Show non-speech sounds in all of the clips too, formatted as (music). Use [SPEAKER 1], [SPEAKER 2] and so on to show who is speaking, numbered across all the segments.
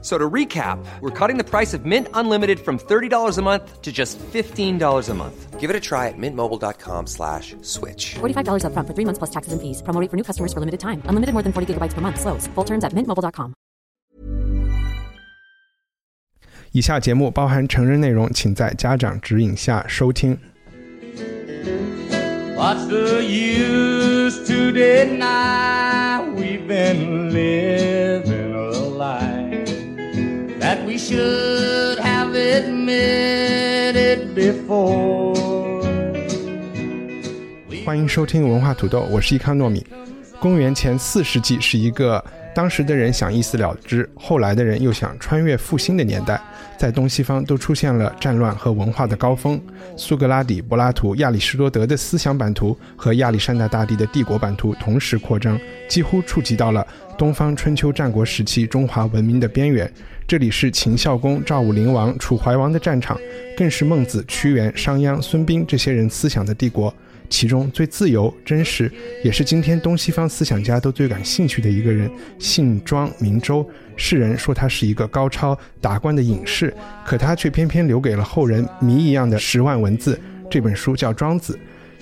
[SPEAKER 1] So to recap, we're cutting the price of Mint Unlimited from $30 a month to just $15 a month. Give it a try at mintmobile.com slash switch.
[SPEAKER 2] $45 upfront for three months plus taxes and fees. Promo rate for new customers for limited time. Unlimited more than 40 gigabytes per month. Slows. Full terms at mintmobile.com.
[SPEAKER 3] 以下节目包含成人内容，请在家长指引下收听。
[SPEAKER 4] What's the use to deny we've been living a lie that we should have admitted before?
[SPEAKER 3] 欢迎收听文化土豆，我是易康糯米。公元前四世纪是一个当时的人想一死了之，后来的人又想穿越复兴的年代，在东西方都出现了战乱和文化的高峰。苏格拉底、柏拉图、亚里士多德的思想版图和亚历山大大帝的帝国版图同时扩张，几乎触及到了东方春秋战国时期中华文明的边缘。这里是秦孝公、赵武灵王、楚怀王的战场，更是孟子、屈原、商鞅、孙膑这些人思想的帝国。其中最自由、真实，也是今天东西方思想家都最感兴趣的一个人，姓庄名周。世人说他是一个高超达观的隐士，可他却偏偏留给了后人谜一样的十万文字。这本书叫《庄子》。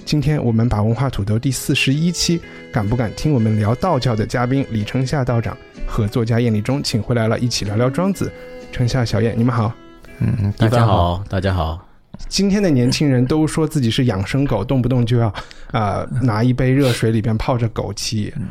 [SPEAKER 3] 今天我们把文化土豆第四十一期“敢不敢听我们聊道教”的嘉宾李承夏道长和作家燕立中请回来了，一起聊聊庄子。承夏、小燕，你们好。
[SPEAKER 5] 嗯，大家好，大家好。
[SPEAKER 3] 今天的年轻人都说自己是养生狗，动不动就要啊、呃拿一杯热水里边泡着枸杞。
[SPEAKER 6] 嗯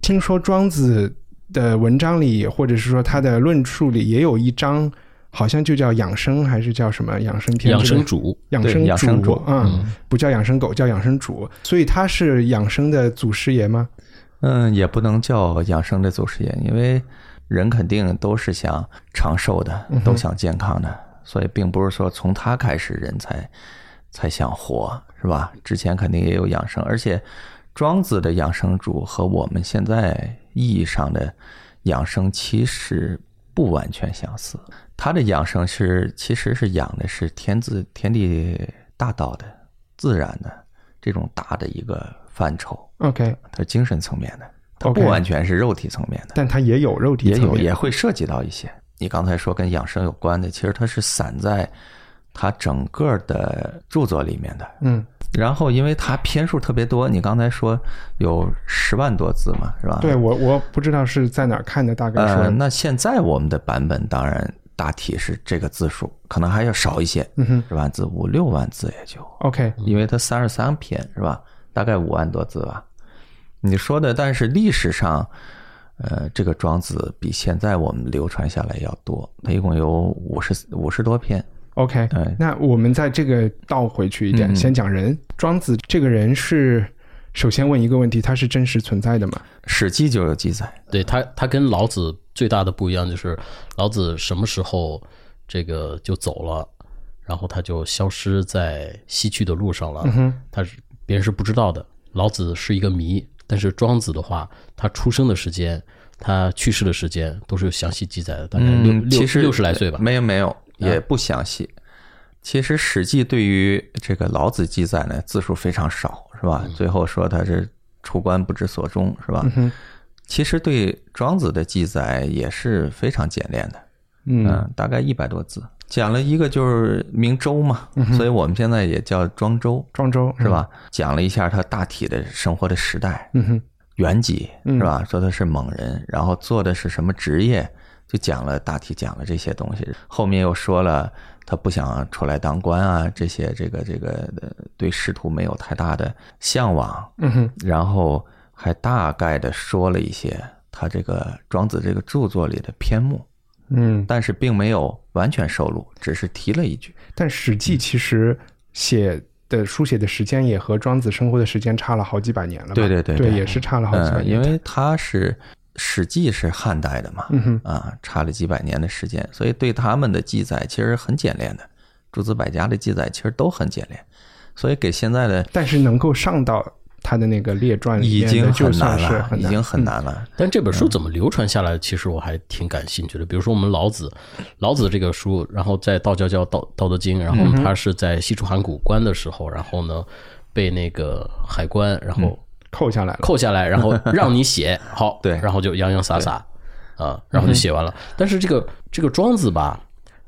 [SPEAKER 3] 听说庄子的文章里，或者是说他的论述里，也有一章好像就叫养生，还是叫什么养生天之类的？
[SPEAKER 5] 养生主，
[SPEAKER 3] 养
[SPEAKER 6] 对
[SPEAKER 3] 生
[SPEAKER 6] 养生主
[SPEAKER 3] 嗯，不叫养生狗，叫养生主。所以他是养生的祖师爷吗？
[SPEAKER 6] 嗯，也不能叫养生的祖师爷，因为人肯定都是想长寿的，都想健康的，所以并不是说从他开始人才才想活，是吧？之前肯定也有养生，而且庄子的养生主和我们现在意义上的养生其实不完全相似。他的养生是其实是养的是天自天地大道的自然的这种大的一个范畴。
[SPEAKER 3] ？OK，
[SPEAKER 6] 它是精神层面的，它
[SPEAKER 3] OK
[SPEAKER 6] 不完全是肉体层面的，
[SPEAKER 3] 但他也有肉体
[SPEAKER 6] 也
[SPEAKER 3] 层面，
[SPEAKER 6] 有也会涉及到一些。你刚才说跟养生有关的，其实它是散在它整个的著作里面的。
[SPEAKER 3] 嗯，
[SPEAKER 6] 然后因为它篇数特别多，你刚才说有十万多字嘛，是吧？
[SPEAKER 3] 对我我不知道是在哪儿看的，大概说。
[SPEAKER 6] 呃，那现在我们的版本当然大体是这个字数，可能还要少一些，
[SPEAKER 3] 嗯哼
[SPEAKER 6] 是吧？字五六万字也就
[SPEAKER 3] OK，
[SPEAKER 6] 因
[SPEAKER 5] 嗯
[SPEAKER 6] 为它三十三篇是吧？大概五万多字吧。你说的，但是历史上，呃，这个庄子比现在我们流传下来要多，它一共有五十五十多篇。
[SPEAKER 3] OK，
[SPEAKER 6] 哎
[SPEAKER 3] 那我们在这个倒回去一点，
[SPEAKER 6] 嗯嗯
[SPEAKER 3] 先讲人。庄子这个人是，首先问一个问题，他是真实存在的吗？
[SPEAKER 6] 《史记》就有记载，
[SPEAKER 5] 对他，他跟老子最大的不一样就是，老子什么时候这个就走了，然后他就消失在西去的路上
[SPEAKER 6] 嗯
[SPEAKER 5] 了。他是别人是不知道的。老子是一个谜，但是庄子的话，他出生的时间，他去世的时间都是有详细记载的，大概六嗯六
[SPEAKER 6] 嗯其实
[SPEAKER 5] 六十来岁吧。啊
[SPEAKER 6] 没有没有，也不详细。其实《史记》对于这个老子记载呢，字数非常少，是
[SPEAKER 5] 嗯
[SPEAKER 6] 吧？最后说他是出关不知所终，是吧？其实对庄子的记载也是非常简练的。嗯，大概一百多字，讲了一个就是明周嘛，所以我们现在也叫庄周，
[SPEAKER 3] 庄周
[SPEAKER 6] 是？吧？讲了一下他大体的生活的时代，
[SPEAKER 3] 嗯哼，
[SPEAKER 6] 原籍是吧？说他是蒙人，然后做的是什么职业，就讲了大体讲了这些东西。后面又说了他不想出来当官啊，这些这个这个呃对仕途没有太大的向往，
[SPEAKER 3] 嗯哼，
[SPEAKER 6] 然后还大概的说了一些他这个庄子这个著作里的篇目。
[SPEAKER 3] 嗯。
[SPEAKER 6] 但是并没有完全收录，只是提了一句。
[SPEAKER 3] 但《史记》其实写的书写的时间也和庄子生活的时间差了好几百年了吧？
[SPEAKER 6] 对对对
[SPEAKER 3] 对，
[SPEAKER 6] 对
[SPEAKER 3] 也是差了好几百年。
[SPEAKER 6] 嗯，
[SPEAKER 3] 嗯
[SPEAKER 6] 因为它是《史记》是汉代的嘛，啊，差了几百年的时间，所以对他们的记载其实很简练的，诸子百家的记载其实都很简练，所以给现在的
[SPEAKER 3] 但是能够上到他的那个列传里
[SPEAKER 6] 已
[SPEAKER 3] 面
[SPEAKER 6] 经
[SPEAKER 3] 的，就
[SPEAKER 6] 很
[SPEAKER 3] 算
[SPEAKER 6] 难
[SPEAKER 3] 是
[SPEAKER 6] 了，
[SPEAKER 3] 很
[SPEAKER 6] 已
[SPEAKER 3] 难嗯
[SPEAKER 6] 经很难了。
[SPEAKER 5] 但这本书怎么流传下来，其实我还挺感兴趣的。比如说我们老子，老子这个书，然后在道教叫《道道德经》，然后他是在西出函谷关的时候，然后呢被那个海关然后
[SPEAKER 3] 扣下来了。
[SPEAKER 5] 扣下来，然
[SPEAKER 6] (laughs)
[SPEAKER 5] 后让你写好，
[SPEAKER 6] 对嗯
[SPEAKER 5] 然后就洋洋洒洒啊，然后就写完了。但是这个这个庄子吧，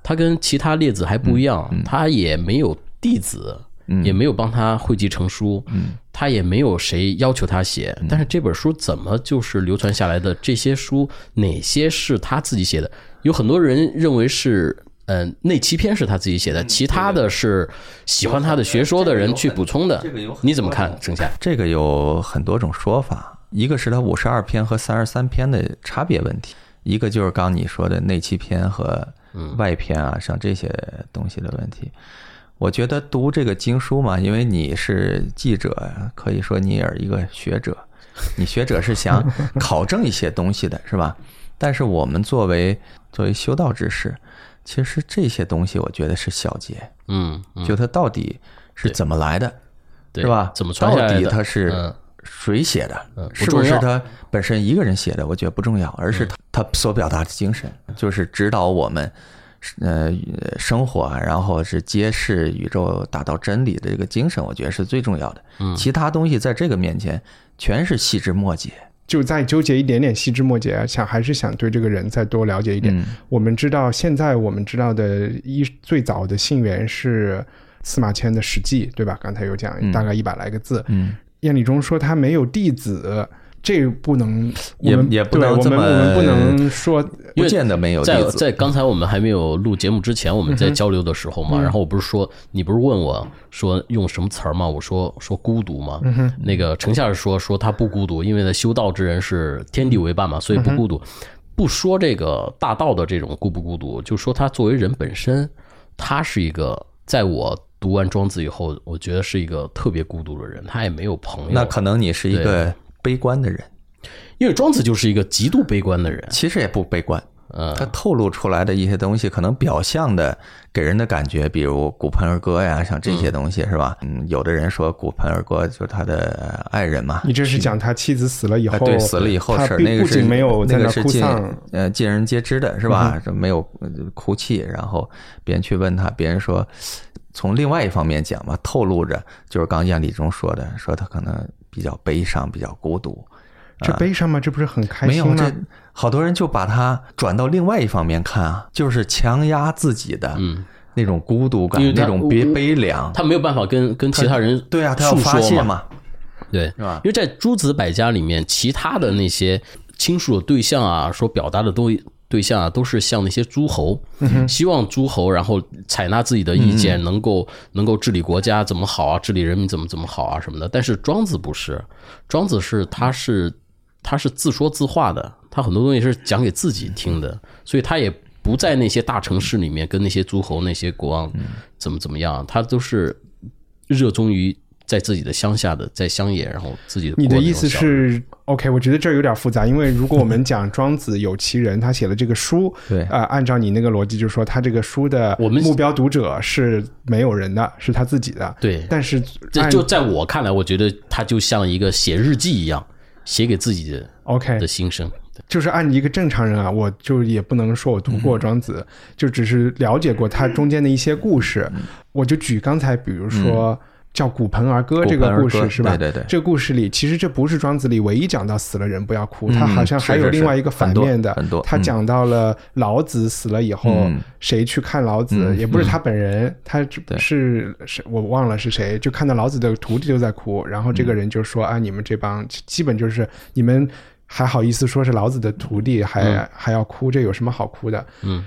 [SPEAKER 5] 他跟其他列子还不一样，
[SPEAKER 6] 嗯
[SPEAKER 5] 他也没有弟子。也没有帮他汇集成书，
[SPEAKER 6] 嗯
[SPEAKER 5] 他也没有谁要求他写，但是这本书怎么就是流传下来的？这些书哪些是他自己写的？有很多人认为是，嗯、内七篇是他自己写的，
[SPEAKER 6] 嗯
[SPEAKER 5] 其他的是喜欢他的学说的人去补充的
[SPEAKER 6] 这个有很。
[SPEAKER 5] 你怎么看，盛夏？
[SPEAKER 6] 这个有很多种说法，一个是它五十二篇和三十三篇的差别问题，一个就是刚刚你说的内七篇和外篇啊，像这些东西的问题。我觉得读这个经书嘛，因为你是记者，可以说你也是一个学者，你学者是想考证一些东西的，是吧？但是我们作为作为修道之士，其实这些东西我觉得是小节，
[SPEAKER 5] 嗯，嗯
[SPEAKER 6] 就它到底是怎么来的，
[SPEAKER 5] 对
[SPEAKER 6] 是吧？
[SPEAKER 5] 怎么传下来
[SPEAKER 6] 到底
[SPEAKER 5] 的？
[SPEAKER 6] 它是
[SPEAKER 5] 嗯
[SPEAKER 6] 谁写的？
[SPEAKER 5] 嗯
[SPEAKER 6] 是
[SPEAKER 5] 不重
[SPEAKER 6] 不
[SPEAKER 5] 要嗯
[SPEAKER 6] 是他本身一个人写的？我觉得不重要，而是他他所表达的精神，就是指导我们呃生活，啊然后是揭示宇宙、达到真理的这个精神，我觉得是最重要的。
[SPEAKER 5] 嗯
[SPEAKER 6] 其他东西在这个面前全是细枝末节。
[SPEAKER 3] 就再纠结一点点细枝末节，想还是想对这个人再多了解一
[SPEAKER 6] 嗯
[SPEAKER 5] 嗯
[SPEAKER 3] 点。我们知道现在我们知道的一最早的信源是司马迁的《史记》，对吧？刚才有讲，大概一百来个字。嗯，晏立中说他没有弟子。这个不能，我
[SPEAKER 6] 也
[SPEAKER 3] 们
[SPEAKER 6] 也不
[SPEAKER 3] 对
[SPEAKER 6] 能
[SPEAKER 3] 我
[SPEAKER 6] 这
[SPEAKER 3] 们
[SPEAKER 6] 么
[SPEAKER 3] 我们不能说
[SPEAKER 6] 不见得没有
[SPEAKER 5] 在
[SPEAKER 6] 例子，嗯
[SPEAKER 5] 在刚才我们还没有录节目之前，我们在交流的时候嘛，然后我不是说你不是问我说用什么词儿吗？我说说孤独嘛。
[SPEAKER 6] 嗯
[SPEAKER 5] 那个程夏说说他不孤独，因为呢修道之人是天地为伴
[SPEAKER 6] 嗯
[SPEAKER 5] 嘛，所以不孤独。不说这个大道的这种孤不孤独，就说他作为人本身，他是一个在我读完庄子以后，我觉得是一个特别孤独的人，他也没有朋友。
[SPEAKER 6] 那可能你是一个悲观的人，
[SPEAKER 5] 因为庄子就是一个极度悲观的人，
[SPEAKER 6] 其实也不悲观。
[SPEAKER 5] 嗯
[SPEAKER 6] 它透露出来的一些东西，可能表象的给人的感觉，比如骨盆儿歌呀，像这些东西是吧？嗯，有的人说骨盆儿歌就是他的爱人嘛，
[SPEAKER 3] 你这是讲他妻子死了以
[SPEAKER 6] 啊
[SPEAKER 3] 后，
[SPEAKER 6] 对，死了以后
[SPEAKER 3] 他
[SPEAKER 6] 事儿，
[SPEAKER 3] 并
[SPEAKER 6] 那个
[SPEAKER 3] 不
[SPEAKER 6] 是
[SPEAKER 3] 仅没有在
[SPEAKER 6] 那个
[SPEAKER 3] 儿
[SPEAKER 6] 是
[SPEAKER 3] 哭
[SPEAKER 6] 尽
[SPEAKER 3] 丧，嗯
[SPEAKER 6] 呃尽人皆知的是吧？这没有呃哭泣，然后别人去问他，别人说从另外一方面讲嘛，透露着就是刚燕立中说的，说他可能比较悲伤，比较孤独，
[SPEAKER 3] 这悲伤吗？这不是很开
[SPEAKER 6] 啊没
[SPEAKER 3] 心啊
[SPEAKER 6] 有，这
[SPEAKER 3] 吗？
[SPEAKER 6] 好多人就把它转到另外一方面看啊，就是强压自己的那种孤独感
[SPEAKER 5] 嗯因为，他
[SPEAKER 6] 那种悲悲凉。
[SPEAKER 5] 他没有办法跟跟其他人
[SPEAKER 6] 对啊，啊他要
[SPEAKER 5] 诉说
[SPEAKER 6] 发泄
[SPEAKER 5] 嘛。
[SPEAKER 6] 嘛。
[SPEAKER 5] 对，
[SPEAKER 6] 是吧
[SPEAKER 5] 因为在诸子百家里面，其他的那些倾诉的对象啊，所表达的都对象啊，都是像那些诸侯，
[SPEAKER 6] 嗯
[SPEAKER 5] 希望诸侯然后采纳自己的意见，能够能够治理国家怎么好啊，治理人民怎么怎么好啊什么的。但是庄子不是，庄子是他是他是自说自话的，他很多东西是讲给自己听的，所以他也。不在那些大城市里面跟那些诸侯、那些国王
[SPEAKER 3] 嗯
[SPEAKER 5] 怎么怎么样，他都是热衷于在自己的乡下的，在乡野，然后自己
[SPEAKER 3] 你的
[SPEAKER 5] 过那
[SPEAKER 3] 意
[SPEAKER 5] 种
[SPEAKER 3] 思
[SPEAKER 5] 小
[SPEAKER 3] 是，OK？我觉得这儿有点复杂，因为如果我们讲庄子有其人，他写了这个
[SPEAKER 5] (laughs)
[SPEAKER 3] 书，
[SPEAKER 6] 对
[SPEAKER 3] 啊、按照你那个逻辑，就是说他这个书的
[SPEAKER 5] 我们
[SPEAKER 3] 目标读者是没有人的，是他自己的。
[SPEAKER 5] 对
[SPEAKER 3] 但是
[SPEAKER 5] 这
[SPEAKER 3] 按
[SPEAKER 5] 就在我看来，我觉得他就像一个写日记一样，写给自己的
[SPEAKER 3] OK，
[SPEAKER 5] 的心声。对
[SPEAKER 3] 就是按一个正常人
[SPEAKER 6] 嗯
[SPEAKER 3] 啊，我就也不能说我读过庄子，就只是了解过他中间的一些故事。
[SPEAKER 6] 嗯
[SPEAKER 3] 我就举刚才，比如说。叫《骨盆儿歌》这个
[SPEAKER 6] 骨盆儿
[SPEAKER 3] 故
[SPEAKER 6] 歌
[SPEAKER 3] 事是吧？
[SPEAKER 6] 对对对
[SPEAKER 3] 这个故事里，其实这不是庄子里唯一讲到死了人不要哭，他好像还
[SPEAKER 6] 嗯是
[SPEAKER 3] 有
[SPEAKER 6] 是是
[SPEAKER 3] 另外一个反
[SPEAKER 6] 很多
[SPEAKER 3] 面的，
[SPEAKER 6] 很多
[SPEAKER 3] 他
[SPEAKER 6] 嗯
[SPEAKER 3] 讲到了老子死了以后，
[SPEAKER 6] 嗯
[SPEAKER 3] 谁去看老子，也不是他本人，他只
[SPEAKER 6] 对
[SPEAKER 3] 是是我忘了是谁，就看到老子的徒弟就在哭，然后这个人就说、啊，你们这帮基本就是你们还好意思说是老子的徒弟，还、还要哭，这有什么好哭的？
[SPEAKER 5] 嗯，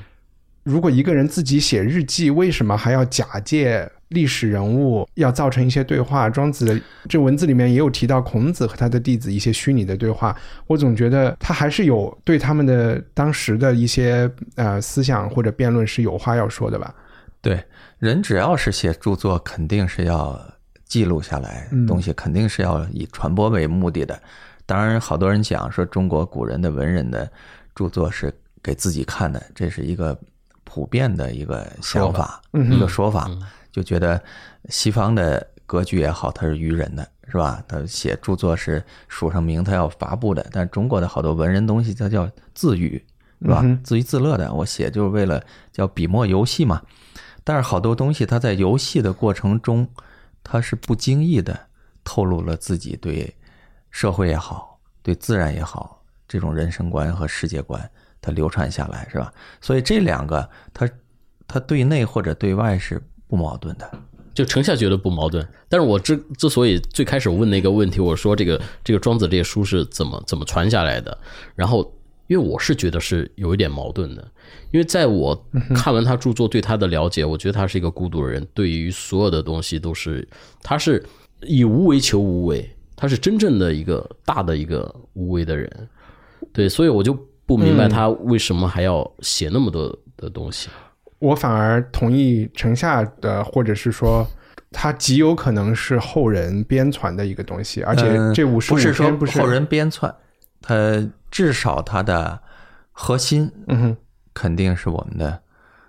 [SPEAKER 3] 如果一个人自己写日记，为什么还要假借历史人物，要造成一些对话？庄子的这文字里面也有提到孔子和他的弟子一些虚拟的对话，我总觉得他还是有对他们的当时的一些呃思想或者辩论是有话要说的吧？
[SPEAKER 6] 对，人只要是写著作，肯定是要记录下来
[SPEAKER 3] 嗯
[SPEAKER 6] 东西，肯定是要以传播为目的的。当然，好多人讲说中国古人的文人的著作是给自己看的，这是一个普遍的一个想法，一个说法，就觉得西方的格局也好，它是愚人的，是吧？他写著作是署上名，他要发布的。但中国的好多文人东西，它叫自娱，是吧？自娱自乐的，我写就是为了叫笔墨游戏嘛。但是好多东西，它在游戏的过程中，它是不经意的透露了自己对社会也好，对自然也好，这种人生观和世界观，它流传下来，是吧？所以这两个，它它对内或者对外是不矛盾的。
[SPEAKER 5] 就程夏觉得不矛盾，但是我之之所以最开始问那个问题，我说这个这个庄子这个书是怎么怎么传下来的，然后因为我是觉得是有一点矛盾的，因为在我看完他著作对他的了解，我觉得他是一个孤独的人，对于所有的东西都是他是以无为求无为，他是真正的一个大的一个无为的人，对，所以我就不明白他为什么还要写那么多的东西。
[SPEAKER 3] 我反而同意城下的，或者是说，它极有可能是后人编传的一个东西，而且
[SPEAKER 6] 嗯
[SPEAKER 3] 这五十五
[SPEAKER 6] 不是说
[SPEAKER 3] 篇不是
[SPEAKER 6] 后人编篡，它至少它的核心，
[SPEAKER 3] 嗯哼，
[SPEAKER 6] 肯定是我们的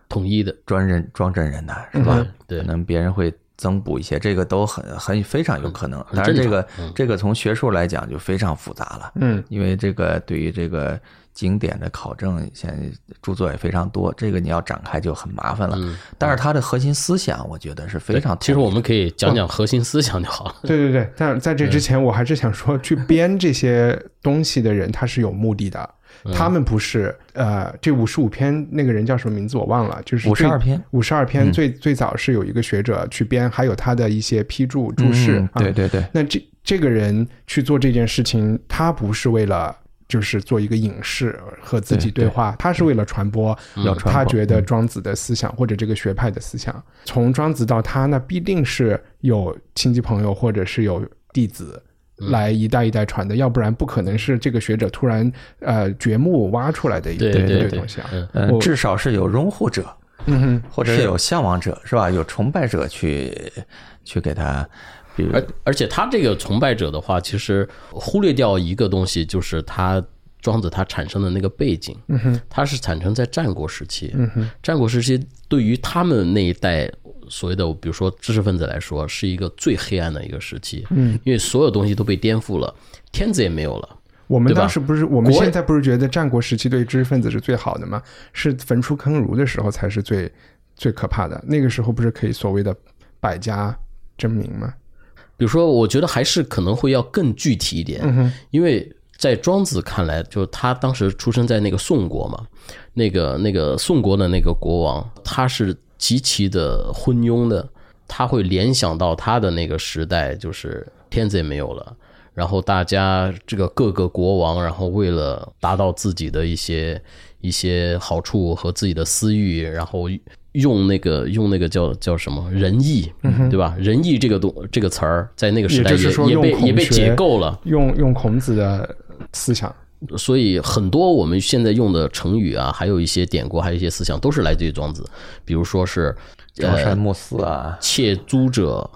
[SPEAKER 5] 统一的，
[SPEAKER 6] 专人庄真人的，是吧？
[SPEAKER 5] 嗯
[SPEAKER 3] 嗯
[SPEAKER 5] 对
[SPEAKER 6] 可能别人会增补一些，这个都很很非常有可能。
[SPEAKER 5] 很
[SPEAKER 6] 当然，
[SPEAKER 5] 正
[SPEAKER 6] 这
[SPEAKER 5] 常
[SPEAKER 6] 个这个从学术来讲就非常复杂了，
[SPEAKER 3] 嗯，
[SPEAKER 6] 因为这个对于这个经典的考证，现在著作也非常多，这个你要展开就很麻烦了。但是它的核心思想，我觉得是非常统一的。
[SPEAKER 5] 嗯其实我们可以讲讲核心思想就好
[SPEAKER 6] (laughs)
[SPEAKER 5] 了。
[SPEAKER 3] 对对对。但在这之前，我还是想说，去编这些东西的人，他是有目的的。
[SPEAKER 6] 嗯
[SPEAKER 3] 他们不是呃，这五十五篇那个人叫什么名字我忘了，就是
[SPEAKER 6] 52篇，嗯
[SPEAKER 3] 五十二篇最最早是有一个学者去编，还有他的一些批注注释
[SPEAKER 6] 嗯，
[SPEAKER 3] 啊
[SPEAKER 6] 对对对，
[SPEAKER 3] 那这这个人去做这件事情，他不是为了就是做一个影视和自己对话，他是为了传播，
[SPEAKER 6] 要传播
[SPEAKER 3] 他觉得庄子的思想或者这个学派的思想，从庄子到他，那必定是有亲戚朋友或者是有弟子。来一代一代传的，要不然不可能是这个学者突然呃掘墓挖出来的一个
[SPEAKER 5] 对
[SPEAKER 3] 一
[SPEAKER 5] 对
[SPEAKER 3] 个
[SPEAKER 5] 对
[SPEAKER 3] 东西啊。
[SPEAKER 6] 嗯，至少是有拥护者，
[SPEAKER 3] 嗯哼，
[SPEAKER 6] 或者有向往者是吧？有崇拜者去去给他，比如
[SPEAKER 5] 而而且他这个崇拜者的话，其实忽略掉一个东西，就是他庄子他产生的那个背景，嗯哼，他是产生在战国时期，嗯哼，战国时期对于他们那一代所谓的比如说知识分子来说，是一个最黑暗的一个时期，嗯，因为所有东西都被颠覆了，天子也没有了，
[SPEAKER 3] 我们
[SPEAKER 5] 对吧
[SPEAKER 3] 当时不是，我们
[SPEAKER 5] 国
[SPEAKER 3] 现在不是觉得战国时期对知识分子是最好的吗？是焚书坑儒的时候才是最最可怕的。那个时候不是可以所谓的百家争鸣吗？
[SPEAKER 5] 比如说，我觉得还是可能会要更具体一点，因为在庄子看来，就是他当时出生在那个宋国嘛，那个那个宋国的那个国王，他是极其的昏庸的，他会联想到他的那个时代，就是天子也没有了。然后大家这个各个国王，然后为了达到自己的一些一些好处和自己的私欲，然后用那个用那个叫叫什么仁义，对吧？仁义这个东这个词儿在那个时代
[SPEAKER 3] 嗯也就是说
[SPEAKER 5] 也
[SPEAKER 3] 用
[SPEAKER 5] 被
[SPEAKER 3] 孔
[SPEAKER 5] 也被
[SPEAKER 3] 学
[SPEAKER 5] 解构了，
[SPEAKER 3] 用用孔子的思想，
[SPEAKER 5] 所以很多我们现在用的成语啊，还有一些典故，还有一些思想，都是来自于庄子。比如说是呃
[SPEAKER 6] 朝山暮呃寺啊，
[SPEAKER 5] 窃租者，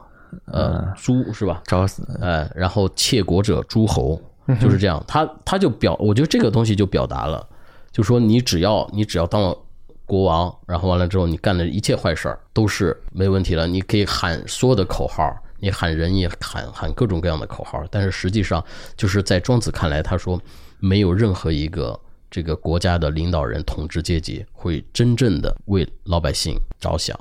[SPEAKER 5] 呃，诸是吧？
[SPEAKER 6] 朝
[SPEAKER 5] 呃，然后窃国者诸侯，就是这样。他他就表，我觉得这个东西就表达了，就说你只要你只要当了国王，然后完了之后你干的一切坏事儿都是没问题了，你可以喊所有的口号，你喊仁义，喊喊各种各样的口号，但是实际上就是在庄子看来，他说没有任何一个。这个国家的领导人、统治阶级会真正的为老百姓着想，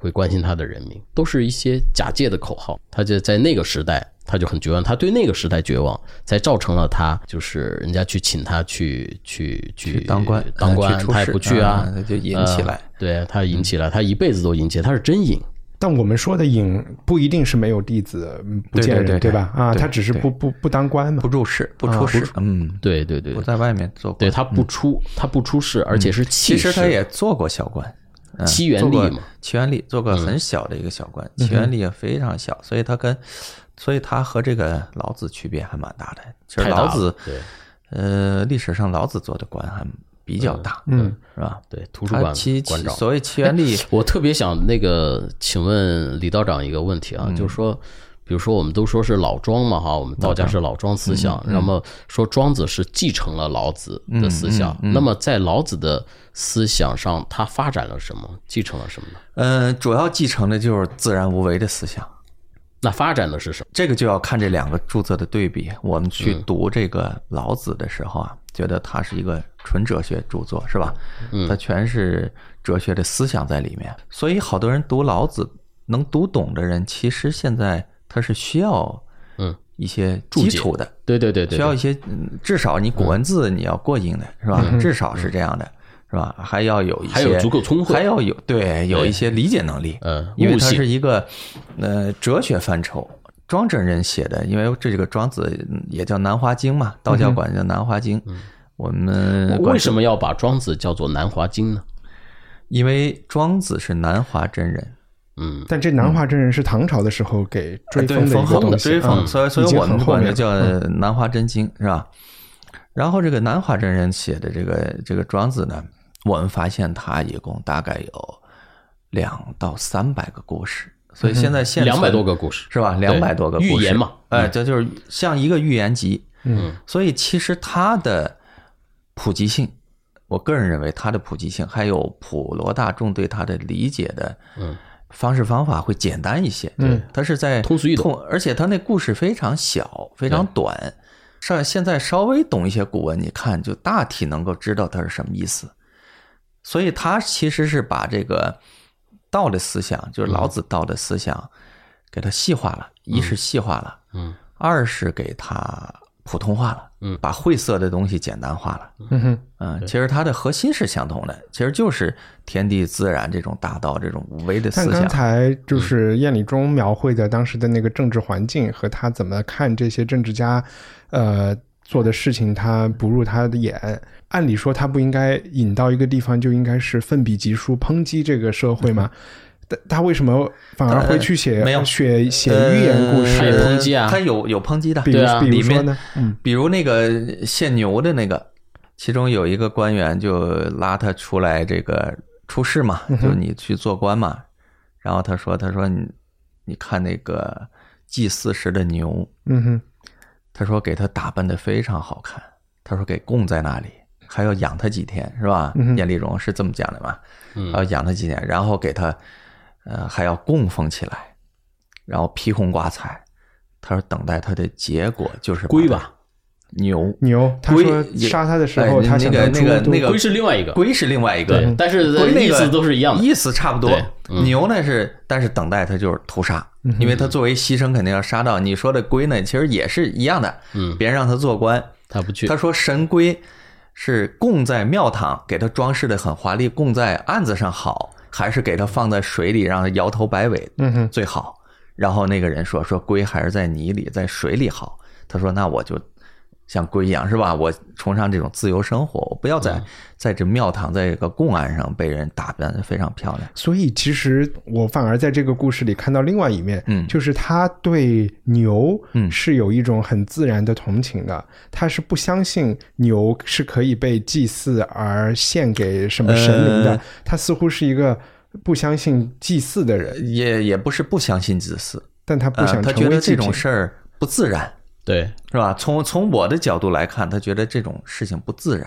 [SPEAKER 5] 会关心他的人民，都是一些假借的口号。他就在那个时代，他就很绝望，他对那个时代绝望，才造成了他就是人家去请他去去去
[SPEAKER 6] 当官呃
[SPEAKER 5] 当官
[SPEAKER 6] 去，出
[SPEAKER 5] 他也
[SPEAKER 6] 仕
[SPEAKER 5] 不去啊
[SPEAKER 6] 啊，就引起来嗯
[SPEAKER 5] 呃对他引起来，他一辈子都引起来，他是真引。
[SPEAKER 3] 但我们说的隐不一定是没有弟子嗯不见人，
[SPEAKER 6] 对对对对
[SPEAKER 3] 吧？啊，
[SPEAKER 6] 对
[SPEAKER 3] 他只是不不不当官嘛
[SPEAKER 6] 不。入仕，不出仕，嗯，
[SPEAKER 5] 对对对
[SPEAKER 6] 不，在外面做
[SPEAKER 5] 对
[SPEAKER 6] 官。
[SPEAKER 5] 他不出他不出世，而且是
[SPEAKER 6] 其
[SPEAKER 5] 其
[SPEAKER 6] 实他也做过小官，嗯
[SPEAKER 5] 七元
[SPEAKER 6] 做过
[SPEAKER 5] 吏嘛嗯
[SPEAKER 6] 七元吏做过很小的一个小官，七元吏也非常小，所以他跟，所以他和这个老子区别还蛮大的。其实
[SPEAKER 5] 太大
[SPEAKER 6] 老
[SPEAKER 5] 了
[SPEAKER 6] 子，
[SPEAKER 5] 对
[SPEAKER 6] 呃，历史上老子做的官还比较大，嗯，是吧？
[SPEAKER 5] 对图书
[SPEAKER 6] 他
[SPEAKER 5] 馆
[SPEAKER 6] 七
[SPEAKER 5] 馆长。
[SPEAKER 6] 所谓七元吏，
[SPEAKER 5] (laughs) 我特别想那个，请问李道长一个问题啊，就是说，比如说我们都说是老庄嘛，哈，我们道家是老庄嗯思想，那么说庄子是继承了老子的思想，那么在老子的思想上，他
[SPEAKER 6] 呃
[SPEAKER 5] 发展了什么，继承了什么呢？
[SPEAKER 6] 嗯，主要继承的就是自然无为的思想，
[SPEAKER 5] 那发展的是什么？
[SPEAKER 6] 这个就要看这两个著作的对比。我们去读这个老子的时候啊，觉得它是一个纯哲学著作，是吧？它全是哲学的思想在里面。所以好多人读老子能读懂的人，其实现在他是需要
[SPEAKER 5] 嗯
[SPEAKER 6] 一些
[SPEAKER 5] 注
[SPEAKER 6] 基
[SPEAKER 5] 解
[SPEAKER 6] 础的，
[SPEAKER 5] 对对对对，嗯
[SPEAKER 6] 需要一些，嗯至少你古文字你要过硬的是吧？至少是这样的，是吧？还要有一些
[SPEAKER 5] 还有足够聪慧
[SPEAKER 6] 还要有对有一些理解能力，
[SPEAKER 5] 呃
[SPEAKER 6] 因为它
[SPEAKER 5] 悟性
[SPEAKER 6] 是一个呃哲学范畴。庄子人写的，因为这个庄子嗯也叫《南华经》
[SPEAKER 5] 嗯
[SPEAKER 6] 嘛，道教管叫《南华经》我们
[SPEAKER 5] 为
[SPEAKER 6] 管
[SPEAKER 5] 什么要把庄子叫做南华经呢？
[SPEAKER 6] 因为庄子是南华真人，
[SPEAKER 5] 嗯，
[SPEAKER 3] 但这南华真人是唐朝的时候给追
[SPEAKER 6] 啊对，
[SPEAKER 3] 封的一个
[SPEAKER 6] 的
[SPEAKER 3] 东西，
[SPEAKER 6] 追
[SPEAKER 3] 嗯
[SPEAKER 6] 风，所以所
[SPEAKER 3] 已
[SPEAKER 6] 以
[SPEAKER 3] 经
[SPEAKER 6] 我们
[SPEAKER 3] 很后
[SPEAKER 6] 管
[SPEAKER 3] 面
[SPEAKER 6] 这
[SPEAKER 3] 了嗯
[SPEAKER 6] 叫南华真经是吧？然后这个南华真人写的这个这个庄子呢，我们发现他一共大概有两到三百个故事，所以现
[SPEAKER 3] 嗯
[SPEAKER 6] 在现
[SPEAKER 5] 两百
[SPEAKER 6] 存
[SPEAKER 5] 多个故事
[SPEAKER 6] 是吧？
[SPEAKER 5] 对
[SPEAKER 6] 两百多个故事
[SPEAKER 5] 寓言嘛
[SPEAKER 6] 哎，这就是像一个寓言集。
[SPEAKER 3] 嗯，
[SPEAKER 6] 所以其实它的普及性，我个人认为它的普及性还有普罗大众对它的理解的，嗯，方式方法会简单一些。嗯，它是在
[SPEAKER 5] 通俗易懂
[SPEAKER 6] 通，而且它那故事非常小，非常短。上现在稍微懂一些古文，你看就大体能够知道它是什么意思。所以他其实是把这个道的思想，就是
[SPEAKER 5] 嗯
[SPEAKER 6] 老子道的思想，给它细化了。一是细化了，
[SPEAKER 5] 嗯，
[SPEAKER 6] 二是给它普通话了，嗯，把晦涩的东西简单化了。
[SPEAKER 3] 嗯哼，
[SPEAKER 6] 嗯，其实它的核心是相同的，其实就是天地自然这种大道，这种无为的
[SPEAKER 3] 但
[SPEAKER 6] 思
[SPEAKER 3] 刚
[SPEAKER 6] 想。呃嗯
[SPEAKER 3] 才就是燕礼中描绘的当时的那个政治环境和他怎么看这些政治家，呃做的事情，他不入他的眼。按理说他不应该引到一个地方，就应该是奋笔疾书抨击这个社会嘛。但他为什么反而会去写
[SPEAKER 6] 呃没有
[SPEAKER 3] 写写寓言故
[SPEAKER 5] 还有
[SPEAKER 3] 事？
[SPEAKER 5] 抨击啊
[SPEAKER 6] 它有有抨击的，
[SPEAKER 3] 比如
[SPEAKER 5] 对啊
[SPEAKER 3] 比如
[SPEAKER 6] 里
[SPEAKER 3] 说
[SPEAKER 6] 面
[SPEAKER 3] 呢？嗯，
[SPEAKER 6] 比如那个献牛的那个，其中有一个官员就拉他出来，这个出仕嘛，
[SPEAKER 3] 嗯
[SPEAKER 6] 就是你去做官嘛。然后他说：“他说你你看那个祭四时的牛，
[SPEAKER 3] 嗯哼，
[SPEAKER 6] 他说给他打扮的非常好看，他说给供在那里，还要养他几天，是吧？
[SPEAKER 3] 嗯
[SPEAKER 6] 燕丽荣是这么讲的嘛，
[SPEAKER 5] 嗯
[SPEAKER 6] 要养他几天，然后给他，呃，还要供奉起来，然后披红挂彩。他说等待他的结果就是把
[SPEAKER 5] 龟
[SPEAKER 6] 它
[SPEAKER 5] 吧，
[SPEAKER 6] 牛
[SPEAKER 3] 牛，他
[SPEAKER 6] 龟
[SPEAKER 3] 说
[SPEAKER 6] 也
[SPEAKER 3] 杀他的时
[SPEAKER 6] 哎
[SPEAKER 3] 候，他
[SPEAKER 6] 那
[SPEAKER 3] 想
[SPEAKER 6] 个
[SPEAKER 3] 到
[SPEAKER 6] 那个
[SPEAKER 3] 猪
[SPEAKER 6] 那个
[SPEAKER 5] 龟是另外一个
[SPEAKER 6] 龟是另外一个
[SPEAKER 5] 对，，但是
[SPEAKER 6] 龟那
[SPEAKER 5] 意
[SPEAKER 6] 个
[SPEAKER 5] 思都是一样的。
[SPEAKER 6] 意思差不多
[SPEAKER 5] 对。嗯
[SPEAKER 6] 牛呢是，但是等待它就是屠杀，因为它作为牺牲肯定要杀到。你说的龟呢，其实也是一样的，
[SPEAKER 5] 嗯
[SPEAKER 6] 别人让他做官，
[SPEAKER 5] 他不去，
[SPEAKER 6] 他说神龟是供在庙堂，给它装饰的很华丽，供在案子上好，还是给它放在水里让它摇头摆尾，
[SPEAKER 3] 嗯哼
[SPEAKER 6] 最好。然后那个人说说龟还是在泥里，在水里好。他说那我就像龟一样是吧？我崇尚这种自由生活，我不要在、
[SPEAKER 3] 嗯
[SPEAKER 6] 在这庙堂在这个供案上被人打扮的非常漂亮。
[SPEAKER 3] 所以其实我反而在这个故事里看到另外一面，
[SPEAKER 6] 嗯
[SPEAKER 3] 就是他对牛，
[SPEAKER 6] 嗯
[SPEAKER 3] 是有一种很自然的同情的，他是不相信牛是可以被祭祀而献给什么神灵的，
[SPEAKER 6] 呃
[SPEAKER 3] 他似乎是一个不相信祭祀的人，
[SPEAKER 6] 也也不是不相信自私，
[SPEAKER 3] 但他不
[SPEAKER 6] 呃
[SPEAKER 3] 想
[SPEAKER 6] 他
[SPEAKER 3] 成
[SPEAKER 6] 觉
[SPEAKER 3] 为
[SPEAKER 6] 得
[SPEAKER 3] 祭
[SPEAKER 6] 这
[SPEAKER 3] 品
[SPEAKER 6] 种。事儿不自然，
[SPEAKER 5] 对，
[SPEAKER 6] 是吧？从从我的角度来看，他觉得这种事情不自然。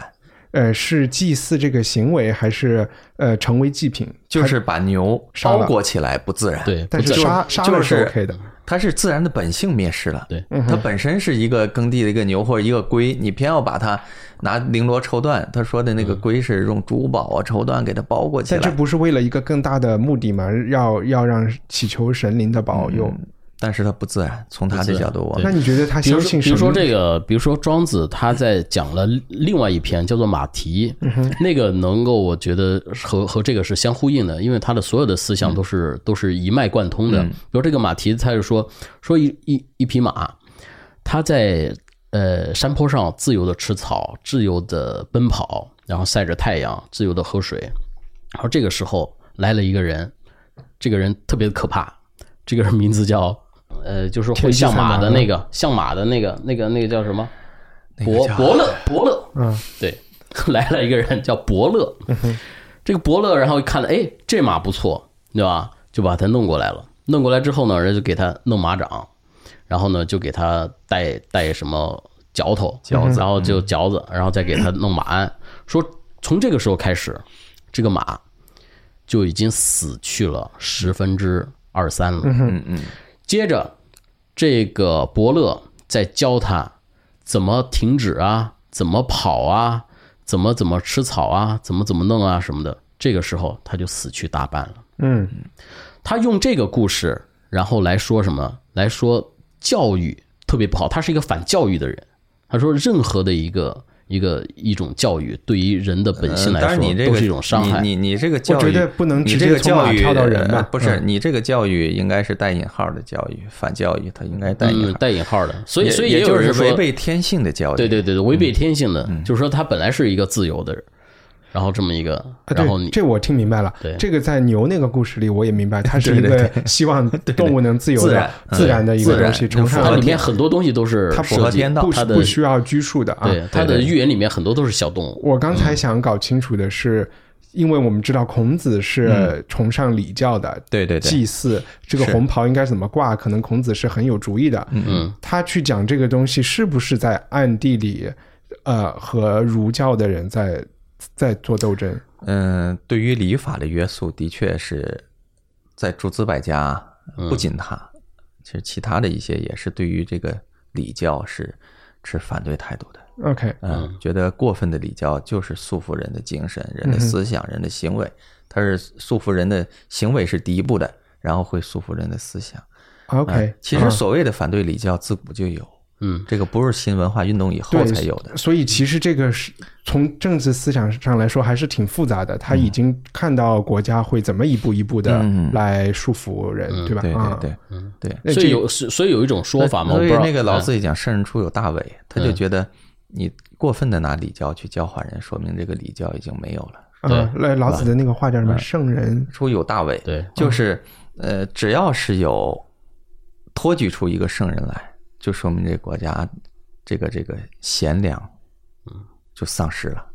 [SPEAKER 3] 呃，是祭祀这个行为，还是呃成为祭品？
[SPEAKER 6] 就是把牛
[SPEAKER 3] 杀
[SPEAKER 6] 包
[SPEAKER 3] 了
[SPEAKER 6] 裹起来不自然，
[SPEAKER 5] 对
[SPEAKER 3] 但是
[SPEAKER 5] 不自
[SPEAKER 3] 杀杀了
[SPEAKER 6] 就是是
[SPEAKER 3] OK 的，
[SPEAKER 6] 它是自然的本性灭失了。
[SPEAKER 5] 对，
[SPEAKER 3] 嗯
[SPEAKER 6] 它本身是一个耕地的一个牛或者一个龟，你偏要把它拿绫罗绸缎，他说的那个龟是用珠宝啊、绸缎给它包裹起
[SPEAKER 3] 但这
[SPEAKER 6] 来，
[SPEAKER 3] 不是为了一个更大的目的嘛？要要让祈求神灵的保
[SPEAKER 6] 嗯
[SPEAKER 3] 佑。
[SPEAKER 6] 但是它不自然。从他的角度，我
[SPEAKER 5] 对
[SPEAKER 3] 那你觉得他
[SPEAKER 5] 比
[SPEAKER 3] 相
[SPEAKER 5] 如说，
[SPEAKER 3] 信
[SPEAKER 5] 比
[SPEAKER 3] 神
[SPEAKER 5] 如
[SPEAKER 3] 吗？
[SPEAKER 5] 说这个，比如说庄子他在讲了另外一篇叫做《马蹄》，
[SPEAKER 3] 嗯
[SPEAKER 5] 那个能够我觉得和和这个是相呼应的，因为他的所有的思
[SPEAKER 3] 嗯
[SPEAKER 5] 想都是、都是一脉贯通的。比如这个马蹄，他就说说一一一匹马，它在呃山坡上自由的吃草，自由的奔跑，然后晒着太阳，自由的喝水。然后这个时候来了一个人，这个人特别可怕，这个人名字叫呃，就是会像马的那个，像马的那个那个那个叫什么？伯伯乐，伯乐，嗯，对， (laughs) 来了一个人叫伯乐，这个伯乐，然后一看了，哎，这马不错，对吧？就把他弄过来了。弄过来之后呢，人家就给他弄马掌，然后呢就给他带带什么嚼头，嚼子，然嗯后就嚼子，然后再给他弄马鞍。说从这个时候开始，这个马就已经死去了十分之二三了。嗯嗯。接着这个伯乐在教他怎么停止啊，怎么跑啊，怎么怎么吃草啊，怎么怎么弄啊什么的。这个时候他就死去大半了。
[SPEAKER 3] 嗯
[SPEAKER 5] 他用这个故事，然后来说什么？来说教育特别不好，他是一个反教育的人。他说，任何的一个一个一种教育，对于人的本性
[SPEAKER 6] 嗯当
[SPEAKER 5] 来
[SPEAKER 6] 然
[SPEAKER 5] 说，
[SPEAKER 6] 你这
[SPEAKER 5] 都
[SPEAKER 6] 个
[SPEAKER 5] 是一种伤害。
[SPEAKER 6] 你你你这个教育，
[SPEAKER 3] 觉得不能直
[SPEAKER 6] 你
[SPEAKER 3] 接
[SPEAKER 6] 这个
[SPEAKER 3] 从马
[SPEAKER 6] 教育
[SPEAKER 3] 跳到人吧
[SPEAKER 6] 呃不是
[SPEAKER 3] 嗯
[SPEAKER 6] 你这个教育应该是带引号的教育，反教育它应该带
[SPEAKER 5] 嗯，
[SPEAKER 6] 引号，
[SPEAKER 5] 带引号的，所以
[SPEAKER 6] 也
[SPEAKER 5] 所以
[SPEAKER 6] 也
[SPEAKER 5] 有
[SPEAKER 6] 就
[SPEAKER 5] 人
[SPEAKER 6] 是
[SPEAKER 5] 说
[SPEAKER 6] 违，背天性的教育。嗯
[SPEAKER 5] 对对对对，违背天性的，就是说他本来是一个自由的人，然后这么一个，
[SPEAKER 3] 啊，
[SPEAKER 5] 然后
[SPEAKER 3] 对，
[SPEAKER 5] 你
[SPEAKER 3] 这我听明白了
[SPEAKER 5] 对。
[SPEAKER 3] 这个在牛那个故事里我也明白，
[SPEAKER 5] (laughs)
[SPEAKER 3] 它是一
[SPEAKER 6] 对对
[SPEAKER 3] 个希望动物能自由
[SPEAKER 6] 自
[SPEAKER 3] 的
[SPEAKER 6] 然、
[SPEAKER 5] 嗯
[SPEAKER 3] 自然的一个
[SPEAKER 6] 自然
[SPEAKER 3] 东西，崇
[SPEAKER 6] 它
[SPEAKER 5] 它
[SPEAKER 3] 尚
[SPEAKER 5] 里面很多东西都是
[SPEAKER 3] 它
[SPEAKER 6] 符合
[SPEAKER 5] 设计
[SPEAKER 6] 天道
[SPEAKER 3] 不
[SPEAKER 5] 它的
[SPEAKER 3] 不需要拘束的啊。
[SPEAKER 5] 对它的寓言里面很多都是小动物，
[SPEAKER 3] 我刚才想搞清楚的是，因为我们知道孔子
[SPEAKER 5] 嗯
[SPEAKER 3] 是崇尚礼教的，
[SPEAKER 6] 对对对
[SPEAKER 3] 祭祀这个
[SPEAKER 6] 是
[SPEAKER 3] 红袍应该怎么挂，可能孔子是很有主意的。
[SPEAKER 5] 嗯，
[SPEAKER 3] 他去讲这个东西，是不是在暗地里，呃，和儒教的人在在做斗争？
[SPEAKER 6] 嗯，对于礼法的约束，的确是在诸子百家，不仅他，其实其他的一些也是对于这个礼教是持反对态度的。
[SPEAKER 3] OK，
[SPEAKER 6] 嗯，觉得过分的礼教就是束缚人的精神、人
[SPEAKER 3] 嗯
[SPEAKER 6] 的思想、人的行为，它是束缚人的行为是第一步的，然后会束缚人的思想。
[SPEAKER 3] OK，、啊
[SPEAKER 6] 嗯其实所谓的反对礼教自古就有，
[SPEAKER 5] 嗯，
[SPEAKER 6] 这个不是新文化运动以后
[SPEAKER 3] 对
[SPEAKER 6] 才有的。
[SPEAKER 3] 所以其实这个是从政治思想上来说还是挺复杂的。他已经看到国家会怎么一步一步的
[SPEAKER 6] 嗯
[SPEAKER 3] 来束缚人，对吧？
[SPEAKER 6] 对
[SPEAKER 3] 啊
[SPEAKER 6] 对对，对。
[SPEAKER 3] 那
[SPEAKER 5] 所
[SPEAKER 3] 这
[SPEAKER 5] 以有是所以有一种说法嘛，我
[SPEAKER 6] 所
[SPEAKER 5] 不
[SPEAKER 6] 以
[SPEAKER 5] 知道
[SPEAKER 6] 那个老子
[SPEAKER 5] 嗯
[SPEAKER 6] 也讲“圣人出有大伪”，他就觉得你过分的拿礼教去教化人，说明这个礼教已经没有了。
[SPEAKER 3] 啊，来老子的那个话叫什么？圣人
[SPEAKER 6] 出有大伪，
[SPEAKER 5] 对，
[SPEAKER 6] 就是呃，只要是有托举出一个圣人来，就说明这个国家这个这个贤良，嗯，就丧失了。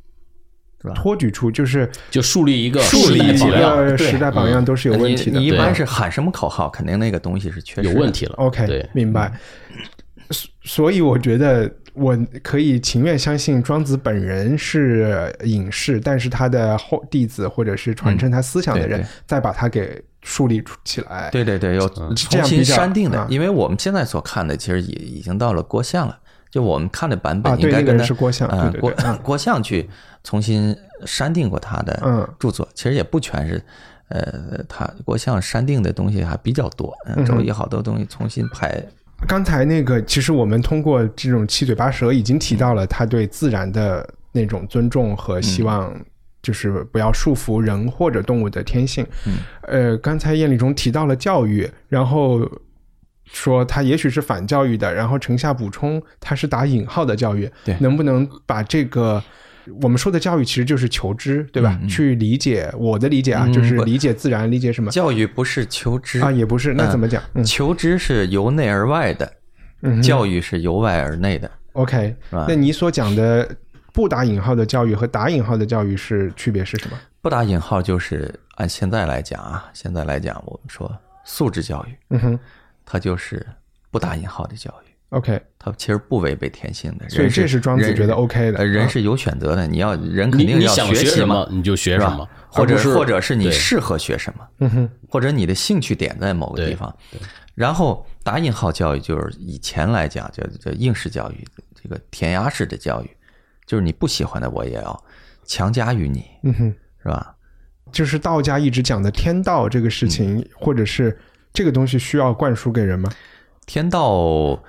[SPEAKER 3] 托举出，就是
[SPEAKER 5] 就树立一个
[SPEAKER 3] 树立一
[SPEAKER 5] 时代榜样
[SPEAKER 3] 个时代榜样都是有问题的
[SPEAKER 6] 嗯你你。一
[SPEAKER 5] 对
[SPEAKER 6] 般是喊什么口号，肯定那个东西是啊缺失
[SPEAKER 5] 有
[SPEAKER 6] 的
[SPEAKER 5] 问。题了。
[SPEAKER 3] OK，
[SPEAKER 5] 对，
[SPEAKER 3] 明白。
[SPEAKER 6] 嗯
[SPEAKER 3] 所所以我觉得我可以情愿相信庄子本人是隐士，但是他的后弟子或者是传承他思想的
[SPEAKER 6] 嗯对
[SPEAKER 3] 人
[SPEAKER 6] 对，
[SPEAKER 3] 再把他给树立出起来。
[SPEAKER 6] 对对对，有
[SPEAKER 3] 嗯这
[SPEAKER 6] 重
[SPEAKER 3] 样比
[SPEAKER 6] 新
[SPEAKER 3] 较
[SPEAKER 6] 删定的
[SPEAKER 3] 啊，
[SPEAKER 6] 因为我们现在所看的其实也已经到了郭象了，就我们看的版
[SPEAKER 3] 啊
[SPEAKER 6] 本
[SPEAKER 3] 对
[SPEAKER 6] 应该
[SPEAKER 3] 那个
[SPEAKER 6] 跟
[SPEAKER 3] 人
[SPEAKER 6] 他
[SPEAKER 3] 是郭象
[SPEAKER 6] 嗯
[SPEAKER 3] 对对
[SPEAKER 6] 郭
[SPEAKER 3] 对嗯
[SPEAKER 6] 郭象去重新删定过他
[SPEAKER 3] 嗯
[SPEAKER 6] 的著作，其实也不全是，呃，他郭象删定的东西还比较多，嗯周易好多东西重新排，
[SPEAKER 3] 刚才那个，其实我们通过这种七嘴八舌已经提到了他对自然的那种尊重和希望，就是不要束缚人或者动物的天性。
[SPEAKER 6] 嗯
[SPEAKER 3] 呃，刚才燕礼中提到了教育，然后说他也许是反教育的，然后城下补充他是打引号的教育，
[SPEAKER 6] 对
[SPEAKER 3] 能不能把这个？我们说的教育其实就是求知，对吧？去理解，我的理解啊，就是
[SPEAKER 6] 嗯不
[SPEAKER 3] 理解自然，理解什么
[SPEAKER 6] 教育不是求知
[SPEAKER 3] 啊，也不是。那怎么讲？嗯
[SPEAKER 6] 求知是由内而外的，
[SPEAKER 3] 嗯哼
[SPEAKER 6] 教育是由外而内的。
[SPEAKER 3] OK，
[SPEAKER 6] 吧
[SPEAKER 3] 那你所讲的不打引号的教育和打引号的教育是区别是什么？
[SPEAKER 6] 不打引号就是按现在来讲啊，现在来讲我们说素质教育，
[SPEAKER 3] 嗯哼
[SPEAKER 6] 它就是不打引号的教育，
[SPEAKER 3] ，OK，
[SPEAKER 6] 它其实不违背天性的。
[SPEAKER 3] 所以
[SPEAKER 6] 人
[SPEAKER 3] 这是庄子
[SPEAKER 6] 人
[SPEAKER 3] 觉得 OK 的
[SPEAKER 6] 呃人
[SPEAKER 3] 啊
[SPEAKER 6] 是有选择的，你要人肯
[SPEAKER 5] 你
[SPEAKER 6] 定
[SPEAKER 5] 你
[SPEAKER 6] 要
[SPEAKER 5] 想
[SPEAKER 6] 习
[SPEAKER 5] 什
[SPEAKER 6] 嘛
[SPEAKER 5] 么，你就学
[SPEAKER 6] 是
[SPEAKER 5] 什
[SPEAKER 6] 吧
[SPEAKER 5] 么，
[SPEAKER 6] 或者
[SPEAKER 5] 而不
[SPEAKER 6] 或者是你
[SPEAKER 5] 对
[SPEAKER 6] 适合学什么，
[SPEAKER 3] 嗯哼，
[SPEAKER 6] 或者你的兴趣点在某个地
[SPEAKER 5] 对
[SPEAKER 6] 方。然后打引号教育就是以前来讲叫叫应试教育，这个填鸭式的教育，就是你不喜欢的我也要强加于你，
[SPEAKER 3] 嗯哼，
[SPEAKER 6] 是吧？
[SPEAKER 3] 就是道家一直讲的天道这个事情，或者是这个东西需要灌输给人吗？
[SPEAKER 6] 天道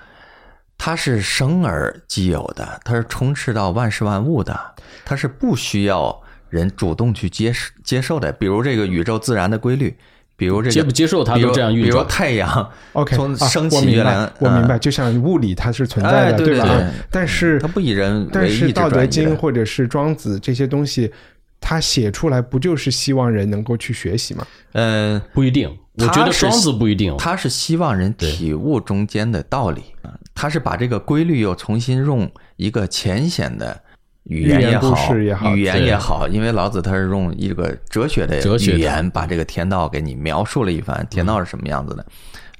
[SPEAKER 6] 它是生而既有的，它是充斥到万事万物的，它是不需要人主动去接受接受的。比如这个宇宙自然的规律，比如这个
[SPEAKER 5] 接不接受它都
[SPEAKER 6] 比如
[SPEAKER 5] 这样运
[SPEAKER 6] 比如
[SPEAKER 5] 转
[SPEAKER 6] 太阳
[SPEAKER 3] OK，
[SPEAKER 6] 从
[SPEAKER 3] 啊
[SPEAKER 6] 升
[SPEAKER 3] 我
[SPEAKER 6] 起
[SPEAKER 3] 明
[SPEAKER 6] 月
[SPEAKER 3] 白
[SPEAKER 6] 亮，
[SPEAKER 3] 我明白，
[SPEAKER 6] 嗯
[SPEAKER 3] 就像物理它是存在
[SPEAKER 6] 哎
[SPEAKER 3] 的，
[SPEAKER 6] 对对
[SPEAKER 3] 吧？
[SPEAKER 6] 对
[SPEAKER 3] 啊但是
[SPEAKER 6] 它不以人为
[SPEAKER 3] 但
[SPEAKER 6] 意
[SPEAKER 3] 是《
[SPEAKER 6] 志
[SPEAKER 3] 道
[SPEAKER 6] 转
[SPEAKER 3] 德
[SPEAKER 6] 移
[SPEAKER 3] 经》
[SPEAKER 6] 的
[SPEAKER 3] 或者是庄子这些东西，它写出来不就是希望人能够去学习吗？
[SPEAKER 6] 嗯，
[SPEAKER 5] 不一定。我
[SPEAKER 6] 他
[SPEAKER 5] 觉得
[SPEAKER 6] 是
[SPEAKER 5] 双子不一定，
[SPEAKER 6] 他是希望人体悟中间的道理，他是把这个规律又重新用一个浅显的语言也
[SPEAKER 3] 寓言故
[SPEAKER 6] 好，
[SPEAKER 3] 事也好
[SPEAKER 6] 语言
[SPEAKER 5] 对
[SPEAKER 6] 也好，因为老子他是用一个哲学的
[SPEAKER 5] 哲学的
[SPEAKER 6] 语言把这个天道给你描述了一番，天道是什么样子的。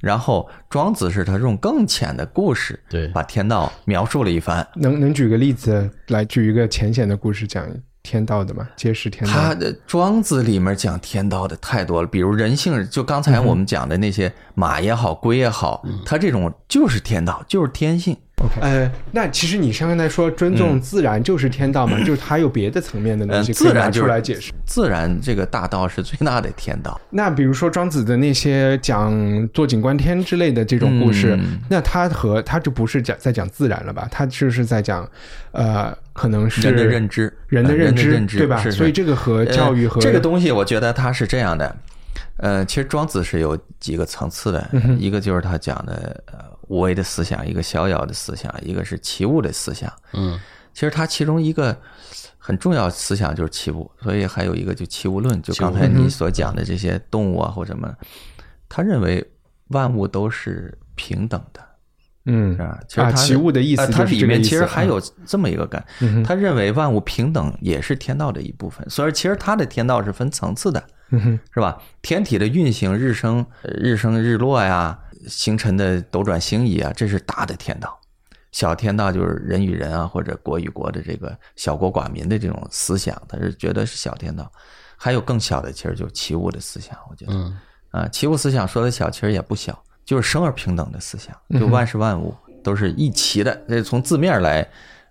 [SPEAKER 6] 然后庄子是他用更浅的故事，
[SPEAKER 5] 对
[SPEAKER 6] 把天道描述了一番。
[SPEAKER 3] 能能举个例子来举一个浅显的故事讲天道的嘛，揭示天道。
[SPEAKER 6] 他的《庄子》里面讲天道的太多了，比如人性，就刚才我们讲的那些马也好，龟也好，它这种就是天道，就是天性。
[SPEAKER 3] OK，呃，那其实你刚才说尊重自然就是天道嘛，
[SPEAKER 6] (clears throat)
[SPEAKER 3] 就是它有别的层面的东
[SPEAKER 6] 嗯，
[SPEAKER 3] 西可以
[SPEAKER 6] 自
[SPEAKER 3] 拿
[SPEAKER 6] 然就
[SPEAKER 3] 出
[SPEAKER 6] 是
[SPEAKER 3] 来解释。，
[SPEAKER 6] 自然这个大道是最大的天道。
[SPEAKER 3] 那比如说庄子的那些讲坐井观天之类的这种故事，
[SPEAKER 6] 嗯
[SPEAKER 3] 那他和他就不是讲在讲自然了吧？他就是在讲，呃，可能是
[SPEAKER 6] 人的认知，
[SPEAKER 3] 人的
[SPEAKER 6] 呃
[SPEAKER 3] 认知，
[SPEAKER 6] 认知
[SPEAKER 3] 对吧？
[SPEAKER 6] 是是
[SPEAKER 3] 所以这个和教育和、
[SPEAKER 6] 呃这个东西，我觉得它是这样的。呃，其实庄子是有几个层次的，
[SPEAKER 3] 嗯
[SPEAKER 6] 一个就是他讲的呃无为的思想，一个逍遥的思想，一个是齐物的思想。
[SPEAKER 5] 嗯，
[SPEAKER 6] 其实它其中一个很重要的思想就是齐物，所以还有一个就齐物论，就
[SPEAKER 5] 齐物
[SPEAKER 6] 刚
[SPEAKER 3] 嗯
[SPEAKER 6] 才你所讲的这些动物啊或者什么，他认为万物都是平等的。
[SPEAKER 3] 嗯
[SPEAKER 6] 是吧？其实
[SPEAKER 3] 啊，
[SPEAKER 6] 它
[SPEAKER 3] 齐物的意思
[SPEAKER 6] 呃它
[SPEAKER 3] 就是
[SPEAKER 6] 里
[SPEAKER 3] 这个
[SPEAKER 6] 面
[SPEAKER 3] 意思
[SPEAKER 6] 其实还
[SPEAKER 3] 嗯
[SPEAKER 6] 有这么一个感，他认为万物平等也是天道的一部分，所以其实它的天道是分层次的，
[SPEAKER 3] 嗯
[SPEAKER 6] 是吧？天体的运行、日升、呃日升日落呀，星辰的斗转星移啊，这是大的天道。小天道就是人与人啊，或者国与国的这个小国寡民的这种思想，他是觉得是小天道。还有更小的，其实就是齐物的思想，我觉得，
[SPEAKER 5] 嗯
[SPEAKER 6] 啊，齐物思想说的小，其实也不小，就是生而平等的思想，
[SPEAKER 5] 嗯
[SPEAKER 6] 就万事万物都是一齐的。这从字面来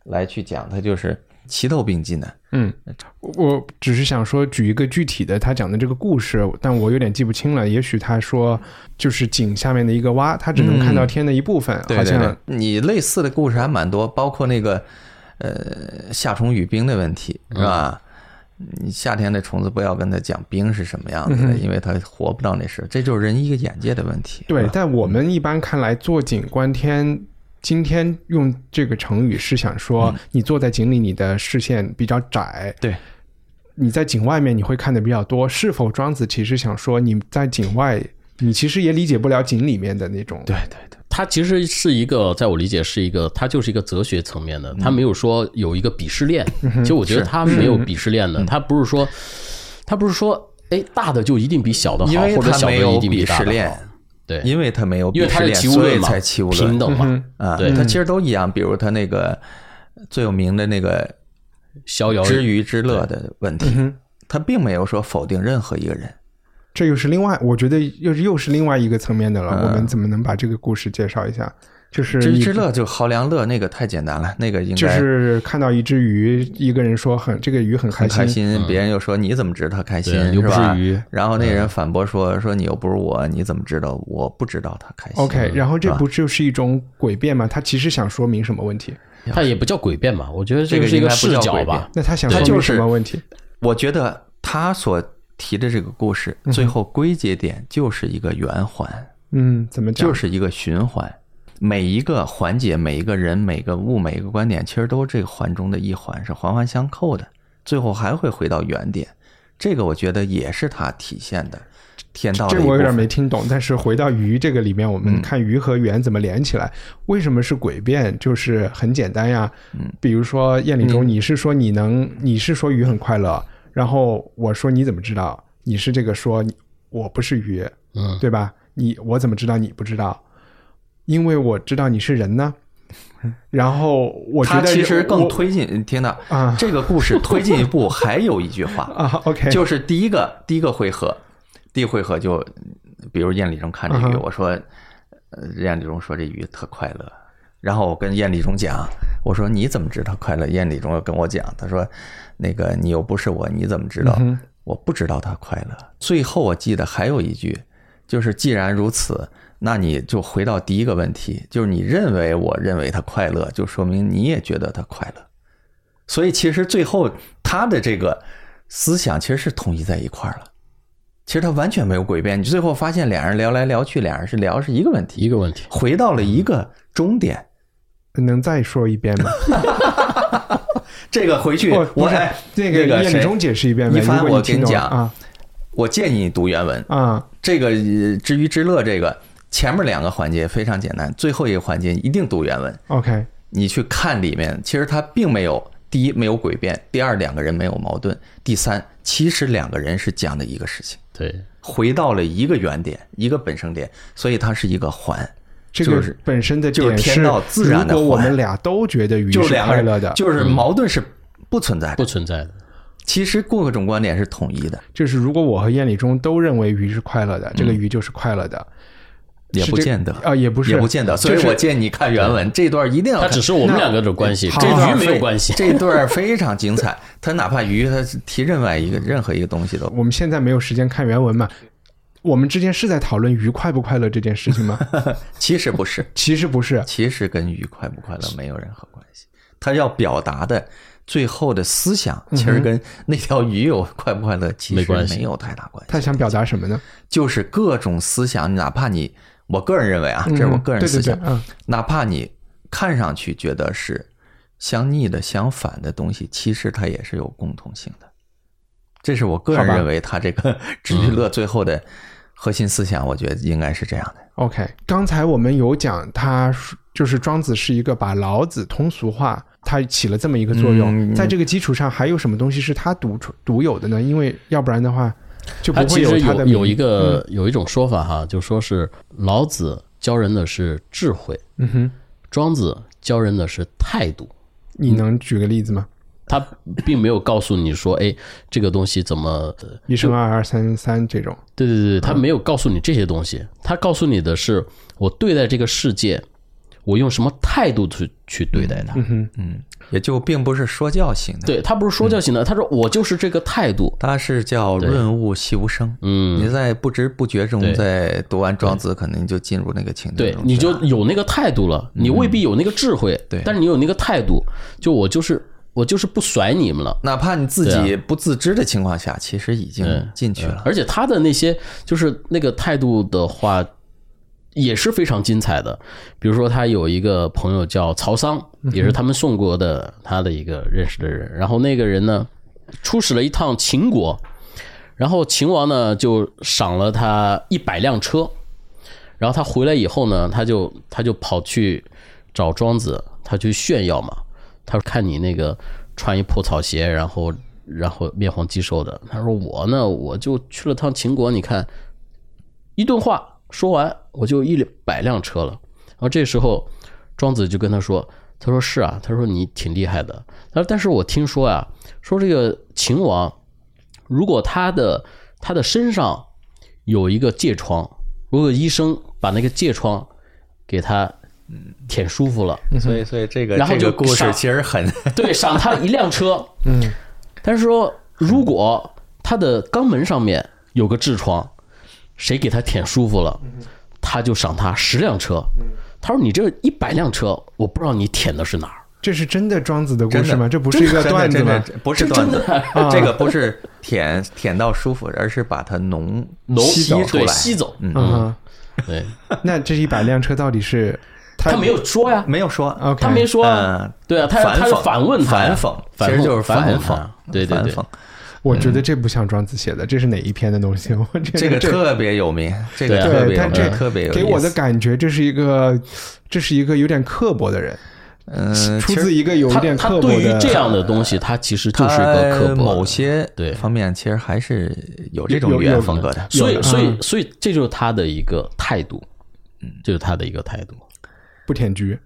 [SPEAKER 6] 来去讲，它就是齐头并进的。
[SPEAKER 3] 嗯，我只是想说举一个具体的他讲的这个故事，但我有点记不清了。也许他说就是井下面的一个蛙，他只能看到天的一部分，好像
[SPEAKER 6] 你类似的故事还蛮多，包括那个呃夏虫语冰的问题，是吧？
[SPEAKER 5] 嗯
[SPEAKER 6] 你夏天的虫子不要跟它讲冰是什么样子的，因为它活不到那时候，这就是人一个眼界的问题。是
[SPEAKER 3] 对
[SPEAKER 6] 吧，
[SPEAKER 3] 在我们一般看来，坐井观天。今天用这个成语是想说，你坐在井里，你的视线比较窄；
[SPEAKER 6] 对，
[SPEAKER 3] 你在井外面，你会看的比较多。是否庄子其实想说，你在井外，你其实也理解不了井里面的那种。对对对，
[SPEAKER 5] 它其实是一个，在我理解是一个，它就是一个哲学层面的，
[SPEAKER 6] 嗯
[SPEAKER 5] 它没有说有一个鄙视链。其实我觉得它没有鄙视
[SPEAKER 6] 嗯
[SPEAKER 5] 链的，它不是说，它不是说，哎，大的就一定比小的
[SPEAKER 6] 因
[SPEAKER 5] 好，
[SPEAKER 6] 为
[SPEAKER 5] 或者
[SPEAKER 6] 它
[SPEAKER 5] 小的
[SPEAKER 6] 没有
[SPEAKER 5] 一定比
[SPEAKER 6] 鄙
[SPEAKER 5] 大
[SPEAKER 6] 视
[SPEAKER 5] 的
[SPEAKER 6] 链
[SPEAKER 5] 好。，对，
[SPEAKER 6] 因为它没有鄙视
[SPEAKER 5] 因为
[SPEAKER 6] 链，
[SPEAKER 5] 它是齐物
[SPEAKER 6] 所
[SPEAKER 5] 论
[SPEAKER 6] 以
[SPEAKER 5] 嘛，
[SPEAKER 6] 才齐物论
[SPEAKER 5] 平等嘛，
[SPEAKER 6] 啊，
[SPEAKER 5] 对
[SPEAKER 6] 它其实都一样。比如它那个最有名的那个
[SPEAKER 5] 逍遥
[SPEAKER 6] 知鱼之乐的问
[SPEAKER 5] 嗯
[SPEAKER 6] 题，它并没有说否定任何一个人。
[SPEAKER 3] 这又是另外，我觉得又是又是另外一个层面的了。我们怎么能把这个故事介绍一下？
[SPEAKER 5] 嗯
[SPEAKER 3] 就是
[SPEAKER 6] 知鱼
[SPEAKER 3] 你
[SPEAKER 6] 之嗯乐就濠梁乐那个太简单了，那个应
[SPEAKER 3] 就
[SPEAKER 6] 该
[SPEAKER 3] 是看到一只鱼，一个人说很这个鱼很开
[SPEAKER 6] 很
[SPEAKER 3] 心，
[SPEAKER 6] 开心，别人又说你怎么知道他开心
[SPEAKER 5] 嗯对又不是
[SPEAKER 6] 吧
[SPEAKER 5] 鱼？
[SPEAKER 6] 然后那人反驳说说你又不是我，你怎么知道我不知道他开心
[SPEAKER 3] OK，然后这
[SPEAKER 6] 是吧
[SPEAKER 3] 不就是一种诡辩吗？他其实想说明什么问题？
[SPEAKER 5] 它也不叫诡辩吧，我觉得这
[SPEAKER 6] 这个
[SPEAKER 5] 是一
[SPEAKER 6] 应
[SPEAKER 5] 个
[SPEAKER 6] 该不
[SPEAKER 5] 视
[SPEAKER 6] 叫
[SPEAKER 5] 角
[SPEAKER 6] 诡
[SPEAKER 5] 吧
[SPEAKER 6] 辩。
[SPEAKER 3] 那他想
[SPEAKER 6] 对
[SPEAKER 3] 说明
[SPEAKER 6] 就是
[SPEAKER 3] 什么问题？
[SPEAKER 6] 我觉得他所提的这个故事，
[SPEAKER 5] 嗯
[SPEAKER 6] 最后归结点就是一个圆环，
[SPEAKER 3] 嗯，怎么讲？
[SPEAKER 6] 就是一个循环。每一个环节、每一个人、每个物、每一个观点，其实都是这个环中的一环，是环环相扣的，最后还会回到原点。这个我觉得也是它体现的天道的
[SPEAKER 3] 这
[SPEAKER 6] 一
[SPEAKER 3] 我有
[SPEAKER 6] 部
[SPEAKER 3] 点
[SPEAKER 6] 分
[SPEAKER 3] 没听懂。但是回到鱼这个里面，我们
[SPEAKER 6] 嗯
[SPEAKER 3] 看鱼和圆怎么连起来？为什么是诡辩？就是很简单呀。嗯，比如说燕礼
[SPEAKER 6] 嗯
[SPEAKER 3] 中，你是说你能，你是说鱼很快乐，然后我说你怎么知道？你是这个说你我不是鱼，
[SPEAKER 5] 嗯，
[SPEAKER 3] 对吧？你我怎么知道你不知道？因为我知道你是人
[SPEAKER 6] (laughs)
[SPEAKER 3] 呢。然后我觉
[SPEAKER 6] 它
[SPEAKER 3] 得
[SPEAKER 6] 其实更
[SPEAKER 3] 我
[SPEAKER 6] 推进，天呐，
[SPEAKER 3] 啊
[SPEAKER 6] 这个故事推进一步，还有一句
[SPEAKER 3] (laughs)
[SPEAKER 6] 话
[SPEAKER 3] 啊，OK，
[SPEAKER 6] (laughs) 就是第一个第一个回合，第一回合就，比如燕礼中看这
[SPEAKER 3] 嗯
[SPEAKER 6] 鱼，
[SPEAKER 3] 哼
[SPEAKER 6] 我说，呃，燕礼中说这鱼特快乐，然后我跟燕礼中讲，我说你怎么知道快乐？燕礼中又跟我讲，他说，那个你又不是我，你怎么知道？
[SPEAKER 3] 嗯
[SPEAKER 6] 我不知道它快乐。最后我记得还有一句，就是既然如此。那你就回到第一个问题，就是你认为我认为它快乐，就说明你也觉得它快乐。所以其实最后他的这个思想其实是统一在一块儿了。其实他完全没有诡辩，你最后发现俩人聊来聊去，俩人是聊是一个问题，
[SPEAKER 5] 一个问题，
[SPEAKER 6] 回到了一个终点。
[SPEAKER 3] 能再说一遍吗？哦
[SPEAKER 6] 这个回去
[SPEAKER 3] 不
[SPEAKER 6] 我
[SPEAKER 3] 不是
[SPEAKER 6] 哎
[SPEAKER 3] 那个
[SPEAKER 6] 个
[SPEAKER 3] 燕
[SPEAKER 6] 谁
[SPEAKER 3] 礼中解释一遍呗
[SPEAKER 6] 一
[SPEAKER 3] 如
[SPEAKER 6] 帆，
[SPEAKER 3] 果你
[SPEAKER 6] 我跟
[SPEAKER 3] 听
[SPEAKER 6] 你
[SPEAKER 3] 懂
[SPEAKER 6] 讲
[SPEAKER 3] 啊，
[SPEAKER 6] 我建议你读原文。
[SPEAKER 3] 啊，
[SPEAKER 6] 这个呃知鱼之乐，这个前面两个环节非常简单，最后一个环节一定读原文。
[SPEAKER 3] OK，
[SPEAKER 6] 你去看里面，其实它并没有第一没有诡辩，第二两个人没有矛盾，第三其实两个人是讲的一个事情，
[SPEAKER 5] 对，
[SPEAKER 6] 回到了一个原点，一个本生点，所以它是一个环，
[SPEAKER 3] 这个
[SPEAKER 6] 就是
[SPEAKER 3] 本身的
[SPEAKER 6] 就是
[SPEAKER 3] 点
[SPEAKER 6] 天道自然的
[SPEAKER 3] 如果我
[SPEAKER 6] 环
[SPEAKER 3] 们俩都觉得鱼
[SPEAKER 6] 就是两个
[SPEAKER 3] 快乐
[SPEAKER 6] 人
[SPEAKER 3] 的，
[SPEAKER 6] 就是矛盾是不存在的，
[SPEAKER 5] 不存在的。
[SPEAKER 6] 其实各种观点是统一的，
[SPEAKER 3] 就是如果我和燕礼中都认为鱼是快乐的，这
[SPEAKER 6] 嗯
[SPEAKER 3] 个鱼就是快乐的，
[SPEAKER 6] 也
[SPEAKER 3] 是
[SPEAKER 6] 不
[SPEAKER 3] 这
[SPEAKER 6] 见得
[SPEAKER 3] 啊也不是
[SPEAKER 6] 也不见得。所以我建议你看原文这段，一定要
[SPEAKER 5] 它
[SPEAKER 6] 看。
[SPEAKER 5] 只是我们两个的关系，
[SPEAKER 3] 那
[SPEAKER 5] 这
[SPEAKER 3] 好
[SPEAKER 5] 啊鱼没有关系。
[SPEAKER 6] 这段非常精彩。他哪怕鱼，他提任外一个任何一个东西都
[SPEAKER 3] 我们现在没有时间看原文嘛。我们之间是在讨论鱼快不快乐这件事情吗？ (laughs)
[SPEAKER 6] 其实不是，
[SPEAKER 3] 其实不是，
[SPEAKER 6] 其实跟鱼快不快乐没有任何关系。他要表达的最后的思想，其实跟那条鱼有快不快乐其
[SPEAKER 5] 嗯没
[SPEAKER 6] 实
[SPEAKER 5] 关系
[SPEAKER 6] 没有太大关系。
[SPEAKER 3] 他想表达什么呢？
[SPEAKER 6] 就是各种思想，哪怕你，我个人认为啊，这是我个人
[SPEAKER 3] 对对
[SPEAKER 6] 思想，
[SPEAKER 3] 对嗯
[SPEAKER 6] 哪怕你看上去觉得是相逆的、相反的东西，其实它也是有共同性的。这是我个人
[SPEAKER 3] 好吧
[SPEAKER 6] 认为，他这个《治愈
[SPEAKER 5] 嗯
[SPEAKER 6] 乐》最后的核心思想，我觉得应该是这样的。
[SPEAKER 3] OK，刚才我们有讲他说，就是庄子是一个把老子通俗化，他起了这么一个作
[SPEAKER 6] 嗯
[SPEAKER 3] 用。在这个基础上，还有什么东西是他独出独有的呢？因为要不然的话，就不
[SPEAKER 5] 它
[SPEAKER 3] 会
[SPEAKER 5] 其实
[SPEAKER 3] 他
[SPEAKER 5] 有
[SPEAKER 3] 的
[SPEAKER 5] 有
[SPEAKER 3] 名嗯
[SPEAKER 5] 一个有一种说法哈，就说是老子教人的是智慧，
[SPEAKER 3] 嗯哼，
[SPEAKER 5] 庄子教人的是态度。
[SPEAKER 3] 你能举个例子吗？
[SPEAKER 5] 他并没有告诉你说，哎，这个东西怎么
[SPEAKER 3] 一生二二三三这种，
[SPEAKER 5] 对对对，他没有告诉你这些东西，他告诉你的是我对待这个世界，我用什么态度去去对
[SPEAKER 3] 嗯
[SPEAKER 5] 待
[SPEAKER 6] 嗯
[SPEAKER 5] 它。
[SPEAKER 6] 也就并不是说教性的，
[SPEAKER 5] 对他不是说教型的，他说我就是这个态度。
[SPEAKER 6] 它是叫润物细无声。嗯，你在不知不觉中，
[SPEAKER 5] 对
[SPEAKER 6] 在读完庄子，可能你就进入那个情境
[SPEAKER 5] 对
[SPEAKER 6] 中，
[SPEAKER 5] 你
[SPEAKER 6] 去
[SPEAKER 5] 就
[SPEAKER 6] 了
[SPEAKER 5] 有那个态度了，你未必有那个智慧，
[SPEAKER 6] 嗯对
[SPEAKER 5] 但是你有那个态度，就我就是我就是不甩你们了。
[SPEAKER 6] 哪怕你自
[SPEAKER 5] 对啊
[SPEAKER 6] 己不自知的情况下，其实已经进去了。
[SPEAKER 5] 而且他的那些就是那个态度的话，也是非常精彩的。比如说，他有一个朋友叫曹桑，
[SPEAKER 6] 嗯
[SPEAKER 5] 也是他们宋国的他的一个认识的人。然后那个人呢，出使了一趟秦国，然后秦王呢就赏了他一百辆车。然后他回来以后呢，他就他就跑去找庄子，他去炫耀嘛。他说：“看你那个穿一破草鞋，然后然后面黄肌瘦的。”他说：“我呢，我就去了趟秦国，你看，一顿话说完，我就一百辆车了。”然后这时候庄子就跟他说：“他说是啊，他说你挺厉害的。他说但是我听说啊，说这个秦王，如果他的他的身上有一个疥疮，如果医生把那个疥疮给他舔舒服了。”
[SPEAKER 6] 所以，所以这个
[SPEAKER 5] 然后
[SPEAKER 6] 这个
[SPEAKER 5] 就
[SPEAKER 6] 故事
[SPEAKER 5] 上
[SPEAKER 6] 其实很
[SPEAKER 5] 对，赏他一辆车。嗯，但是说如果他的肛门上面有个痔疮，谁给他舔舒服了，他就赏他十辆车。他说：“你这一百辆车，我不知道你舔的是哪儿。
[SPEAKER 3] 这是真的庄子的故
[SPEAKER 6] 真
[SPEAKER 3] 事
[SPEAKER 6] 的
[SPEAKER 3] 吗？这不是一个
[SPEAKER 6] 真的
[SPEAKER 3] 段子
[SPEAKER 6] 真的
[SPEAKER 3] 吗？
[SPEAKER 6] 不是段子， (laughs)
[SPEAKER 3] 啊
[SPEAKER 6] 这个不是舔舔到舒服，而是把它浓
[SPEAKER 5] 浓
[SPEAKER 6] 吸出
[SPEAKER 5] 对
[SPEAKER 6] 来，
[SPEAKER 5] 吸走。
[SPEAKER 3] 嗯，
[SPEAKER 5] 对，
[SPEAKER 6] 嗯
[SPEAKER 3] 那这一百辆车到底是
[SPEAKER 5] 他没有说呀，
[SPEAKER 6] 没有说
[SPEAKER 3] OK
[SPEAKER 5] 他没说啊。
[SPEAKER 6] 嗯，
[SPEAKER 5] 对啊，他
[SPEAKER 6] 反
[SPEAKER 5] 他
[SPEAKER 6] 讽
[SPEAKER 5] 反问他呀
[SPEAKER 6] 反讽，其
[SPEAKER 5] 反
[SPEAKER 6] 实
[SPEAKER 5] 讽
[SPEAKER 6] 就是
[SPEAKER 5] 反
[SPEAKER 6] 反
[SPEAKER 5] 讽
[SPEAKER 6] 讽啊
[SPEAKER 5] 他，，对对对
[SPEAKER 6] 反讽，
[SPEAKER 3] 我觉
[SPEAKER 6] 嗯
[SPEAKER 3] 得这不像庄子写的，这是哪一篇的东西？我觉得
[SPEAKER 6] 这个特别有名，这
[SPEAKER 5] 对
[SPEAKER 6] 个
[SPEAKER 5] 啊
[SPEAKER 6] 特
[SPEAKER 3] 对，
[SPEAKER 6] 别有
[SPEAKER 3] 但这
[SPEAKER 6] 名，特别有
[SPEAKER 3] 给我的
[SPEAKER 6] 意思
[SPEAKER 3] 感觉，这是一个，这是一个有点刻薄的人，
[SPEAKER 6] 嗯，
[SPEAKER 3] 出
[SPEAKER 6] 其实
[SPEAKER 3] 自一个有
[SPEAKER 5] 他
[SPEAKER 3] 点
[SPEAKER 5] 他
[SPEAKER 3] 刻薄
[SPEAKER 5] 对于
[SPEAKER 3] 的。
[SPEAKER 5] 这样的东西，他其实就是一个
[SPEAKER 6] 它
[SPEAKER 5] 刻薄的。
[SPEAKER 6] 呃某些
[SPEAKER 5] 对
[SPEAKER 6] 方面其实还是有这种
[SPEAKER 3] 有
[SPEAKER 6] 语
[SPEAKER 3] 有
[SPEAKER 6] 言风格的，
[SPEAKER 5] 所以，所以
[SPEAKER 3] 嗯，
[SPEAKER 5] 所以这就是他的一个态度，
[SPEAKER 6] 嗯
[SPEAKER 5] 这就是他的一个态度，
[SPEAKER 3] 不舔
[SPEAKER 6] (laughs)
[SPEAKER 3] 菊，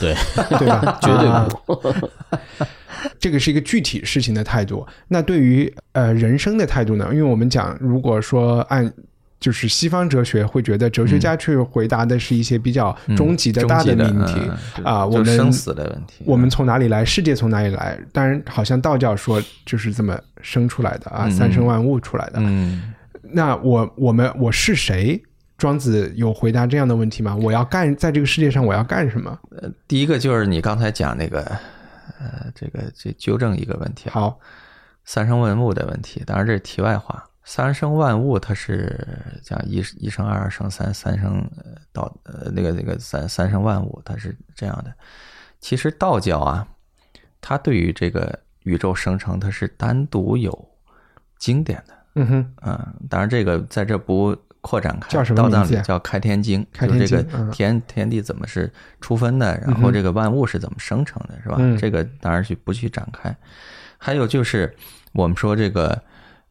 [SPEAKER 5] 对，
[SPEAKER 3] 对吧？
[SPEAKER 5] 绝对
[SPEAKER 3] 啊
[SPEAKER 5] 不。
[SPEAKER 3] (laughs) 这个是一个具体事情的态度。那对于呃人生的态度呢？因为我们讲，如果说按就是西方哲学会觉得哲学家去回答的是一些比较终极的、
[SPEAKER 6] 嗯终
[SPEAKER 3] 大
[SPEAKER 6] 极的
[SPEAKER 3] 命题
[SPEAKER 6] 嗯
[SPEAKER 3] 啊，
[SPEAKER 6] 就
[SPEAKER 3] 我们
[SPEAKER 6] 生死的问题，嗯
[SPEAKER 3] 我们从哪里来，世界从哪里来？当然，好像道教说就是这么生出来的啊，三生万物出来的。
[SPEAKER 6] 嗯，
[SPEAKER 3] 那我我们我是谁？庄子有回答这样的问题吗？我要干在这个世界上我要干什么？
[SPEAKER 6] 第一个就是你刚才讲那个，呃，这个这纠正一个问题啊，
[SPEAKER 3] 好，
[SPEAKER 6] 三生万物的问题，当然这是题外话。三生万物，它是讲一一生二，二生三，三生呃道呃那个那个三三生万物，它是这样的。其实道教啊，它对于这个宇宙生成，它是单独有经典的。
[SPEAKER 3] 嗯哼，
[SPEAKER 6] 嗯，当然这个在这不扩展开，
[SPEAKER 3] 叫什么
[SPEAKER 6] 道
[SPEAKER 3] 名
[SPEAKER 6] 藏
[SPEAKER 3] 字
[SPEAKER 6] 里
[SPEAKER 3] 呀
[SPEAKER 6] 叫《开天经》，
[SPEAKER 3] 开
[SPEAKER 6] 就
[SPEAKER 3] 天
[SPEAKER 6] 是这
[SPEAKER 3] 经嗯
[SPEAKER 6] 个天天地怎么是初分的，然后这个万物是怎么生成的，是吧？
[SPEAKER 3] 嗯
[SPEAKER 6] 这个当然去不去展开。还有就是我们说这个，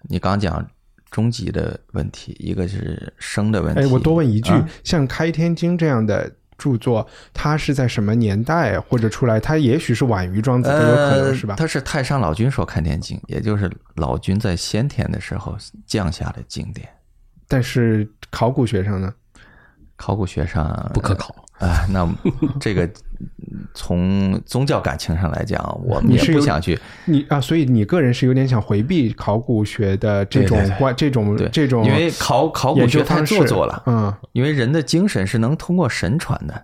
[SPEAKER 6] 你刚讲终极的问题，一个是生的问题。
[SPEAKER 3] 哎哎，我多问一句，
[SPEAKER 6] 啊
[SPEAKER 3] 像《开天经》这样的著作，它是在什么年代或者出来？它也许是晚于庄子，都有可能
[SPEAKER 6] 呃，
[SPEAKER 3] 是吧？
[SPEAKER 6] 他是太上老君说看天经，也就是老君在先天的时候降下的经典。
[SPEAKER 3] 但是考古学上呢，
[SPEAKER 6] 考古学上
[SPEAKER 5] 不可考。
[SPEAKER 6] 啊，那这个从宗教感情上来讲，
[SPEAKER 3] (laughs)
[SPEAKER 6] 我们
[SPEAKER 3] 你
[SPEAKER 6] 也
[SPEAKER 3] 是
[SPEAKER 6] 不
[SPEAKER 3] 有
[SPEAKER 6] 想去
[SPEAKER 3] 你啊，所以你个人是有点想回避考古学的这种
[SPEAKER 6] 对对对
[SPEAKER 3] 关这种
[SPEAKER 6] 对
[SPEAKER 3] 这种
[SPEAKER 6] 因为考考古
[SPEAKER 3] 研究
[SPEAKER 6] 学太
[SPEAKER 3] 方式
[SPEAKER 6] 做作了，
[SPEAKER 3] 嗯，
[SPEAKER 6] 因为人的精神是能通过神传的，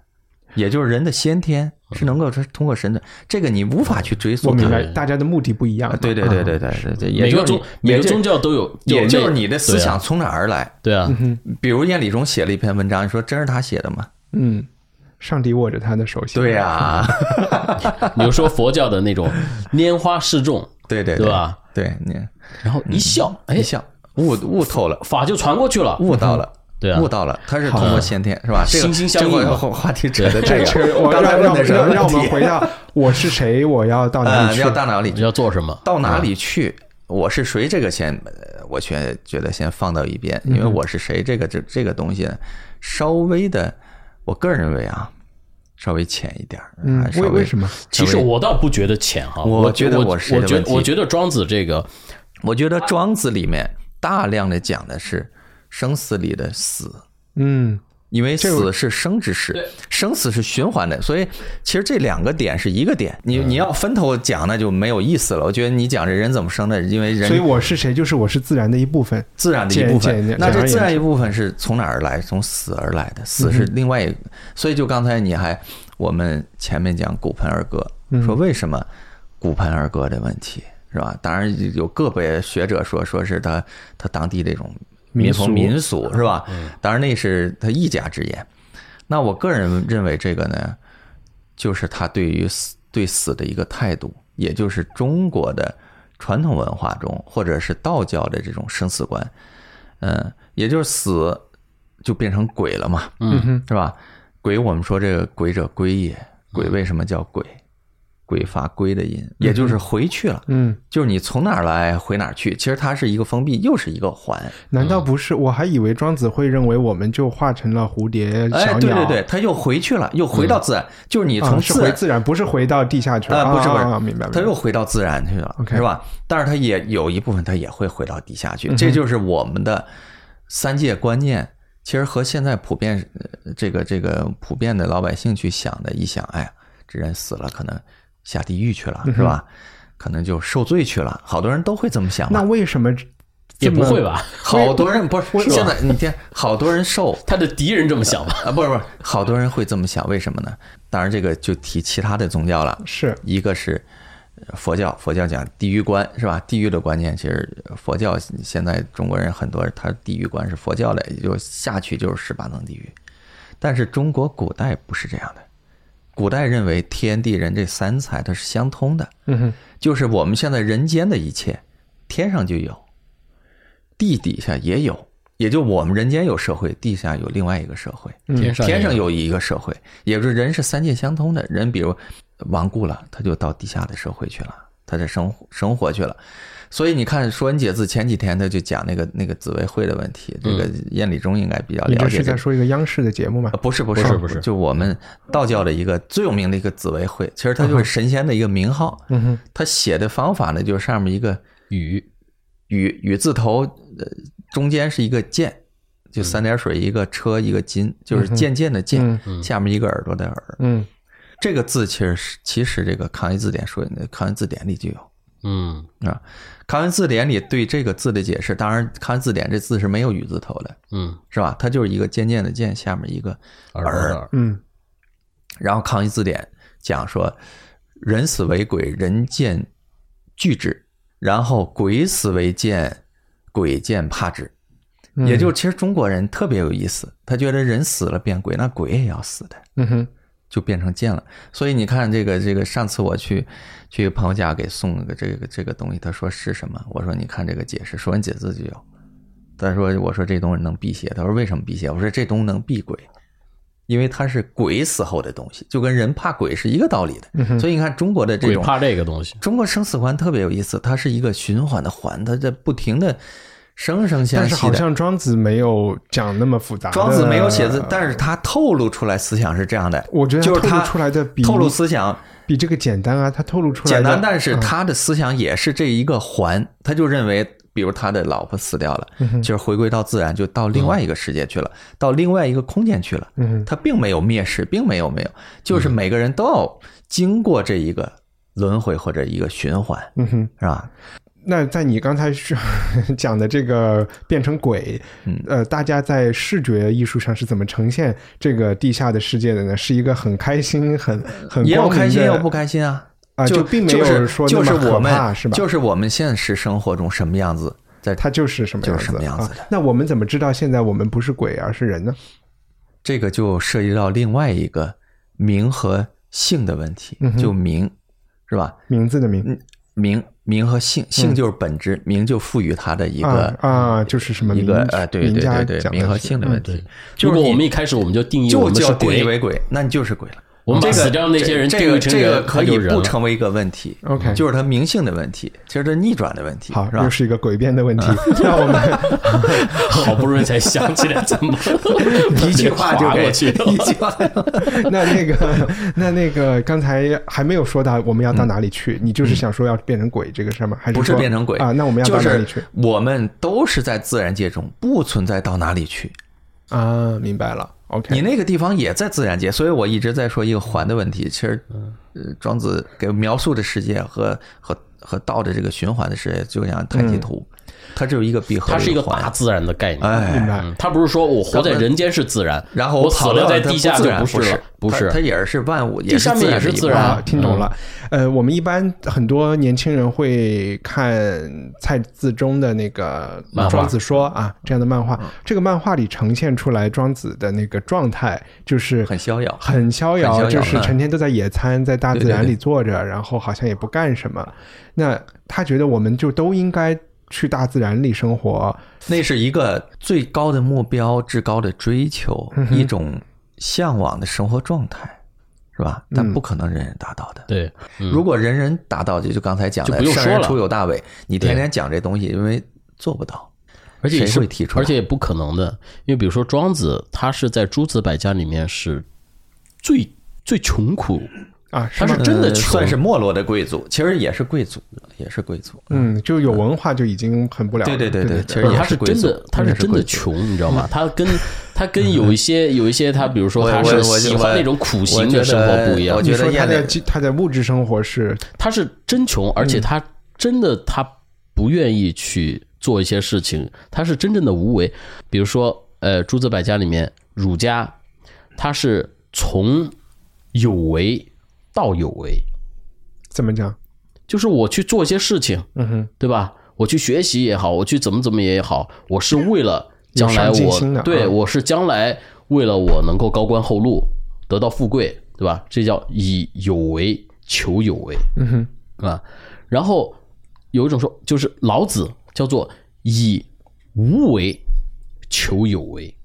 [SPEAKER 6] 也就是人的先天是能够通过神的，这个你无法去
[SPEAKER 3] 嗯
[SPEAKER 6] 追
[SPEAKER 3] 我
[SPEAKER 6] 溯
[SPEAKER 3] 明白，
[SPEAKER 6] 的。
[SPEAKER 3] 大家的目的不一样
[SPEAKER 6] 啊，。对对对对对对对，也
[SPEAKER 5] 每
[SPEAKER 6] 就
[SPEAKER 5] 个
[SPEAKER 6] 是
[SPEAKER 5] 宗
[SPEAKER 6] 你
[SPEAKER 5] 每
[SPEAKER 6] 也
[SPEAKER 5] 个
[SPEAKER 6] 就
[SPEAKER 5] 宗教都有，
[SPEAKER 6] 也
[SPEAKER 5] 有
[SPEAKER 6] 就是
[SPEAKER 5] 这
[SPEAKER 6] 你的思想嗯从哪儿而来？
[SPEAKER 5] 对啊，对啊
[SPEAKER 6] 比如晏理中写了一篇文章，你说真是他写的吗？
[SPEAKER 3] 嗯，上帝握着他的手心。
[SPEAKER 6] 对呀、
[SPEAKER 5] 啊比如说佛教的那
[SPEAKER 6] (laughs)
[SPEAKER 5] 种拈花示众，
[SPEAKER 6] 对对
[SPEAKER 5] (laughs) 对吧？
[SPEAKER 6] 对你
[SPEAKER 5] 然后一笑，哎
[SPEAKER 6] 一，笑悟悟透了，
[SPEAKER 5] 法就传过去了。
[SPEAKER 6] 悟到了。
[SPEAKER 5] 对啊
[SPEAKER 6] 悟到了，他是通过先天是吧？这个
[SPEAKER 5] 心心相印
[SPEAKER 6] 这
[SPEAKER 5] 嘛
[SPEAKER 6] 个话题扯的这
[SPEAKER 3] 啊这
[SPEAKER 6] 个，
[SPEAKER 3] 个我
[SPEAKER 6] 刚才 (laughs)
[SPEAKER 3] 让
[SPEAKER 6] 问
[SPEAKER 3] 让
[SPEAKER 6] 的是
[SPEAKER 3] 让让我
[SPEAKER 6] 问
[SPEAKER 3] 们
[SPEAKER 6] 题
[SPEAKER 3] 回到我是谁，我要到哪
[SPEAKER 6] 呃，
[SPEAKER 3] 里去
[SPEAKER 6] 要？大脑里
[SPEAKER 5] 你要做什么？
[SPEAKER 6] 到哪里去？我是谁？这个先，呃我却觉得先放到一边，因为我是谁这个这这个东西，稍微的，我个人认为啊，稍微浅一点儿。
[SPEAKER 3] 嗯
[SPEAKER 6] 还，稍
[SPEAKER 3] 为
[SPEAKER 6] 微
[SPEAKER 3] 为什么？
[SPEAKER 5] 其实
[SPEAKER 6] 稍微
[SPEAKER 5] 我倒不觉得浅哈，
[SPEAKER 6] 我
[SPEAKER 5] 我
[SPEAKER 6] 觉得
[SPEAKER 5] 我
[SPEAKER 6] 我是谁
[SPEAKER 5] 我
[SPEAKER 6] 的
[SPEAKER 5] 觉
[SPEAKER 6] 问题
[SPEAKER 5] 我觉得庄子这个
[SPEAKER 6] 我觉得庄子里面大量的讲的是生死里的死，
[SPEAKER 3] 嗯，
[SPEAKER 6] 因为
[SPEAKER 3] 这个
[SPEAKER 6] 死是生之事，生死是循环的，所以其实这两个点是一个点。你你要分头讲，那就没有意思了。我觉得你讲这人怎么生的，因为人
[SPEAKER 3] 所以我是谁，就是我是自然的一部分，
[SPEAKER 6] 自然的一部
[SPEAKER 3] 简
[SPEAKER 6] 分
[SPEAKER 3] 简。
[SPEAKER 6] 那
[SPEAKER 3] 简
[SPEAKER 6] 这嗯
[SPEAKER 3] 而
[SPEAKER 6] 自然
[SPEAKER 3] 言
[SPEAKER 6] 一
[SPEAKER 3] 之
[SPEAKER 6] 部分是从哪儿而来？从死而来的，死是另外一个。所以就刚才你还我们前面讲骨盆儿歌，说为什么骨盆儿歌的问题是吧？当然有个别学者说，说是他他当地这种民风民
[SPEAKER 3] 民
[SPEAKER 6] 俗嗯是吧？当然那是他一家之言。那我个人认为这个呢，就是他对于死对死的一个态度，也就是中国的传统文化中，或者是道教的这种生死观，嗯，也就是死就变成鬼了嘛，嗯哼，是吧？鬼，我们说这个鬼者归也，
[SPEAKER 3] 嗯
[SPEAKER 6] 鬼为什么叫鬼？鬼发归的音，也就是回去了，
[SPEAKER 3] 嗯，
[SPEAKER 6] 就是你从哪儿来回哪儿去。其实它是一个封闭，又是一个环。
[SPEAKER 3] 难道不是？
[SPEAKER 6] 嗯
[SPEAKER 3] 我还以为庄子会认为我们就化成了蝴蝶、
[SPEAKER 6] 哎，
[SPEAKER 3] 小
[SPEAKER 6] 对
[SPEAKER 3] 鸟，
[SPEAKER 6] 对对，它又回去了，又回到自然，就是你
[SPEAKER 3] 啊，
[SPEAKER 6] 从
[SPEAKER 3] 是
[SPEAKER 6] 自
[SPEAKER 3] 回
[SPEAKER 6] 然
[SPEAKER 3] 自然，不是回到地下去了，
[SPEAKER 6] 啊，不是不
[SPEAKER 3] 啊
[SPEAKER 6] 是，
[SPEAKER 3] 啊明白？
[SPEAKER 6] 他
[SPEAKER 3] 明白
[SPEAKER 6] 又回到自然去了
[SPEAKER 3] OK 嗯
[SPEAKER 6] 是吧？但是他也有一部分，他也会回到地下去，这就是我们的三界观念。其实和现在普遍呃这个这个普遍的老百姓去想的，一想，哎呀，这人死了可能下地狱去了，
[SPEAKER 3] 嗯
[SPEAKER 6] 是吧？可能就受罪去了，好多人都会这么想
[SPEAKER 3] 那
[SPEAKER 6] 嘛。
[SPEAKER 3] 为什么这
[SPEAKER 5] 也不
[SPEAKER 3] 么
[SPEAKER 5] 会？吧？ (laughs)
[SPEAKER 6] 好多人不
[SPEAKER 5] 我
[SPEAKER 6] 是现在，你听，好多人受
[SPEAKER 5] 他的敌人这么想吧？
[SPEAKER 6] 啊，不是不是，好多人会这么想，为什么呢？当然，这个就提其他的宗教了，
[SPEAKER 3] 是
[SPEAKER 6] 一个是呃佛教，佛教讲地狱观是吧？地狱的观念，其实佛教现在中国人很多，他地狱观是佛教的，也就下去就是十八层地狱。但是中国古代不是这样的，古代认为天地人这三才它是相通的，
[SPEAKER 3] 嗯哼，
[SPEAKER 6] 就是我们现在人间的一切，天上就有，地底下也有，也就我们人间有社会，地下有另外一个社会。
[SPEAKER 5] 天上
[SPEAKER 6] 嗯天上
[SPEAKER 5] 有
[SPEAKER 6] 有一个社会，也就是人是三界相通的。人比如亡故了，他就到地下的社会去了，他这生活生活去了。所以你看，《说文解字》前几天他就讲那个那个紫薇会的问题，这个晏理中应该比较
[SPEAKER 3] 你
[SPEAKER 6] 啊
[SPEAKER 3] 这
[SPEAKER 6] 了解
[SPEAKER 3] 是
[SPEAKER 6] 这
[SPEAKER 3] 在
[SPEAKER 6] 个。
[SPEAKER 3] 说一个央视的节目吗
[SPEAKER 6] 啊？不是不是
[SPEAKER 5] 不是不是
[SPEAKER 6] 就我们道教的一个最有名的一个紫薇会，其实它就是神仙的一个名号。嗯哼，他写的方法呢，就是上面一个
[SPEAKER 5] 雨，
[SPEAKER 6] 雨雨字头，呃，中间是一个剑，就三点水一个车一个金，就是渐渐的渐，下面一个耳朵的耳。
[SPEAKER 3] 嗯，
[SPEAKER 6] 这个字其实是其实这个康熙字典说，康熙字典里就有
[SPEAKER 5] 嗯
[SPEAKER 6] 啊。康熙字典里对这个字的解释，当然康熙字典这字是没有雨字头的，
[SPEAKER 5] 嗯，
[SPEAKER 6] 是吧？它就是一个渐渐的渐，下面一个
[SPEAKER 5] 耳朵的耳
[SPEAKER 3] 嗯，
[SPEAKER 6] 然后康熙字典讲说，人死为鬼，人见惧之；然后鬼死为见，鬼见怕之。也就其实中国人特别有意思，他觉得人死了变鬼，那鬼也要死的，
[SPEAKER 3] 嗯哼，
[SPEAKER 6] 就变成见了。所以你看这个这个，上次我去去一个朋友家给送了个这个这个东西，他说是什么？我说你看这个解释，《说文解字》就有。他说我说这东西能辟邪，他说为什么辟邪？我说这东西能避鬼，因为它是鬼死后的东西，就跟人怕鬼是一个道理
[SPEAKER 3] 嗯
[SPEAKER 6] 的。所以你看中国的这
[SPEAKER 5] 鬼
[SPEAKER 6] 种
[SPEAKER 5] 怕这个东西，
[SPEAKER 6] 中国生死观特别有意思，它是一个循环的环，它在不停的生生
[SPEAKER 3] 但
[SPEAKER 6] 相
[SPEAKER 3] 是
[SPEAKER 6] 惜
[SPEAKER 3] 好
[SPEAKER 6] 的。
[SPEAKER 3] 像庄子没有讲那么复杂的。
[SPEAKER 6] 庄子没有写字，但是他透露出来思想是这样的。
[SPEAKER 3] 我觉得
[SPEAKER 6] 就是
[SPEAKER 3] 透
[SPEAKER 6] 他
[SPEAKER 3] 露出来的比
[SPEAKER 6] 透露思想
[SPEAKER 3] 比这个简单啊，他透露出来
[SPEAKER 6] 简
[SPEAKER 3] 的
[SPEAKER 6] 单，但是
[SPEAKER 3] 嗯
[SPEAKER 6] 他的思想也是这一个环，他就认为，比如他的老婆死掉了，
[SPEAKER 3] 嗯
[SPEAKER 6] 就是回归到自然，就到另外一个世界去了，到另外一个空间去了。
[SPEAKER 3] 嗯
[SPEAKER 6] 他并没有蔑视，并没有没有，就是每个人都要经过这一个轮回或者一个循环，
[SPEAKER 3] 嗯哼。
[SPEAKER 6] 是吧？
[SPEAKER 3] 那在你刚才是 (laughs) 讲的这个变成鬼，
[SPEAKER 6] 嗯
[SPEAKER 3] 呃，大家在视觉艺术上是怎么呈现这个地下的世界的呢？是一个很开心、很很
[SPEAKER 6] 也有
[SPEAKER 3] 嗯光明
[SPEAKER 6] 开心，也
[SPEAKER 3] 的
[SPEAKER 6] 有不开心啊。
[SPEAKER 3] 啊，
[SPEAKER 6] 就
[SPEAKER 3] 并没
[SPEAKER 6] 就是
[SPEAKER 3] 有说那
[SPEAKER 6] 就
[SPEAKER 3] 么
[SPEAKER 6] 是
[SPEAKER 3] 可
[SPEAKER 6] 我
[SPEAKER 3] 怕，
[SPEAKER 6] 们
[SPEAKER 3] 是吧？
[SPEAKER 6] 就是我们现实生活中什么样子，在
[SPEAKER 3] 它就是什么样
[SPEAKER 6] 就是
[SPEAKER 3] 子
[SPEAKER 6] 什么样子的
[SPEAKER 3] 啊？那我们怎么知道现在我们不是鬼而是人呢？
[SPEAKER 6] 这个就涉及到另外一个名和姓的问题，
[SPEAKER 3] 嗯
[SPEAKER 6] 就名是吧？
[SPEAKER 3] 名字的名，
[SPEAKER 6] 嗯，名名和姓，姓就是本质，名就赋予它的一个
[SPEAKER 3] 嗯啊啊就是什么
[SPEAKER 6] 一个
[SPEAKER 3] 名
[SPEAKER 6] 呃，对对
[SPEAKER 3] 名家
[SPEAKER 6] 对对，
[SPEAKER 3] 讲的
[SPEAKER 6] 名和
[SPEAKER 3] 是嗯
[SPEAKER 6] 姓的问
[SPEAKER 5] 对
[SPEAKER 6] 题。
[SPEAKER 5] 如
[SPEAKER 6] 就是
[SPEAKER 5] 果我们
[SPEAKER 6] 你
[SPEAKER 5] 一开始我们就定义我们
[SPEAKER 6] 就
[SPEAKER 5] 是
[SPEAKER 6] 叫定义
[SPEAKER 5] 鬼，
[SPEAKER 6] 为鬼，那你就是鬼了。
[SPEAKER 5] 我们把
[SPEAKER 6] 这个
[SPEAKER 5] 死掉那些人
[SPEAKER 6] 这个
[SPEAKER 5] 定义成
[SPEAKER 6] 这个
[SPEAKER 5] 人
[SPEAKER 6] 可
[SPEAKER 5] 那
[SPEAKER 6] 以
[SPEAKER 5] 就人
[SPEAKER 6] 不
[SPEAKER 5] 了
[SPEAKER 6] 成为一个问题
[SPEAKER 3] OK
[SPEAKER 6] 就是它名姓的问题，其实它逆转的问题，
[SPEAKER 3] 好，
[SPEAKER 6] 是吧啊
[SPEAKER 3] 又？是一个诡辩的问题。那我们
[SPEAKER 5] (laughs) 好不容易才想起来怎
[SPEAKER 6] (laughs)
[SPEAKER 5] 么
[SPEAKER 6] 一句话就
[SPEAKER 5] 划 (laughs)
[SPEAKER 6] 给
[SPEAKER 5] 过去了
[SPEAKER 6] 一句话就。
[SPEAKER 3] 那那个那那个刚才还没有说到我们要到哪里去，你就是想说要变成鬼这个事儿吗？还是
[SPEAKER 6] 嗯不是
[SPEAKER 3] 说
[SPEAKER 6] 变成鬼
[SPEAKER 3] 啊？那我们要
[SPEAKER 6] 就
[SPEAKER 3] 到哪
[SPEAKER 6] 是
[SPEAKER 3] 里去
[SPEAKER 6] 我们都是在自然界中，不存在到哪里去。
[SPEAKER 3] 啊？明白了
[SPEAKER 6] 你
[SPEAKER 3] ，OK。
[SPEAKER 6] 那个地方也在自然界，所以我一直在说一个环的问题。其实，
[SPEAKER 5] 嗯
[SPEAKER 6] 呃，庄子给描述的世界和和和道的这个循环的世界，就像太极图，它只有一个闭
[SPEAKER 5] 嗯
[SPEAKER 6] 合，
[SPEAKER 5] 它是一个
[SPEAKER 6] 环
[SPEAKER 5] 大。自然的概念。
[SPEAKER 3] 明
[SPEAKER 6] 哎，
[SPEAKER 3] 白，
[SPEAKER 5] 嗯，它不是说我活在人间是自然，
[SPEAKER 6] 然后
[SPEAKER 5] 我死
[SPEAKER 6] 跑
[SPEAKER 5] 了
[SPEAKER 6] 到
[SPEAKER 5] 在
[SPEAKER 6] 它
[SPEAKER 5] 地下
[SPEAKER 6] 不
[SPEAKER 5] 就
[SPEAKER 6] 自然
[SPEAKER 5] 是了，不
[SPEAKER 6] 它它也是万物，也
[SPEAKER 5] 地下面
[SPEAKER 6] 自然
[SPEAKER 5] 也是
[SPEAKER 6] 的一
[SPEAKER 5] 自
[SPEAKER 6] 部分
[SPEAKER 5] 然
[SPEAKER 3] 啊，听懂了。呃，我们一般很多年轻人会看蔡自忠的那个
[SPEAKER 5] 漫
[SPEAKER 3] 《
[SPEAKER 5] 画
[SPEAKER 3] 庄子说》啊
[SPEAKER 6] 嗯
[SPEAKER 3] 这样的漫画，这个漫画里呈现出来庄子的那个状态，就是
[SPEAKER 6] 很逍遥
[SPEAKER 3] 很逍
[SPEAKER 6] 很逍
[SPEAKER 3] 遥，
[SPEAKER 6] 遥
[SPEAKER 3] 就是
[SPEAKER 6] 嗯
[SPEAKER 3] 成天都在野餐，在大自
[SPEAKER 6] 对对
[SPEAKER 3] 然里
[SPEAKER 6] 对
[SPEAKER 3] 坐着，然后好像也不干什么。那他觉得我们就都应该去大自然里生活，
[SPEAKER 6] 那是一个最高的目标、至高的追求，
[SPEAKER 5] 嗯
[SPEAKER 6] 一种向往的生活状态，是吧？
[SPEAKER 5] 嗯
[SPEAKER 6] 但不可能人人达到的。
[SPEAKER 5] 对，
[SPEAKER 6] 如果人人达到，就就刚才讲
[SPEAKER 5] 嗯就
[SPEAKER 6] 的
[SPEAKER 5] 不，用
[SPEAKER 6] 圣
[SPEAKER 5] 说
[SPEAKER 6] 人
[SPEAKER 5] 了
[SPEAKER 6] 出有大伟，你天天讲这东西，因为做不到。
[SPEAKER 5] 而且也是
[SPEAKER 6] 谁会提出来
[SPEAKER 5] 而且也不可能的，因为比如说庄子，他是在诸子百家里面是最最穷苦，
[SPEAKER 3] 啊，
[SPEAKER 5] 他
[SPEAKER 3] 是
[SPEAKER 5] 是
[SPEAKER 3] 吗？
[SPEAKER 5] 真的
[SPEAKER 6] 呃
[SPEAKER 5] 穷，
[SPEAKER 6] 算是没落的贵族，呃其实也是贵族，也是贵族。
[SPEAKER 3] 嗯，就有文化就已经很不了了。
[SPEAKER 6] 对对对对，其实
[SPEAKER 5] 不是
[SPEAKER 6] 也
[SPEAKER 5] 他是
[SPEAKER 6] 贵
[SPEAKER 5] 真
[SPEAKER 6] 族
[SPEAKER 5] 的，，他
[SPEAKER 6] 也
[SPEAKER 5] 是
[SPEAKER 6] 是
[SPEAKER 5] 真
[SPEAKER 6] 贵
[SPEAKER 5] 的
[SPEAKER 6] 族。嗯
[SPEAKER 5] 穷，你知道吗？他跟他跟有一些有一些他，比如说
[SPEAKER 6] 我
[SPEAKER 5] 他
[SPEAKER 6] 我
[SPEAKER 5] 是
[SPEAKER 6] 我
[SPEAKER 5] 喜
[SPEAKER 6] 我
[SPEAKER 5] 欢那种苦行
[SPEAKER 6] 我觉
[SPEAKER 5] 的
[SPEAKER 6] 得
[SPEAKER 5] 生活不一样
[SPEAKER 6] 我，
[SPEAKER 3] 你
[SPEAKER 6] 觉得
[SPEAKER 3] 说他
[SPEAKER 6] 燕
[SPEAKER 3] 的
[SPEAKER 6] 子
[SPEAKER 3] 他的物质生活是
[SPEAKER 5] 他是真穷，而
[SPEAKER 3] 嗯
[SPEAKER 5] 且他真的他不愿意去做一些事情，他是真正的无为。比如说，呃，诸子百家里面，儒家他是从有为到有为，
[SPEAKER 3] 怎么讲？
[SPEAKER 5] 就是我去做一些事情，
[SPEAKER 3] 嗯哼，
[SPEAKER 5] 对吧？我去学习也好，我去怎么怎么也好，我是为了将来
[SPEAKER 3] 有上进
[SPEAKER 5] 我
[SPEAKER 3] 心的
[SPEAKER 5] 对
[SPEAKER 3] 啊
[SPEAKER 5] 我是将来为了我能够高官厚禄，得到富贵，对吧？这叫以有为求有为，嗯
[SPEAKER 3] 哼，
[SPEAKER 5] 啊。然后有一种说，就是老子叫做以无为求有为。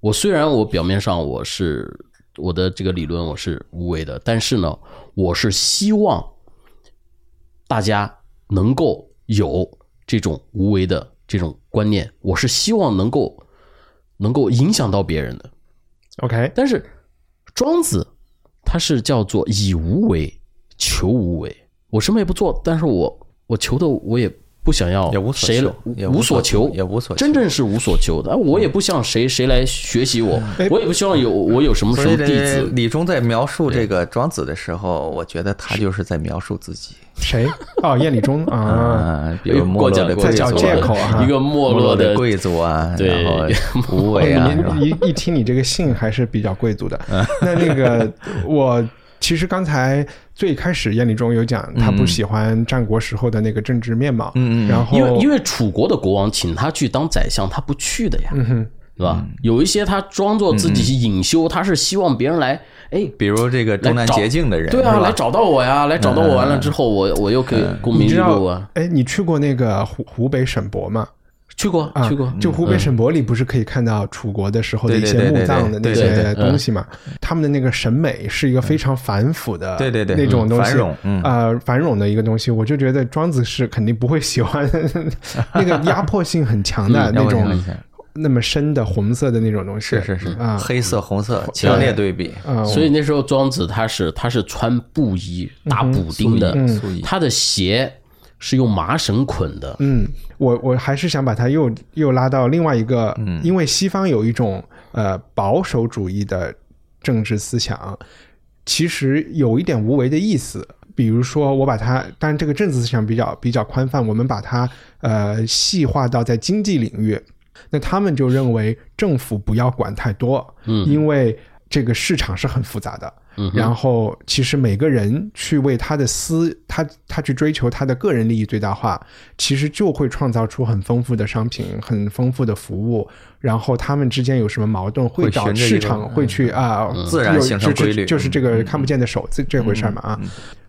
[SPEAKER 5] 我虽然我表面上我是我的这个理论我是无为的，但是呢，我是希望大家能够有这种无为的这种观念，我是希望能够能够影响到别人的。
[SPEAKER 3] OK，
[SPEAKER 5] 但是庄子他是叫做以无为求无为，我什么也不做，但是我我求的我也不想要
[SPEAKER 6] 也无所
[SPEAKER 5] 谁
[SPEAKER 6] 求
[SPEAKER 5] 了
[SPEAKER 6] 也
[SPEAKER 5] 无
[SPEAKER 6] 无
[SPEAKER 5] 所
[SPEAKER 6] 所
[SPEAKER 5] 求
[SPEAKER 6] 求也无所求
[SPEAKER 5] 真正是无所求的。啊我也不向谁谁来学习我，我也不希望有我有什么
[SPEAKER 6] 所
[SPEAKER 5] 什
[SPEAKER 6] 以
[SPEAKER 5] 么弟
[SPEAKER 6] 这
[SPEAKER 5] 子。
[SPEAKER 6] 李中在描述这个庄子的时候，我觉得他就是在描述自己
[SPEAKER 3] 谁？哦，燕礼中啊，
[SPEAKER 6] 啊，比如
[SPEAKER 5] 嗯
[SPEAKER 6] 没
[SPEAKER 5] 哎过
[SPEAKER 6] 落
[SPEAKER 5] 奖
[SPEAKER 6] 的
[SPEAKER 5] 过
[SPEAKER 6] 贵
[SPEAKER 3] 奖
[SPEAKER 6] 族
[SPEAKER 5] 奖
[SPEAKER 6] 啊，
[SPEAKER 3] 在找借口啊
[SPEAKER 5] 一个没落
[SPEAKER 6] 的
[SPEAKER 5] 的
[SPEAKER 6] 贵族啊，
[SPEAKER 5] 对
[SPEAKER 6] 然后无为
[SPEAKER 5] (laughs)
[SPEAKER 6] 啊，是吧
[SPEAKER 3] 哦你你一一听你这个姓还是比较贵族的。 (laughs) 那那个我。其实刚才最开始燕礼中有讲，他不喜欢战国时候的那个政治面貌，嗯嗯嗯，然后
[SPEAKER 5] 因为因为楚国的国王请他去当宰相，他不去的呀，
[SPEAKER 6] 嗯
[SPEAKER 3] 嗯
[SPEAKER 5] 对吧？有一些他装作自己是隐修，他是希望别人来，哎，
[SPEAKER 6] 比如这个中南捷径的人，
[SPEAKER 5] 对啊，
[SPEAKER 6] 是吧嗯
[SPEAKER 5] 来找到我呀，来找到我完了之后，我我又可以功名
[SPEAKER 3] 你
[SPEAKER 5] 利
[SPEAKER 3] 知
[SPEAKER 5] 禄
[SPEAKER 3] 道
[SPEAKER 5] 啊，，
[SPEAKER 3] 哎，你去过那个湖湖北省博吗？
[SPEAKER 5] 去过
[SPEAKER 3] 啊，
[SPEAKER 5] 去过，
[SPEAKER 3] 就湖北
[SPEAKER 5] 嗯
[SPEAKER 3] 省博里不是可以看到楚国的时候的一些
[SPEAKER 6] 对对对对
[SPEAKER 3] 墓葬的那
[SPEAKER 6] 对对嗯
[SPEAKER 5] 对
[SPEAKER 3] 些
[SPEAKER 5] 对
[SPEAKER 3] 东西嘛？他们的那个审美是一个非常繁复的，
[SPEAKER 6] 对对对
[SPEAKER 3] 那种
[SPEAKER 6] 嗯
[SPEAKER 3] 东西，
[SPEAKER 6] 繁荣嗯
[SPEAKER 3] 呃，繁荣的一个东西。我就觉得庄子是 (laughs) 肯定不会喜欢那个压迫性很强的那
[SPEAKER 6] 嗯了解了
[SPEAKER 3] 种
[SPEAKER 6] 解，
[SPEAKER 3] 那么深的红色的那种东西。
[SPEAKER 6] 是是是
[SPEAKER 5] 嗯
[SPEAKER 3] 啊，
[SPEAKER 6] 黑色红色强烈对比，
[SPEAKER 3] 啊，
[SPEAKER 5] 所以那时候庄子他是他是穿布衣打补丁的，
[SPEAKER 6] 素衣
[SPEAKER 5] 他的鞋是用麻绳捆的，
[SPEAKER 3] 嗯，我我还是想把它又又拉到另外一个，因为西方有一种呃保守主义的政治思想，其实有一点无为的意思。比如说，我把它，当然这个政治思想比较比较宽泛，我们把它呃细化到在经济领域，那他们就认为政府不要管太多，嗯，因为这个市场是很复杂的。
[SPEAKER 5] 嗯
[SPEAKER 6] 嗯
[SPEAKER 3] 然后，其实每个人去为他的私，他他去追求他的个人利益最大化，其实就会创造出很丰富的商品、很丰富的服务。然后他们之间有什么矛盾，会
[SPEAKER 6] 会
[SPEAKER 3] 找
[SPEAKER 6] 循着一
[SPEAKER 3] 市
[SPEAKER 6] 个
[SPEAKER 3] 场
[SPEAKER 6] 嗯
[SPEAKER 3] 会去啊，
[SPEAKER 6] 自然
[SPEAKER 3] 有
[SPEAKER 6] 形成
[SPEAKER 3] 就
[SPEAKER 6] 规律嗯
[SPEAKER 3] 就就是这个看不见的手这这回事儿嘛啊。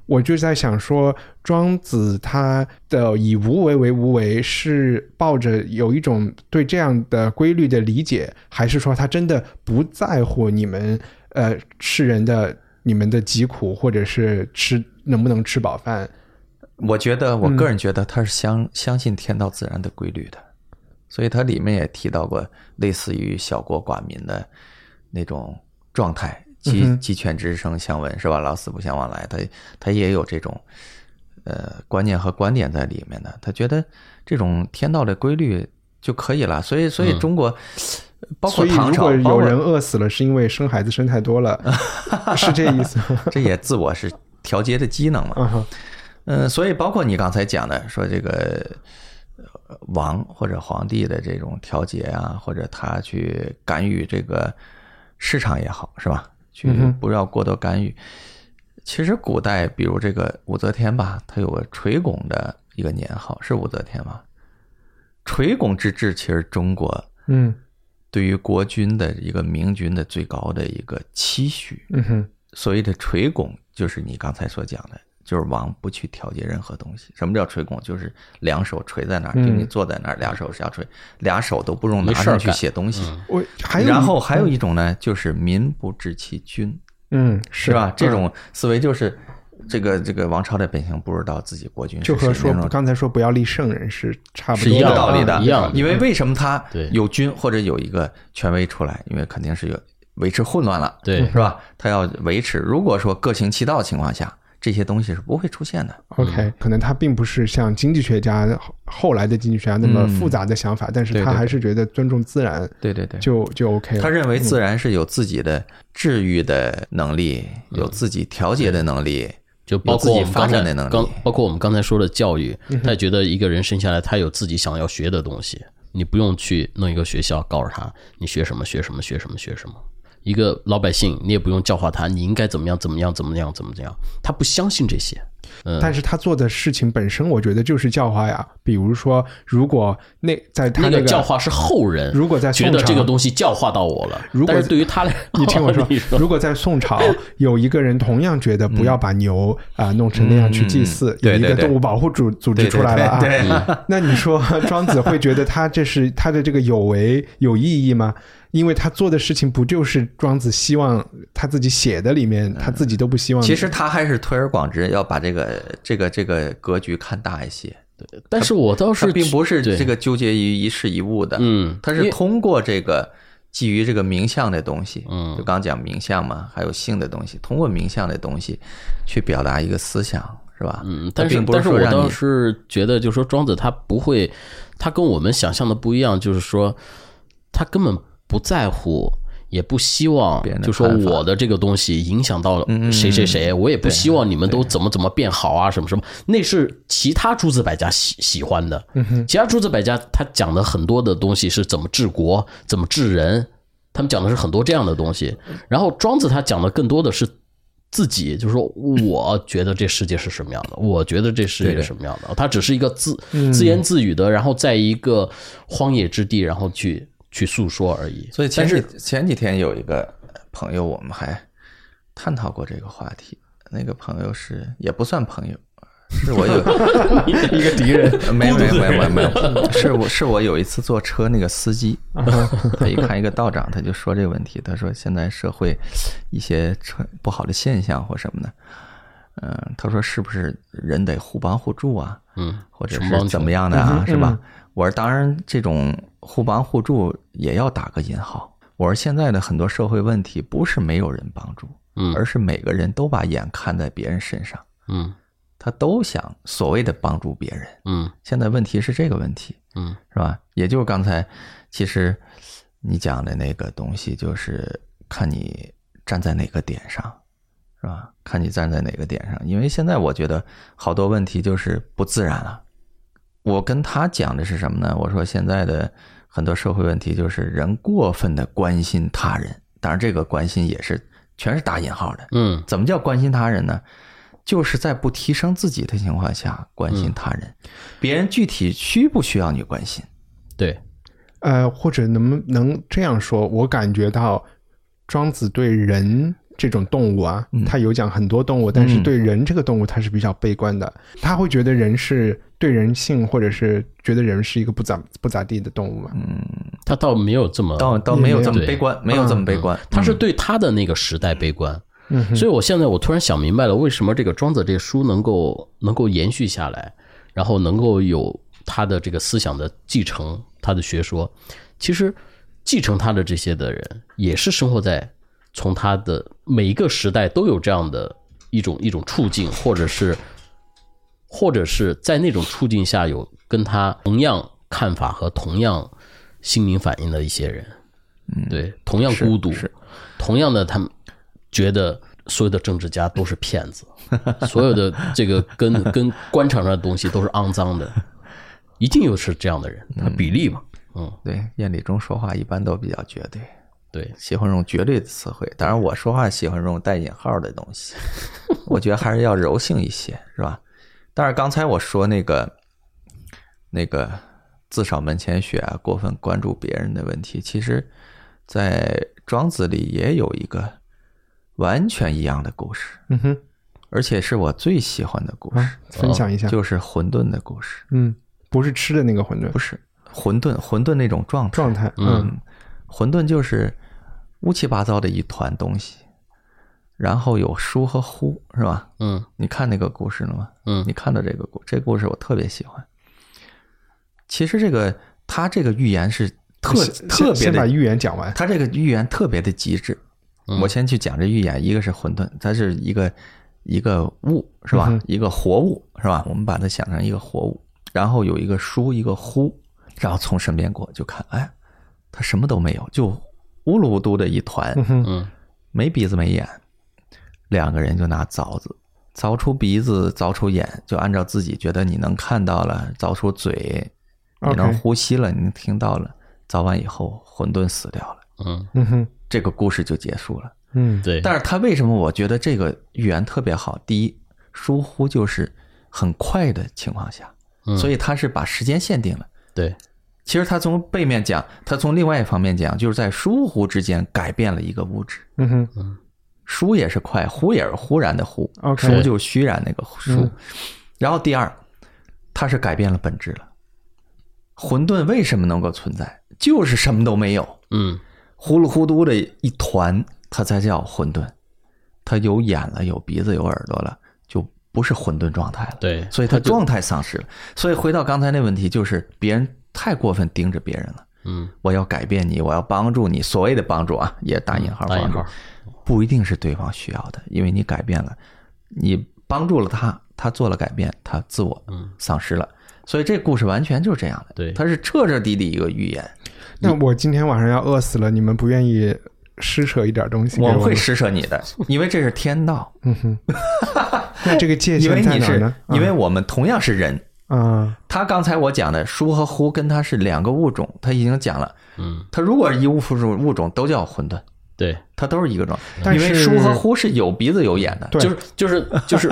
[SPEAKER 3] 我就在想说，庄子他的以无为为无为，是抱着有一种对这样的规律的理解，还是说他真的不在乎你们呃世人的你们的疾苦，或者是吃能不能吃饱饭？
[SPEAKER 6] 我觉得，我个
[SPEAKER 3] 嗯
[SPEAKER 6] 人觉得他是相相信天道自然的规律的，所以它里面也提到过类似于小国寡民的那种状态，
[SPEAKER 3] 嗯
[SPEAKER 6] 鸡鸡犬之声相闻是吧？老死不相往来，他他也有这种呃观念和观点在里面的。他觉得这种天道的规律就可以了，所以所以中国、包
[SPEAKER 3] 嗯所
[SPEAKER 6] 括
[SPEAKER 3] 以
[SPEAKER 6] 唐
[SPEAKER 3] 如
[SPEAKER 6] 朝
[SPEAKER 3] 果，
[SPEAKER 6] 包
[SPEAKER 3] 有
[SPEAKER 6] 括
[SPEAKER 3] 人饿死了，是因为生孩子生太多
[SPEAKER 6] (laughs)
[SPEAKER 3] 了，是这意思吗？
[SPEAKER 6] 这也自我是调节的机能嘛。
[SPEAKER 3] 嗯哼
[SPEAKER 6] 嗯，所以包括你刚才讲的，说这个呃王或者皇帝的这种调节啊，或者他去干预这个市场也好，是吧？去不要过多干预。其实古代，比如这个武则天吧，她有个垂拱的一个年号，是武则天吧？垂拱之治，其实中国
[SPEAKER 3] 嗯
[SPEAKER 6] 对于国君的一个明君的最高的一个期许。
[SPEAKER 3] 嗯哼
[SPEAKER 6] 所谓的垂拱，就是你刚才所讲的，就是王不去调节任何东西。什么叫垂拱？就是两手垂在那儿，就
[SPEAKER 3] 嗯
[SPEAKER 6] 你坐在那儿，俩手下垂，俩手都不用拿
[SPEAKER 5] 没事儿
[SPEAKER 6] 上去
[SPEAKER 5] 干
[SPEAKER 6] 写东西。
[SPEAKER 3] 我还有一
[SPEAKER 6] 然后还有一种呢，就是民不知其君，
[SPEAKER 3] 嗯是
[SPEAKER 6] 是吧？这种思维就是这个这个王朝的本性不知道自己国君
[SPEAKER 3] 就是和
[SPEAKER 6] 谁
[SPEAKER 3] 说
[SPEAKER 6] 那种
[SPEAKER 3] 刚才说不要立圣人是差不
[SPEAKER 5] 是
[SPEAKER 3] 多
[SPEAKER 5] 一
[SPEAKER 6] 一
[SPEAKER 5] 样
[SPEAKER 6] 个
[SPEAKER 5] 的
[SPEAKER 6] 道理
[SPEAKER 5] 啊
[SPEAKER 6] 的，
[SPEAKER 5] 一样的
[SPEAKER 6] 因为为什么他
[SPEAKER 5] 对
[SPEAKER 6] 有君或者有一个权威出来，因为肯定是有维持混乱了，
[SPEAKER 5] 对
[SPEAKER 6] 是吧？他要维持。如果说各行其道的情况下，这些东西是不会出现的。
[SPEAKER 3] OK，可嗯能他并不是像经济学家后后来的经济学家那么
[SPEAKER 6] 嗯
[SPEAKER 3] 复杂的想法，但是
[SPEAKER 6] 对
[SPEAKER 3] 他
[SPEAKER 6] 对
[SPEAKER 3] 还是觉得尊重自然
[SPEAKER 6] 对对对，
[SPEAKER 3] 就就 OK
[SPEAKER 6] 他
[SPEAKER 3] 了。
[SPEAKER 6] 认为自然是有自己的治愈的能力，
[SPEAKER 5] 嗯
[SPEAKER 6] 有自己调节的能力，
[SPEAKER 5] 就包括我们
[SPEAKER 6] 有自
[SPEAKER 5] 刚
[SPEAKER 6] 己发
[SPEAKER 5] 才
[SPEAKER 6] 展的能
[SPEAKER 5] 刚
[SPEAKER 6] 力。嗯
[SPEAKER 5] 包括我们刚才说的教育，他觉得一个人生下来，他有自己想要学的东西，你不用去弄一个学校告诉他你学什么学什么学什么学什么。一个老百姓，你也不用教化他，你应该怎么样怎么样怎么样怎么样，他不相信这些。
[SPEAKER 3] 但是他做的事情本身，我觉得就是教化呀。比如说，如果那在他
[SPEAKER 5] 那
[SPEAKER 3] 那
[SPEAKER 5] 个
[SPEAKER 3] 个
[SPEAKER 5] 教化是后人，
[SPEAKER 3] 如果在宋
[SPEAKER 5] 觉得这个
[SPEAKER 3] 朝
[SPEAKER 5] 东西教化到我了，
[SPEAKER 3] 如果
[SPEAKER 5] 但是对于他来，
[SPEAKER 3] (laughs)
[SPEAKER 6] (laughs)
[SPEAKER 3] 你听我
[SPEAKER 5] (laughs) 你
[SPEAKER 3] 说，如果在宋朝有一个人同样觉得不要把牛啊、弄成那样去祭祀，
[SPEAKER 6] 嗯嗯
[SPEAKER 3] 有一
[SPEAKER 6] 对
[SPEAKER 3] 个
[SPEAKER 6] 对对
[SPEAKER 3] 动物保护组组织
[SPEAKER 6] 对对
[SPEAKER 3] 出来了啊，
[SPEAKER 6] 对对
[SPEAKER 3] 那你说庄子会觉得他这
[SPEAKER 6] (laughs)
[SPEAKER 3] 是他的这个有为有意义吗？因为他做的事情不就是庄子希望他自己写的里面他自己都不希望。
[SPEAKER 6] 其实他还是推而广之，要把这个这个这个格局看大一些。
[SPEAKER 5] 但是我倒
[SPEAKER 6] 他
[SPEAKER 5] 是
[SPEAKER 6] 并不是
[SPEAKER 5] 对
[SPEAKER 6] 这个纠结于一事一物的，
[SPEAKER 5] 嗯
[SPEAKER 6] 他
[SPEAKER 5] 因为
[SPEAKER 6] 是通过这个基于这个名相的东西，
[SPEAKER 5] 嗯
[SPEAKER 6] 就刚讲名相嘛，还有性的东西，通过名相的东西去表达一个思想，是吧？
[SPEAKER 5] 嗯，
[SPEAKER 6] 它
[SPEAKER 5] 但是
[SPEAKER 6] 并不
[SPEAKER 5] 但是
[SPEAKER 6] 说
[SPEAKER 5] 我
[SPEAKER 6] 让
[SPEAKER 5] 倒
[SPEAKER 6] 你
[SPEAKER 5] 是觉得，就是说庄子他不会，他跟我们想象的不一样，就是说他根本不在乎，也不希望
[SPEAKER 6] 别人，的
[SPEAKER 5] 就说
[SPEAKER 6] 看法
[SPEAKER 5] 我的这个东西影响
[SPEAKER 3] 嗯
[SPEAKER 5] 到谁谁谁，我也不希望你们都怎么怎么变好啊，什么什么，那是其他诸子百家喜喜欢的，
[SPEAKER 6] 嗯
[SPEAKER 5] 其他诸子百家他讲的很多的东西是怎么治国，怎么治人，他们讲的是很多这样的东西。然后庄子他讲的更多的是自己，就是说，我觉得这世界是什么样
[SPEAKER 6] 嗯
[SPEAKER 5] 的，我觉得这世界是什么样的。他只是一个自自言自语的，然后在一个荒野之地，然后去去诉说而已。
[SPEAKER 6] 所以前
[SPEAKER 5] 但
[SPEAKER 6] 几
[SPEAKER 5] 是
[SPEAKER 6] 前几天有一个朋友，我们还探讨过这个话题。那个朋友是也不算朋友，是我有
[SPEAKER 5] 一个
[SPEAKER 3] (laughs)
[SPEAKER 5] 敌人，
[SPEAKER 6] (laughs) 没没没没没有，是我是我有一次坐车那个司机，他一看一个道长，他就说这个问题，他说现在社会一些车不好的现象或什么的，嗯、他说是不是人得互帮互助啊？
[SPEAKER 5] 嗯，
[SPEAKER 6] 或者
[SPEAKER 5] 穷帮
[SPEAKER 6] 是
[SPEAKER 5] 穷
[SPEAKER 6] 怎么样的啊，是吧？我说当然，这种互帮互助也要打个引号。我说现在的很多社会问题不是没有人帮助，
[SPEAKER 5] 嗯
[SPEAKER 6] 而是每个人都把眼看在别人身上，
[SPEAKER 5] 嗯
[SPEAKER 6] 他都想所谓的帮助别人。
[SPEAKER 5] 嗯
[SPEAKER 6] 现在问题是这个问题，
[SPEAKER 5] 嗯，
[SPEAKER 6] 是吧？也就是刚才，其实你讲的那个东西，就是看你站在哪个点上，是吧？看你站在哪个点上，因为现在我觉得好多问题就是不自然了。我跟他讲的是什么呢？我说现在的很多社会问题就是人过分的关心他人，当然这个关心也是全是打引号的，
[SPEAKER 5] 嗯
[SPEAKER 6] 怎么叫关心他人呢？就是在不提升自己的情况下关心他人，别人具体需不需要你关心？
[SPEAKER 5] 对，
[SPEAKER 3] 呃，或者能不能这样说？我感觉到庄子对人这种动物啊，
[SPEAKER 6] 嗯
[SPEAKER 3] 他有讲很多动物，但是对人这个动物他是比较悲观的，他会觉得人是对人性，或者是觉得人是一个不咋不咋地的动物嘛。
[SPEAKER 6] 嗯
[SPEAKER 5] 他倒没有这么，
[SPEAKER 6] 倒倒没有这么悲观，没有这么悲观。
[SPEAKER 5] 他是对他的那个时代悲观。
[SPEAKER 3] 嗯
[SPEAKER 5] 所以我现在我突然想明白了，为什么这个庄子这个书能够能够延续下来，然后能够有他的这个思想的继承，他的学说，其实继承他的这些的人，也是生活在从他的每一个时代都有这样的一种一种处境，或者是或者是在那种处境下有跟他同样看法和同样心灵反应的一些人，嗯，对，同样孤独，同样的他们觉得所有的政治家都是骗子， (laughs) 所有的这个
[SPEAKER 6] (laughs)
[SPEAKER 5] 跟跟官场上的东西都是肮脏的，一定有是这样的人，他比例嘛，嗯，
[SPEAKER 6] 对，燕礼中说话一般都比较绝对，
[SPEAKER 5] 对，
[SPEAKER 6] 喜欢用绝对的词汇。当然，我说话喜欢用带引号的东西，我觉得还是要柔性一些，是吧？但是刚才我说那个那个自扫门前雪啊，过分关注别人的问题，其实，在庄子里也有一个完全一样的故事，
[SPEAKER 3] 嗯哼，啊
[SPEAKER 6] 而且是我最喜欢的故事，
[SPEAKER 3] 分享一下，
[SPEAKER 6] 哦就是混沌的故事，
[SPEAKER 3] 嗯，不是吃的那个馄饨，
[SPEAKER 6] 不是混沌，混沌那种状态，
[SPEAKER 3] 状态，嗯
[SPEAKER 6] 混沌就是乌七八糟的一团东西，然后有疏和忽，是吧？
[SPEAKER 5] 嗯
[SPEAKER 6] 你看那个故事了吗？
[SPEAKER 5] 嗯
[SPEAKER 6] 你看到这个故这故事我特别喜欢。其实这个他这个预言是特
[SPEAKER 3] 先
[SPEAKER 6] 特别
[SPEAKER 3] 先把
[SPEAKER 6] 的，
[SPEAKER 3] 预言讲完，
[SPEAKER 6] 他这个预言特别的极致。我先去讲这预言，一个是混沌，它是一个一个物是吧？一个活物是吧？我们把它想成一个活物，然后有一个疏一个忽，然后从身边过就看，哎，它什么都没有，就乌噜嘟的一团，
[SPEAKER 5] 嗯
[SPEAKER 6] 没鼻子没眼，两个人就拿凿子凿出鼻子，凿出眼，就按照自己觉得你能看到了，凿出嘴，你
[SPEAKER 3] OK
[SPEAKER 6] 能呼吸了，你能听到了，凿完以后混沌死掉了，
[SPEAKER 5] 嗯，
[SPEAKER 3] 嗯哼，
[SPEAKER 6] 这个故事就结束了。
[SPEAKER 3] 嗯
[SPEAKER 5] 对，
[SPEAKER 6] 但是他为什么我觉得这个预言特别好？第一，疏忽就是很快的情况下，
[SPEAKER 5] 嗯
[SPEAKER 6] 所以他是把时间限定了。
[SPEAKER 5] 对，
[SPEAKER 6] 其实他从背面讲，他从另外一方面讲，就是在疏忽之间改变了一个物质。
[SPEAKER 3] 嗯哼，
[SPEAKER 6] 疏也是快，忽也是忽然的忽，
[SPEAKER 3] OK
[SPEAKER 6] 疏就是虚然那个疏。然后第二，它是改变了本质了。混沌为什么能够存在？就是什么都没有，
[SPEAKER 5] 嗯
[SPEAKER 6] 呼噜呼嘟的一团，它才叫混沌。它有眼了，有鼻子，有耳朵了，就不是混沌状态了。
[SPEAKER 5] 对
[SPEAKER 6] 所以它状态丧失了。所以回到刚才那问题，就是别人太过分盯着别人了。
[SPEAKER 5] 嗯，
[SPEAKER 6] 我要改变你，我要帮助你，所谓的帮助啊，也打引号
[SPEAKER 5] 嗯打引
[SPEAKER 6] 帮
[SPEAKER 5] 号
[SPEAKER 6] 助，不一定是对方需要的，因为你改变了，你帮助了他，他做了改变，他自我丧失了。所以这故事完全就是这样的，
[SPEAKER 5] 嗯对
[SPEAKER 6] 它是彻彻底底一个预言。
[SPEAKER 3] 那我今天晚上要饿死了，你们不愿意施舍一点东西给
[SPEAKER 6] 我
[SPEAKER 3] 我
[SPEAKER 6] 会
[SPEAKER 3] 吗
[SPEAKER 6] 施舍你的，因为这是天道，
[SPEAKER 3] (laughs) 那这个界
[SPEAKER 6] 嗯因为
[SPEAKER 3] 限在
[SPEAKER 6] 你
[SPEAKER 3] 哪儿
[SPEAKER 6] 是
[SPEAKER 3] 呢？，嗯
[SPEAKER 6] 因为我们同样是人。
[SPEAKER 3] 啊，
[SPEAKER 6] 他刚才我讲的疏和忽跟他是两个物种，他已经讲了，嗯，他如果一物物种物种都叫混沌，
[SPEAKER 5] 对，
[SPEAKER 6] 它都是一个状态，
[SPEAKER 3] 但
[SPEAKER 6] 因
[SPEAKER 3] 是
[SPEAKER 6] 为疏和忽是有鼻子有眼的，
[SPEAKER 3] 对
[SPEAKER 5] 就是就是
[SPEAKER 6] (laughs)
[SPEAKER 5] 就是，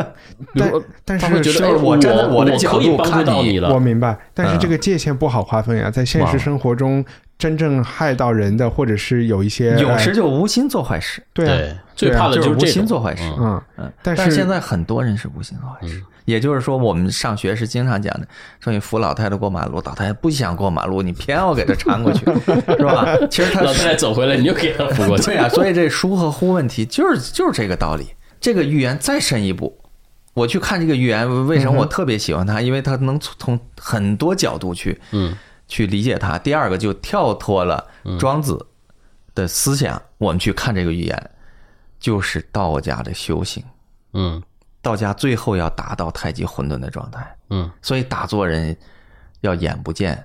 [SPEAKER 5] 比如说
[SPEAKER 3] 但但
[SPEAKER 5] 他会
[SPEAKER 3] 是
[SPEAKER 5] 觉得
[SPEAKER 6] 是
[SPEAKER 5] 哎
[SPEAKER 6] 我
[SPEAKER 5] 我
[SPEAKER 6] 站在我的
[SPEAKER 5] 我
[SPEAKER 6] 角
[SPEAKER 5] 可以
[SPEAKER 6] 度
[SPEAKER 5] 帮助
[SPEAKER 6] 看
[SPEAKER 5] 到
[SPEAKER 6] 你
[SPEAKER 5] 你
[SPEAKER 3] 我
[SPEAKER 5] 了，
[SPEAKER 3] 明白，但是这个界限不好划分呀，在现实生活中，真正害到人的，或者是有一些
[SPEAKER 6] 有
[SPEAKER 3] 哎
[SPEAKER 6] 时就无心做坏事，
[SPEAKER 3] 对啊
[SPEAKER 5] 对，最怕的
[SPEAKER 6] 就是
[SPEAKER 5] 是
[SPEAKER 6] 无
[SPEAKER 5] 这
[SPEAKER 6] 心
[SPEAKER 5] 种
[SPEAKER 6] 做坏事。
[SPEAKER 5] 嗯
[SPEAKER 3] 嗯，
[SPEAKER 6] 嗯，
[SPEAKER 3] 但
[SPEAKER 6] 但
[SPEAKER 3] 是
[SPEAKER 6] 现在很多人是无心做坏事，也就是说，我们上学是经常讲的，说你扶老太太过马路，老太太不想过马路，你偏要给她搀
[SPEAKER 3] (laughs)
[SPEAKER 6] 过去，是吧？其实她
[SPEAKER 5] 老太太走回来，你就给她扶过去
[SPEAKER 6] 对。啊，所以这孰和乎问题就是就是这个道理。这个预言再深一步，我去看这个预言，为什么我特别喜欢它？因为它能从从很多角度去
[SPEAKER 5] 嗯
[SPEAKER 6] 去理解它。第二个就跳脱了庄子的思想，我们去看这个预言，就是道家的修行。
[SPEAKER 5] 嗯
[SPEAKER 6] 道家最后要达到太极混沌的状态，
[SPEAKER 5] 嗯
[SPEAKER 6] 所以打坐人要眼不见，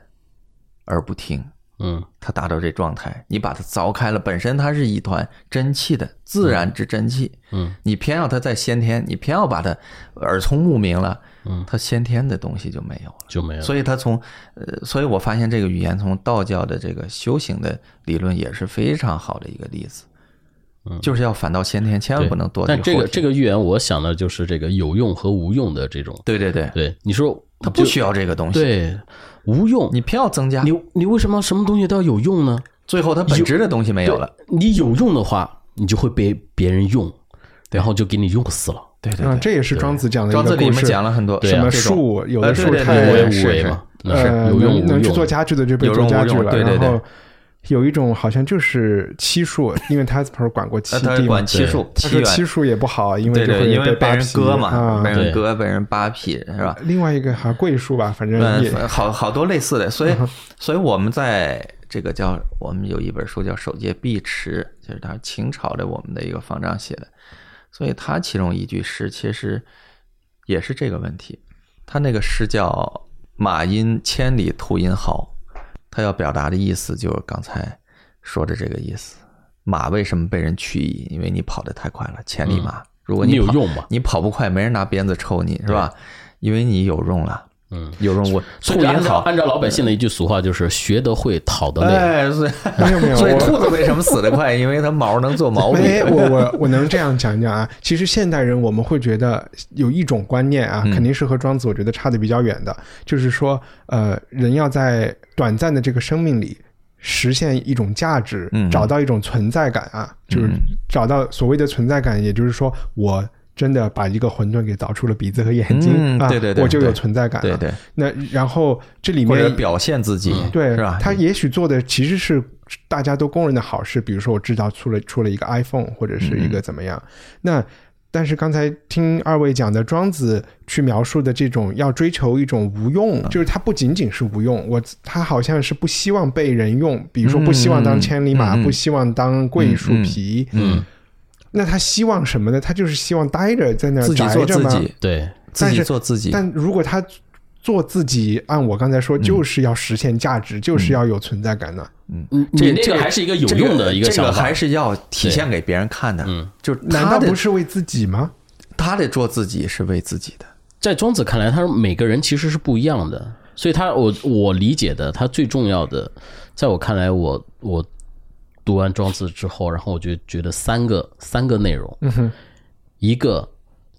[SPEAKER 6] 耳不听，
[SPEAKER 5] 嗯
[SPEAKER 6] 他达到这状态，你把它凿开了，本身它是一团真气的自然之真气，
[SPEAKER 5] 嗯，
[SPEAKER 6] 你偏要它在先天，你偏要把它耳聪目明了，嗯，它先天的东西就没有了。
[SPEAKER 5] 就没有。
[SPEAKER 6] 所以它从，呃，所以我发现这个语言从道教的这个修行的理论也是非常好的一个例子，就是要反到先天，千万
[SPEAKER 5] 对
[SPEAKER 6] 不能多虑
[SPEAKER 5] 但
[SPEAKER 6] 后
[SPEAKER 5] 这
[SPEAKER 6] 天。
[SPEAKER 5] 个这个预言，我想的就是这个有用和无用的这种。
[SPEAKER 6] 对对对，
[SPEAKER 5] 对，你说
[SPEAKER 6] 它不需要这个东西，
[SPEAKER 5] 对无用，
[SPEAKER 6] 你偏要增加，
[SPEAKER 5] 你你为什么什么东西都要有用呢？
[SPEAKER 6] 最后它本质的东西没有了。
[SPEAKER 5] 你有用的话，你就会被别人用，然后就给你用死了。
[SPEAKER 6] 对对
[SPEAKER 3] 啊，
[SPEAKER 6] 对，
[SPEAKER 3] 这也是庄子讲的一
[SPEAKER 6] 庄子
[SPEAKER 3] 个
[SPEAKER 6] 里
[SPEAKER 3] 故
[SPEAKER 6] 面
[SPEAKER 3] 事，
[SPEAKER 6] 讲了很多
[SPEAKER 5] 对啊
[SPEAKER 3] 什么
[SPEAKER 6] 这种
[SPEAKER 3] 树，有的
[SPEAKER 6] 呃
[SPEAKER 3] 树
[SPEAKER 6] 对对
[SPEAKER 3] 太
[SPEAKER 5] 有
[SPEAKER 6] 对
[SPEAKER 5] 为
[SPEAKER 6] 是
[SPEAKER 5] 无为
[SPEAKER 6] 是
[SPEAKER 5] 嘛，那是
[SPEAKER 3] 呃，
[SPEAKER 5] 有用无
[SPEAKER 3] 能
[SPEAKER 5] 用。
[SPEAKER 3] 能去做家具的就被
[SPEAKER 6] 有
[SPEAKER 3] 做
[SPEAKER 6] 用
[SPEAKER 3] 家
[SPEAKER 6] 无
[SPEAKER 3] 具
[SPEAKER 6] 用
[SPEAKER 3] 了，
[SPEAKER 6] 对对对
[SPEAKER 3] 然后有一种好像就是漆树，因为他不是管过漆
[SPEAKER 6] 呃，他
[SPEAKER 3] 地嘛
[SPEAKER 6] 管，七树，
[SPEAKER 3] 他
[SPEAKER 6] 七
[SPEAKER 3] 说
[SPEAKER 6] 元，
[SPEAKER 3] 漆树也不好，因为
[SPEAKER 6] 对
[SPEAKER 3] 就
[SPEAKER 6] 对，
[SPEAKER 3] 会
[SPEAKER 6] 因为被
[SPEAKER 3] 扒
[SPEAKER 6] 人
[SPEAKER 3] 皮
[SPEAKER 6] 割嘛，
[SPEAKER 3] 啊
[SPEAKER 6] 被。人
[SPEAKER 5] 对
[SPEAKER 6] 割，被人扒皮，是吧？
[SPEAKER 3] 呃另外一个好像桂树吧，反正也
[SPEAKER 6] 嗯，好好多类似的，所以，
[SPEAKER 5] 嗯
[SPEAKER 6] 所以我们在这个叫我们有一本书叫《守戒碧池》，就是他清朝的我们的一个方丈写的，所以他其中一句诗其实也是这个问题，他那个诗叫“马音千里兔音号”，他要表达的意思就是刚才说的这个意思。马为什么被人驱役？因为你跑得太快了，千里马。如果
[SPEAKER 5] 嗯你
[SPEAKER 6] 你
[SPEAKER 5] 有
[SPEAKER 6] 跑
[SPEAKER 5] 用吗
[SPEAKER 6] 你跑不快，没人拿鞭子抽你是吧？因为你有用了。嗯，有用 (laughs) 我
[SPEAKER 5] 所以
[SPEAKER 6] 兔也
[SPEAKER 5] 按照
[SPEAKER 6] 好，
[SPEAKER 5] 按照老百姓的一句俗话，就是学得会，讨得累。
[SPEAKER 6] 哎，所以
[SPEAKER 3] (laughs) 没有没有
[SPEAKER 6] 所以
[SPEAKER 3] 我
[SPEAKER 6] 兔子为什么死得快？因为它毛能做毛笔。
[SPEAKER 3] 哎，我我我能这样讲一讲啊。其实现代人我们会觉得有一种观念啊，
[SPEAKER 6] 嗯
[SPEAKER 3] 肯定是和庄子我觉得差的比较远的，就是说，呃，人要在短暂的这个生命里实现一种价值，
[SPEAKER 6] 嗯
[SPEAKER 3] 找到一种存在感啊，就是找到所谓的存在感，也就是说我。真的把一个馄饨给凿出了鼻子和眼睛、
[SPEAKER 6] 嗯
[SPEAKER 3] 啊，
[SPEAKER 6] 对对对
[SPEAKER 3] 我就有
[SPEAKER 6] 对
[SPEAKER 3] 存在感了。
[SPEAKER 6] 对对，
[SPEAKER 3] 那然后这里
[SPEAKER 6] 或者
[SPEAKER 3] 面
[SPEAKER 6] 表现自己，
[SPEAKER 3] 嗯对，
[SPEAKER 6] 是吧？
[SPEAKER 3] 他也许做的其实是大家都公认的好事，比如说我制造出了出了一个 iPhone 或者
[SPEAKER 6] 嗯
[SPEAKER 3] 是一个怎么样。那但是刚才听二位讲的庄子去描述的这种要追求一种无
[SPEAKER 6] 嗯
[SPEAKER 3] 用，就是它不仅仅是无用，我他好像是不希望被人用，比如说不希望当千里马，
[SPEAKER 6] 嗯嗯嗯
[SPEAKER 3] 不希望当桂树皮。
[SPEAKER 5] 嗯，
[SPEAKER 3] 那他希望什么呢？他就是希望待着在那儿
[SPEAKER 6] 自己
[SPEAKER 3] 宅
[SPEAKER 6] 做
[SPEAKER 3] 着
[SPEAKER 6] 自
[SPEAKER 3] 嘛。
[SPEAKER 6] 己，
[SPEAKER 5] 对，
[SPEAKER 6] 自
[SPEAKER 3] 但
[SPEAKER 6] 己
[SPEAKER 3] 是
[SPEAKER 6] 做自己。
[SPEAKER 3] 但如果他做自己，按我刚才
[SPEAKER 6] 嗯
[SPEAKER 3] 说，就是要实现价值，就是要有存在感的。
[SPEAKER 5] 你你那个还是一个有用的一
[SPEAKER 6] 这
[SPEAKER 5] 想
[SPEAKER 6] 个
[SPEAKER 5] 法
[SPEAKER 6] 还。是要体现给别人看的。嗯，就是
[SPEAKER 3] 难道
[SPEAKER 6] 他得
[SPEAKER 3] 不是为自己吗？
[SPEAKER 6] 他得做自己是为自己的。
[SPEAKER 5] 在庄子看来，他说每个人其实是不一样的，所以他我我理解的，他最重要的，在我看来，我我读完庄子之后，然后我就觉得三个三个内容，一个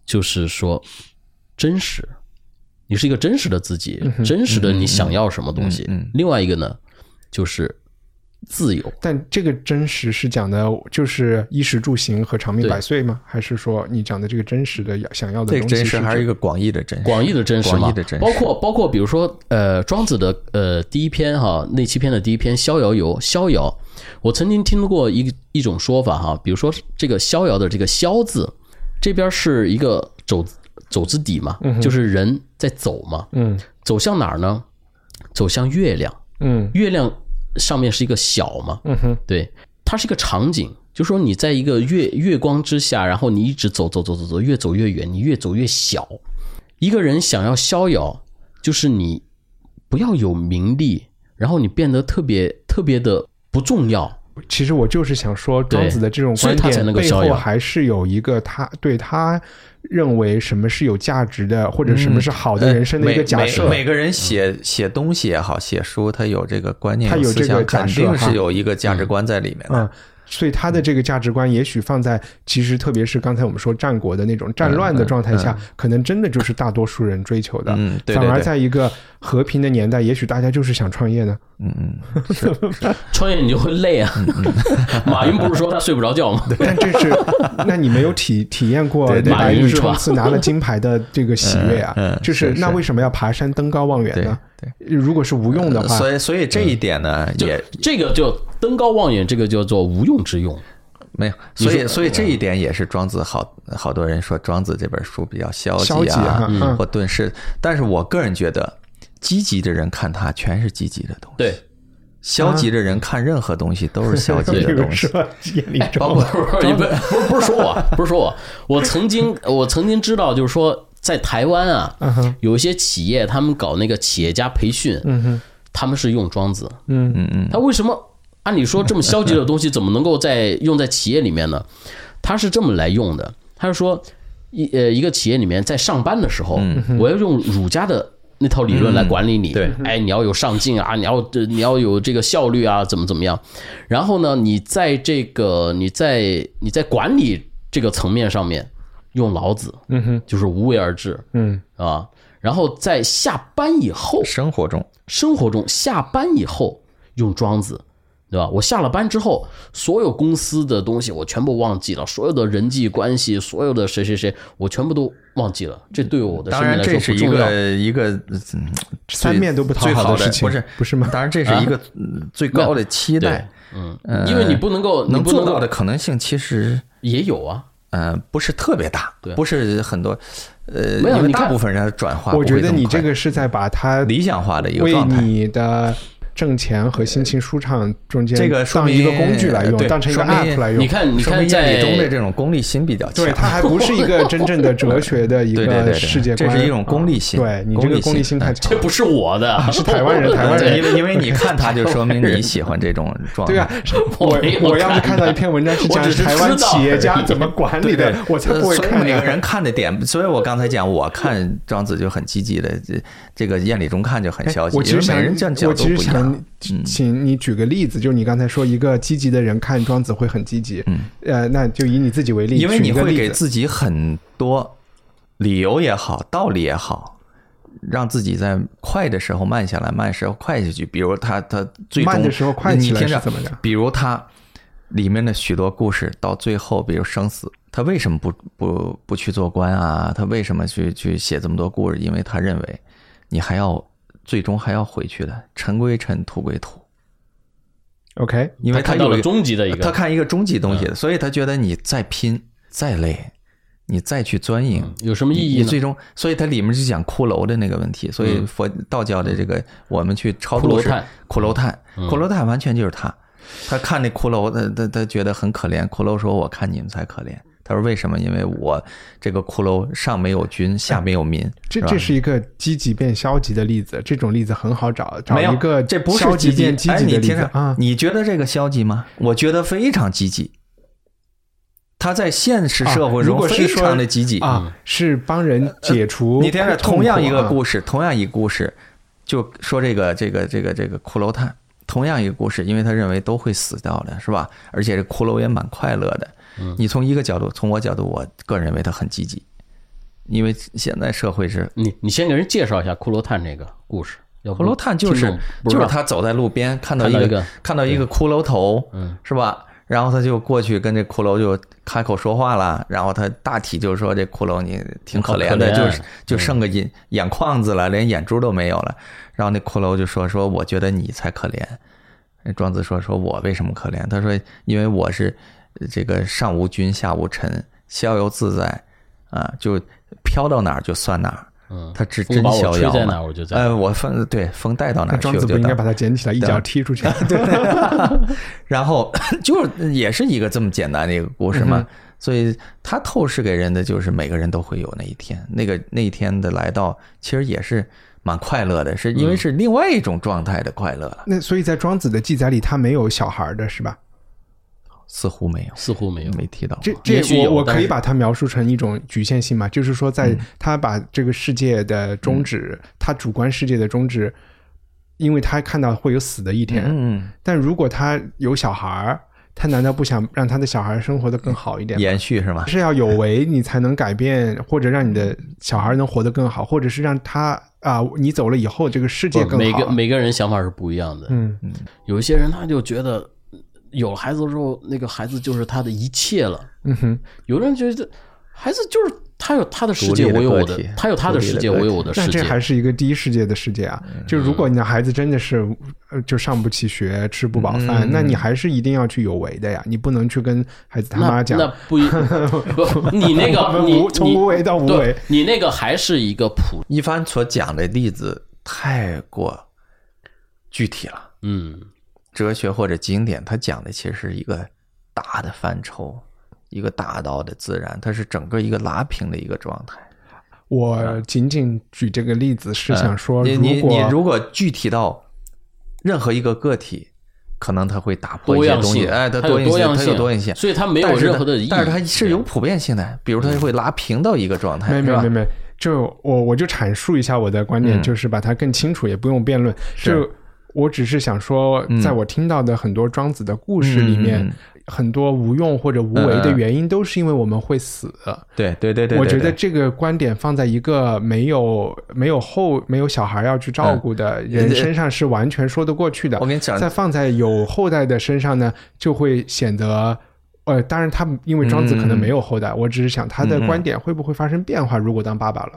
[SPEAKER 5] 就是说真实，你是一个真实的自己，真实的你想要什么东西，另外一个呢就是自由，
[SPEAKER 3] 但这个真实是讲的，就是衣食住行和长命百岁吗？还是说你讲的这个真实的要想要的
[SPEAKER 6] 这
[SPEAKER 3] 东
[SPEAKER 6] 个
[SPEAKER 3] 西
[SPEAKER 6] 真实还是一
[SPEAKER 3] 个
[SPEAKER 6] 个广义的真实，
[SPEAKER 5] 广义的真实嘛，
[SPEAKER 6] 广义的真实，
[SPEAKER 5] 包括包括比如说呃庄子的呃第一篇哈那七篇的第一篇《逍遥游》，逍遥，我曾经听过一一种说法哈，比如说这个逍遥的这个逍字，这边是一个走走之底嘛，
[SPEAKER 6] 嗯
[SPEAKER 5] 就是人在走嘛，
[SPEAKER 3] 嗯
[SPEAKER 5] 走向哪儿呢？走向月亮，
[SPEAKER 3] 嗯
[SPEAKER 5] 月亮上面是一个小嘛，
[SPEAKER 3] 嗯哼
[SPEAKER 5] 对，它是一个场景，就说你在一个月月光之下，然后你一直走走走走走，越走越远，你越走越小。一个人想要逍遥，就是你不要有名利，然后你变得特别特别的不重要。
[SPEAKER 3] 其实我就是想说，
[SPEAKER 5] 对
[SPEAKER 3] 庄子的这种观
[SPEAKER 5] 所以他才
[SPEAKER 3] 点
[SPEAKER 5] 能够
[SPEAKER 3] 背
[SPEAKER 5] 逍遥
[SPEAKER 3] 后还是有一个他对他认为什么是有价值的，或者什
[SPEAKER 6] 嗯
[SPEAKER 3] 么是好的人生的一个假设嗯
[SPEAKER 6] 每每。每个人写写东西也好，写书，他有这个观念，
[SPEAKER 3] 他有
[SPEAKER 6] 思
[SPEAKER 3] 这个
[SPEAKER 6] 想，
[SPEAKER 3] 假
[SPEAKER 6] 肯
[SPEAKER 3] 设
[SPEAKER 6] 定
[SPEAKER 3] 哈
[SPEAKER 6] 是有一个价值观在里面
[SPEAKER 3] 嗯
[SPEAKER 6] 的。，
[SPEAKER 3] 所以他的这个价值观，也许放在其实特别是刚才我们说战国的那种战乱的状态下，可能真的就是大多数人追求的。
[SPEAKER 6] 嗯对对
[SPEAKER 3] 反而
[SPEAKER 6] 对
[SPEAKER 3] 在一个和平的年代，也许大家就是想创业
[SPEAKER 6] (laughs)
[SPEAKER 3] 呢。
[SPEAKER 5] 创业你就会累啊。马云不是说他睡不着觉吗？
[SPEAKER 3] 但这是，那你没有体体验过
[SPEAKER 6] 对对
[SPEAKER 3] 那百
[SPEAKER 5] 马云
[SPEAKER 3] 米
[SPEAKER 5] 是吧
[SPEAKER 3] 冲刺拿了金牌的这个喜悦啊？
[SPEAKER 6] (laughs) 嗯嗯
[SPEAKER 3] 就是
[SPEAKER 6] 是
[SPEAKER 3] 那
[SPEAKER 6] 是
[SPEAKER 3] 为什么要爬山登高望远呢？如果是无用的话，
[SPEAKER 6] 所以所以这一点呢，
[SPEAKER 5] 就
[SPEAKER 6] 也
[SPEAKER 5] 这个就登高望远，这个叫做无用之用。
[SPEAKER 6] 没有，所以所以这一点也是庄子好好多人说庄子这本书比较消
[SPEAKER 3] 消
[SPEAKER 6] 极
[SPEAKER 3] 极啊
[SPEAKER 6] 啊，
[SPEAKER 3] 嗯
[SPEAKER 6] 或遁世，但是我个人觉得，积极的人看它全是积极的东西，
[SPEAKER 5] 对，
[SPEAKER 6] 消极的人看任何东西都是 (laughs) 消极
[SPEAKER 3] (laughs) 比
[SPEAKER 6] 的
[SPEAKER 3] 如
[SPEAKER 6] 东西，
[SPEAKER 3] 说眼里装
[SPEAKER 6] 包括
[SPEAKER 5] 不是，你不不是不是说我，不是说我，我曾经我曾经知道，就是说在台湾啊，有一些企业他们搞那个企业家培训，他们是用庄子，嗯嗯嗯，他为什么按理说这么消极的东西，怎么能够在用在企业里面呢？他是这么来用的，他是说一呃一个企业里面在上班的时候，我要用儒家的。那套理论来管理你，
[SPEAKER 6] 对，
[SPEAKER 5] 哎，你要有上进啊，你 (laughs) 要呃你要有这个效率啊，怎么怎么样？然后呢，你在这个你在你在管理这个层面上面用老子，嗯哼，就是无为而治，嗯啊，然后在下班以后，
[SPEAKER 6] 生活中，
[SPEAKER 5] 生活中下班以后用庄子，对吧？我下了班之后，所有公司的东西我全部忘记了，所有的人际关系，所有的谁谁谁，我全部都忘记了。这对我的生
[SPEAKER 6] 当
[SPEAKER 5] 命
[SPEAKER 6] 然
[SPEAKER 5] 来
[SPEAKER 6] 这
[SPEAKER 5] 说
[SPEAKER 6] 是
[SPEAKER 5] 不
[SPEAKER 6] 一
[SPEAKER 5] 重要。
[SPEAKER 6] 个一个嗯
[SPEAKER 3] 三面都不讨
[SPEAKER 6] 最
[SPEAKER 3] 好
[SPEAKER 6] 好
[SPEAKER 3] 事情，
[SPEAKER 6] 不是
[SPEAKER 3] 不是吗？
[SPEAKER 6] 当然这是一个嗯最高的期
[SPEAKER 5] 对
[SPEAKER 6] 待，，
[SPEAKER 5] 嗯，因为你不能够，
[SPEAKER 6] 能
[SPEAKER 5] 你不能
[SPEAKER 6] 做
[SPEAKER 5] 够
[SPEAKER 6] 到的可能性其实。
[SPEAKER 5] 也有啊。
[SPEAKER 6] 呃，不是特别大，
[SPEAKER 5] 对
[SPEAKER 6] 不是很多，呃，
[SPEAKER 5] 没有
[SPEAKER 6] 因为
[SPEAKER 5] 你
[SPEAKER 6] 大
[SPEAKER 5] 看
[SPEAKER 6] 部分人转化不
[SPEAKER 3] 我
[SPEAKER 6] 会
[SPEAKER 3] 觉
[SPEAKER 6] 么快，
[SPEAKER 3] 得你这个是在把它
[SPEAKER 6] 理想化的一个
[SPEAKER 3] 为
[SPEAKER 6] 状态。
[SPEAKER 3] 你的挣钱和心情舒畅中间
[SPEAKER 6] 这个说
[SPEAKER 3] 当一
[SPEAKER 6] 明呃
[SPEAKER 3] 个工具来用，
[SPEAKER 6] 对
[SPEAKER 3] 当成一个
[SPEAKER 6] 说明
[SPEAKER 3] app 来用。
[SPEAKER 5] 你看，你
[SPEAKER 6] 说明
[SPEAKER 5] 看
[SPEAKER 6] 叶
[SPEAKER 5] 在
[SPEAKER 6] 立中的这种功利心比较强， (laughs)
[SPEAKER 3] 对，它还不是一个真正的哲学的一
[SPEAKER 6] 对对对
[SPEAKER 3] 个
[SPEAKER 6] 对
[SPEAKER 3] 世界观，啊
[SPEAKER 6] 这是一种功利性
[SPEAKER 3] 对你这个功
[SPEAKER 6] 功
[SPEAKER 3] 利
[SPEAKER 6] 利
[SPEAKER 3] 心
[SPEAKER 6] 性啊
[SPEAKER 3] 太
[SPEAKER 5] 这
[SPEAKER 3] 强了，
[SPEAKER 5] 不是我
[SPEAKER 6] (laughs)
[SPEAKER 5] 的，
[SPEAKER 3] 是台湾
[SPEAKER 5] (laughs)
[SPEAKER 3] 人，台湾
[SPEAKER 6] 对，
[SPEAKER 3] 人
[SPEAKER 6] 因。为因为你看他，就说明你喜欢这种状态。
[SPEAKER 3] 对啊，
[SPEAKER 6] (laughs)
[SPEAKER 3] 我
[SPEAKER 5] 我没有
[SPEAKER 3] 我要是
[SPEAKER 5] 看
[SPEAKER 3] 看到一篇文章是
[SPEAKER 5] 我
[SPEAKER 3] 讲
[SPEAKER 5] 只是
[SPEAKER 3] 台湾
[SPEAKER 5] 知道
[SPEAKER 3] 企业
[SPEAKER 6] (laughs)
[SPEAKER 3] 家怎么管理的，我才
[SPEAKER 6] 呃
[SPEAKER 3] 不会
[SPEAKER 6] 所以
[SPEAKER 3] 看
[SPEAKER 6] 每个
[SPEAKER 3] 呢。
[SPEAKER 6] 人看的点，所以我刚才讲，我看庄子就很积极的，这这个燕礼中看就很消
[SPEAKER 3] 哎
[SPEAKER 6] 极，
[SPEAKER 3] 我其实
[SPEAKER 6] 因为
[SPEAKER 3] 想
[SPEAKER 6] 每人这样，角
[SPEAKER 3] 我
[SPEAKER 6] 度
[SPEAKER 3] 其
[SPEAKER 6] 不
[SPEAKER 3] 实
[SPEAKER 6] 一
[SPEAKER 3] 想。
[SPEAKER 6] 样嗯
[SPEAKER 3] 请你举个例子，就是你刚才说一个积极的人看庄子会很积极，呃，那就以你自己为例，
[SPEAKER 6] 嗯因为
[SPEAKER 3] 举
[SPEAKER 6] 你
[SPEAKER 3] 一个
[SPEAKER 6] 会
[SPEAKER 3] 例
[SPEAKER 6] 给
[SPEAKER 3] 子
[SPEAKER 6] 自己很多理由也好，道理也好，让自己在快的时候慢下来，慢时候快下去。比如他他最终
[SPEAKER 3] 慢的时候快起来
[SPEAKER 6] 你听
[SPEAKER 3] 是
[SPEAKER 6] 着
[SPEAKER 3] 怎么着
[SPEAKER 6] 比如他里面的许多故事，到最后，比如生死，他为什么不不不去做官啊？他为什么去去写这么多故事？因为他认为你还要最终还要回去的，尘归尘，土归土。
[SPEAKER 3] OK，
[SPEAKER 6] 因为
[SPEAKER 5] 他看
[SPEAKER 6] 有
[SPEAKER 5] 到了
[SPEAKER 6] 一个
[SPEAKER 5] 终极的一个嗯
[SPEAKER 6] 他看一个终极东西，所以他觉得你再拼再累，你再去钻营，
[SPEAKER 5] 嗯有什么意义呢嗯
[SPEAKER 6] 你最终，所以它里面就讲骷髅的那个问题，所以佛道教的这个我们去超度
[SPEAKER 5] 骷髅
[SPEAKER 6] 是
[SPEAKER 5] 炭嗯
[SPEAKER 6] 骷髅炭，骷髅炭完全就是他，他看那骷髅，他他他觉得很可怜，骷髅说：“我看你们才可怜。”他说：“为什么？因为我这个骷髅上没有君，下没有民。
[SPEAKER 3] 这
[SPEAKER 6] 吧
[SPEAKER 3] 这是一个积极变消极的例子，这种例子很好找，找
[SPEAKER 6] 没有
[SPEAKER 3] 一个
[SPEAKER 6] 这不
[SPEAKER 3] 消
[SPEAKER 6] 是
[SPEAKER 3] 极
[SPEAKER 6] 极
[SPEAKER 3] 变积
[SPEAKER 6] 哎，
[SPEAKER 3] 极的
[SPEAKER 6] 你
[SPEAKER 3] 例
[SPEAKER 6] 听
[SPEAKER 3] 子
[SPEAKER 6] 着
[SPEAKER 3] 啊。
[SPEAKER 6] 你觉得这个消极吗？我觉得非常积极。他在现实社
[SPEAKER 3] 啊
[SPEAKER 6] 会
[SPEAKER 3] 如
[SPEAKER 6] 中
[SPEAKER 3] 果是
[SPEAKER 6] 非
[SPEAKER 3] 说
[SPEAKER 6] 常的积极。嗯呃
[SPEAKER 3] 啊，是帮人解除
[SPEAKER 6] 你听着，
[SPEAKER 3] 痛苦
[SPEAKER 6] 同样一个
[SPEAKER 3] 啊
[SPEAKER 6] 故事，同样一个故事，就说这个这个这个这个骷髅炭，同样一个故事，因为他认为都会死掉的，是吧？而且这骷髅也蛮快乐的。你从一个角度，从我角度，我个人认为他很积极，因为现在社会是
[SPEAKER 5] 你你先给人介绍一下骷髅炭这个故事。要不
[SPEAKER 6] 骷髅炭就
[SPEAKER 5] 听
[SPEAKER 6] 是
[SPEAKER 5] 众不知
[SPEAKER 6] 就
[SPEAKER 5] 道
[SPEAKER 6] 是他走在路边看到一
[SPEAKER 5] 看到一
[SPEAKER 6] 个
[SPEAKER 5] 个嗯
[SPEAKER 6] 看到一个骷髅头，是吧？然后他就过去跟这骷髅就开口说话了，然后他大体就是说这骷髅你挺可怜的，
[SPEAKER 5] 好可怜嗯
[SPEAKER 6] 就是就剩个眼眼眶子了，连眼珠都没有了。然后那骷髅就说说我觉得你才可怜。那庄子说说我为什么可怜？他说因为我是呃这个上无君下无臣，逍遥自在啊，就飘到哪儿就算哪儿。
[SPEAKER 5] 嗯
[SPEAKER 6] 他只
[SPEAKER 5] 风
[SPEAKER 6] 真
[SPEAKER 5] 把我
[SPEAKER 6] 逍
[SPEAKER 5] 吹
[SPEAKER 6] 遥
[SPEAKER 5] 在
[SPEAKER 6] 嘛
[SPEAKER 5] 哪儿我就在哪
[SPEAKER 6] 呃，我风对风带到哪
[SPEAKER 3] 那
[SPEAKER 6] 儿去，
[SPEAKER 3] 庄子
[SPEAKER 6] 我
[SPEAKER 3] 不
[SPEAKER 6] 就
[SPEAKER 3] 应该
[SPEAKER 6] 到
[SPEAKER 3] 把他捡起来一脚踢
[SPEAKER 6] (laughs)
[SPEAKER 3] 出去？对，
[SPEAKER 6] 然后 (laughs) 就是也是一个这么简单的一个故事
[SPEAKER 3] 嗯
[SPEAKER 6] 嘛，所以它透视给人的就是每个人都会有那一天，那个那一天的来到，其实也是蛮快乐的，是因
[SPEAKER 5] 嗯
[SPEAKER 6] 为是另外一种状态的快乐
[SPEAKER 3] (laughs)
[SPEAKER 6] 了，
[SPEAKER 3] 那所以在庄子的记载里，他没有小孩的是吧？
[SPEAKER 6] 似乎没有，
[SPEAKER 5] 似乎没有，
[SPEAKER 6] 没提到
[SPEAKER 3] 这
[SPEAKER 6] 过
[SPEAKER 3] 这
[SPEAKER 5] 也许有
[SPEAKER 3] 我我
[SPEAKER 5] 但
[SPEAKER 3] 可以
[SPEAKER 5] 是
[SPEAKER 3] 把它描述成一种局限性嘛，就是说，在
[SPEAKER 6] 嗯
[SPEAKER 3] 他把这个世界的终止，他主观世界的终止，因为他看到会有死的一天，
[SPEAKER 6] 嗯，
[SPEAKER 3] 但如果他有小孩儿，他难道不想让他的小孩生活的更好一点吗？
[SPEAKER 6] 嗯延续是吗？
[SPEAKER 3] 是要有为，你才能改变，或者让你的小孩能活得更好，或者是让他啊、你走了以后这个世界更好。啊
[SPEAKER 5] 每个每个人想法是不一样的。
[SPEAKER 3] 嗯，
[SPEAKER 5] 有一些人他就觉得有了孩子之后，那个孩子就是他的一切了。
[SPEAKER 3] 嗯哼，
[SPEAKER 5] 有的人觉得孩子就是他有他的世界，
[SPEAKER 6] 独立的
[SPEAKER 5] 我有我
[SPEAKER 6] 个体
[SPEAKER 5] 的，他有他的世界，
[SPEAKER 6] 独立
[SPEAKER 5] 我
[SPEAKER 6] 的个体
[SPEAKER 5] 有我的
[SPEAKER 3] 那
[SPEAKER 5] 世界嗯
[SPEAKER 3] 这。还是一个第一世界的世界啊！就如果你的孩子真的是呃就上不起学、吃不饱
[SPEAKER 5] 嗯
[SPEAKER 3] 饭，那你还是一定要去有为的呀，你不能去跟孩子他妈
[SPEAKER 5] 那
[SPEAKER 3] 讲
[SPEAKER 5] 那不
[SPEAKER 3] (laughs)
[SPEAKER 5] 一不，你那
[SPEAKER 3] 我
[SPEAKER 5] 个
[SPEAKER 3] 们
[SPEAKER 5] 你
[SPEAKER 3] 无从
[SPEAKER 5] 你
[SPEAKER 3] 无为到无
[SPEAKER 5] 对
[SPEAKER 3] 为
[SPEAKER 5] 你那个还是一个普
[SPEAKER 6] 一帆所讲的例子太过具体了，
[SPEAKER 5] 嗯
[SPEAKER 6] 哲学或者经典，它讲的其实是一个大的范畴，一个大道的自然，它是整个一个拉平的一个状态。
[SPEAKER 3] 我仅仅举这个例子
[SPEAKER 5] 呃
[SPEAKER 3] 是想说，
[SPEAKER 6] 你
[SPEAKER 3] 如
[SPEAKER 6] 你你
[SPEAKER 3] 果
[SPEAKER 6] 如果具体到任何一个个体，可能它会打破
[SPEAKER 5] 多
[SPEAKER 6] 一些
[SPEAKER 5] 样
[SPEAKER 6] 东
[SPEAKER 5] 性
[SPEAKER 6] 西，哎，它
[SPEAKER 5] 它有
[SPEAKER 6] 样
[SPEAKER 5] 多样
[SPEAKER 6] 它有
[SPEAKER 5] 性
[SPEAKER 6] 多样性，
[SPEAKER 5] 所以它没有
[SPEAKER 6] 但是
[SPEAKER 5] 任
[SPEAKER 6] 它
[SPEAKER 5] 何的意义
[SPEAKER 6] 但是它是有普遍性的，比如它会拉平到一个状态，
[SPEAKER 3] 没
[SPEAKER 6] 哎是
[SPEAKER 3] 没
[SPEAKER 6] 吧
[SPEAKER 3] 没没，就我我就阐述一下我的观点，
[SPEAKER 6] 嗯
[SPEAKER 3] 就是把它更清楚，也不用辩论。
[SPEAKER 6] 是嗯
[SPEAKER 3] 就我只是想说，在我听到的很多庄子的故事里面，
[SPEAKER 6] 嗯嗯嗯
[SPEAKER 3] 很多无用或者无为的原因，都是因为我们会死。
[SPEAKER 6] 对对对对，
[SPEAKER 3] 我觉
[SPEAKER 6] 对
[SPEAKER 3] 得这个观点放在一个没有没有后没有小孩要去照顾的人
[SPEAKER 6] 嗯
[SPEAKER 3] 身上是完全说得过去的。
[SPEAKER 6] 我跟你讲
[SPEAKER 3] 再放在有后代的身上呢，就会显得。呃，当然，他们因为庄子可能没有后代，
[SPEAKER 6] 嗯
[SPEAKER 3] 我只是想他的观点会不会发生变化？如果当爸爸了，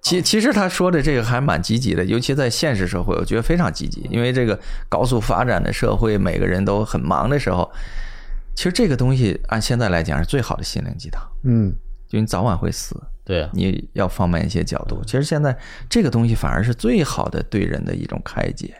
[SPEAKER 6] 其其实他说的这个还蛮积极的，尤其在现实社会，我觉得非常积极。
[SPEAKER 5] 嗯
[SPEAKER 6] 因为这个高速发展的社会，每个人都很忙的时候，其实这个东西按现在来讲是最好的心灵鸡汤，
[SPEAKER 3] 嗯，
[SPEAKER 6] 就你早晚会死，
[SPEAKER 5] 对啊
[SPEAKER 6] 你要放慢一些角
[SPEAKER 5] 嗯
[SPEAKER 6] 度。其实现在这个东西反而是最好的对人的一种开解，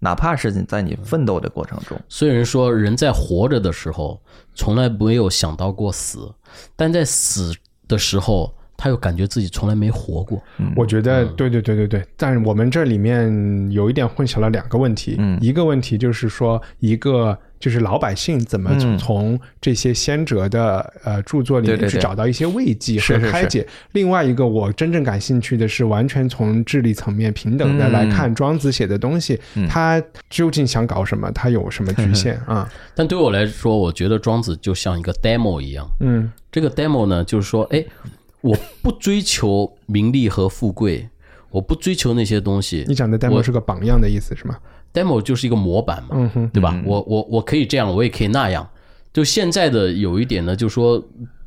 [SPEAKER 6] 哪怕是你在你奋斗的过程中，
[SPEAKER 5] 虽然说人在活着的时候从来没有想到过死，但在死的时候，他又感觉自己从来没活过。
[SPEAKER 6] 嗯
[SPEAKER 3] 我觉得对对对对对，但我们这里面有一点混淆了两个问题，
[SPEAKER 6] 嗯
[SPEAKER 3] 一个问题就是说，一个就是老百姓怎么从
[SPEAKER 6] 嗯
[SPEAKER 3] 从这些先哲的呃著作里
[SPEAKER 6] 对对
[SPEAKER 3] 面
[SPEAKER 6] 对
[SPEAKER 3] 去找到一些慰藉和
[SPEAKER 6] 是是是
[SPEAKER 3] 开解。另外一个我真正感兴趣的是，完全从智力层面平等
[SPEAKER 6] 嗯
[SPEAKER 3] 的来看庄子写的东西，他究竟想搞什么，他有什么局
[SPEAKER 6] (laughs)
[SPEAKER 3] 限啊？
[SPEAKER 5] 但对我来说，我觉得庄子就像一个 demo 一样。
[SPEAKER 3] 嗯
[SPEAKER 5] 这个 demo 呢，就是说，哎，我不追求名利和富贵，我不追求那些东西。
[SPEAKER 3] 你讲的 demo
[SPEAKER 5] 我
[SPEAKER 3] 是个榜样的意思是吗？
[SPEAKER 5] demo 就是一个模板嘛，
[SPEAKER 3] 嗯哼
[SPEAKER 5] 对吧？我我我可以这样，我也可以那样。就现在的有一点呢，就说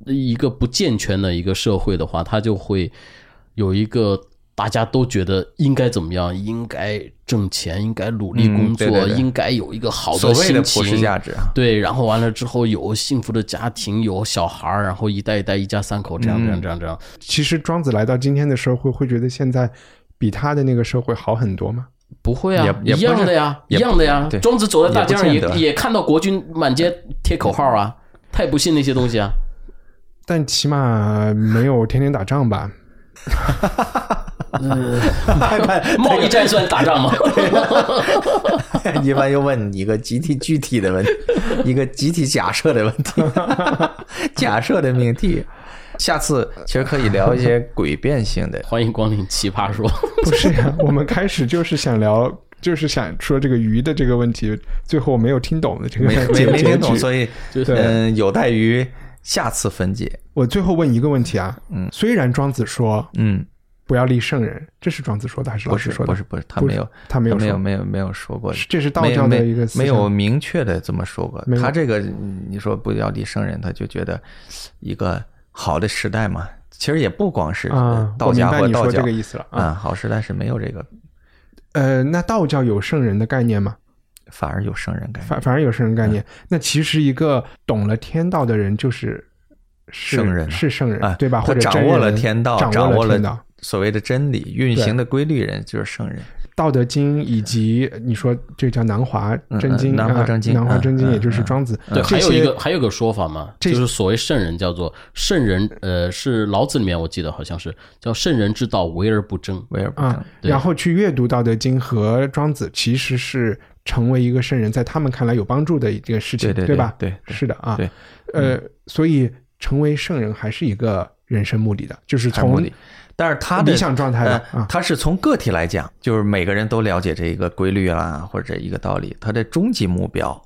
[SPEAKER 5] 一个不健全的一个社会的话，它就会有一个大家都觉得应该怎么样，应该挣钱，应该努力工作，
[SPEAKER 6] 嗯对对对
[SPEAKER 5] 应该有一个好
[SPEAKER 6] 所
[SPEAKER 5] 的
[SPEAKER 6] 谓的
[SPEAKER 5] 心
[SPEAKER 6] 普
[SPEAKER 5] 情，
[SPEAKER 6] 世价值
[SPEAKER 5] (laughs)
[SPEAKER 6] 啊，
[SPEAKER 5] 对，然后完了之后有幸福的家庭，有小孩儿，然后一代一代一家三口这样这样这样这样，
[SPEAKER 3] 其实庄子来到今天的社会，会觉得现在比他的那个社会好很多吗？
[SPEAKER 5] 不会啊，
[SPEAKER 6] 也也
[SPEAKER 5] 一
[SPEAKER 6] 不
[SPEAKER 5] 样
[SPEAKER 6] 是
[SPEAKER 5] 的呀，一
[SPEAKER 6] 也
[SPEAKER 5] 样的呀
[SPEAKER 6] 对。
[SPEAKER 5] 庄子走在大
[SPEAKER 6] 也不
[SPEAKER 5] 街上也
[SPEAKER 6] 见得
[SPEAKER 5] 也看到国军满街贴口号啊，他也不信那些东西
[SPEAKER 6] (laughs)
[SPEAKER 5] 啊。
[SPEAKER 3] 但起码没有天天打仗
[SPEAKER 6] (laughs)
[SPEAKER 3] 吧？
[SPEAKER 5] (laughs) 贸易战算打仗
[SPEAKER 6] (laughs)
[SPEAKER 5] 吗？，
[SPEAKER 6] 一般又问你一个集体具体的问题，一个集体假设的问题， (laughs) 假设的命题。下次其实可以聊一些诡辩性的
[SPEAKER 5] 欢迎光临奇葩说。
[SPEAKER 3] 不是呀、我们开始就是想聊，就是想说这个鱼的这个问题，最后我没有听懂的这个
[SPEAKER 6] 没没
[SPEAKER 3] 结
[SPEAKER 6] 没听
[SPEAKER 3] 结
[SPEAKER 6] 懂，
[SPEAKER 3] 局。
[SPEAKER 6] 所以
[SPEAKER 3] 对
[SPEAKER 6] 嗯，有待于下次分解。
[SPEAKER 3] 我最后问一个问题啊，嗯，虽然庄子说
[SPEAKER 6] 嗯，
[SPEAKER 3] 不要立圣人，这是庄子说的还是老
[SPEAKER 6] 不
[SPEAKER 3] 师
[SPEAKER 6] 是
[SPEAKER 3] 说的？
[SPEAKER 6] 不是不是，他
[SPEAKER 3] 不是
[SPEAKER 6] 没有
[SPEAKER 3] 他没有
[SPEAKER 6] 没有
[SPEAKER 3] 说
[SPEAKER 6] 没有没有说过，
[SPEAKER 3] 是这是道教
[SPEAKER 6] 没
[SPEAKER 3] 的
[SPEAKER 6] 有没
[SPEAKER 3] 一个思
[SPEAKER 6] 没有
[SPEAKER 3] 想
[SPEAKER 6] 明确的这么说过
[SPEAKER 3] 没。有
[SPEAKER 6] 他这个你说不要立圣人，他就觉得一个好的时代嘛，其实也不光是
[SPEAKER 3] 啊，
[SPEAKER 6] 道家
[SPEAKER 3] 我明白
[SPEAKER 6] 或
[SPEAKER 3] 你
[SPEAKER 6] 道
[SPEAKER 3] 说
[SPEAKER 6] 教
[SPEAKER 3] 这个。意思了啊。
[SPEAKER 6] 啊，好时代是没有这个，
[SPEAKER 3] 呃，那道教有圣人的概念吗？
[SPEAKER 6] 反而有圣人概念。
[SPEAKER 3] 反反而有圣人概
[SPEAKER 6] 嗯
[SPEAKER 3] 念。那其实一个懂了天道的人就是是
[SPEAKER 6] 圣人啊
[SPEAKER 3] 是圣人、
[SPEAKER 6] 啊，
[SPEAKER 3] 对吧？
[SPEAKER 6] 他
[SPEAKER 3] 或者
[SPEAKER 6] 掌
[SPEAKER 3] 真
[SPEAKER 6] 握
[SPEAKER 3] 人
[SPEAKER 6] 了天道，
[SPEAKER 3] 掌
[SPEAKER 6] 掌握
[SPEAKER 3] 天道
[SPEAKER 6] 了。所谓的真理、运行的规律，人就是圣人。
[SPEAKER 3] 道德经以及你说这叫南华
[SPEAKER 6] 嗯
[SPEAKER 3] 真经，
[SPEAKER 6] 嗯南华
[SPEAKER 3] 啊
[SPEAKER 6] 真经
[SPEAKER 3] 南华真经
[SPEAKER 6] 嗯
[SPEAKER 3] 也就是
[SPEAKER 6] 嗯
[SPEAKER 3] 庄子，
[SPEAKER 5] 对，还
[SPEAKER 3] 这
[SPEAKER 5] 有一
[SPEAKER 3] 些
[SPEAKER 5] 个还有个说法嘛，
[SPEAKER 3] 这
[SPEAKER 5] 就是所谓圣人叫做圣人，呃，是老子里面我记得好像是叫圣人之道，为而不争。
[SPEAKER 6] 为而不
[SPEAKER 3] 啊
[SPEAKER 6] 争，，
[SPEAKER 5] 嗯对
[SPEAKER 3] 然后去阅读道德经和庄子，其实是成为一个圣人，在他们看来有帮助的一个事情，
[SPEAKER 6] 对对
[SPEAKER 3] 吧？
[SPEAKER 6] 对对对
[SPEAKER 3] 是的啊，
[SPEAKER 6] 对，嗯
[SPEAKER 3] 呃，所以成为圣人还是一个人生目的的，就是
[SPEAKER 6] 还是目
[SPEAKER 3] 从
[SPEAKER 6] 的。但是他的
[SPEAKER 3] 理想状态了
[SPEAKER 6] 呃
[SPEAKER 3] 啊
[SPEAKER 6] 他是从个体来讲，啊就是每个人都了解这一个规律啦，或者一个道理。他的终极目标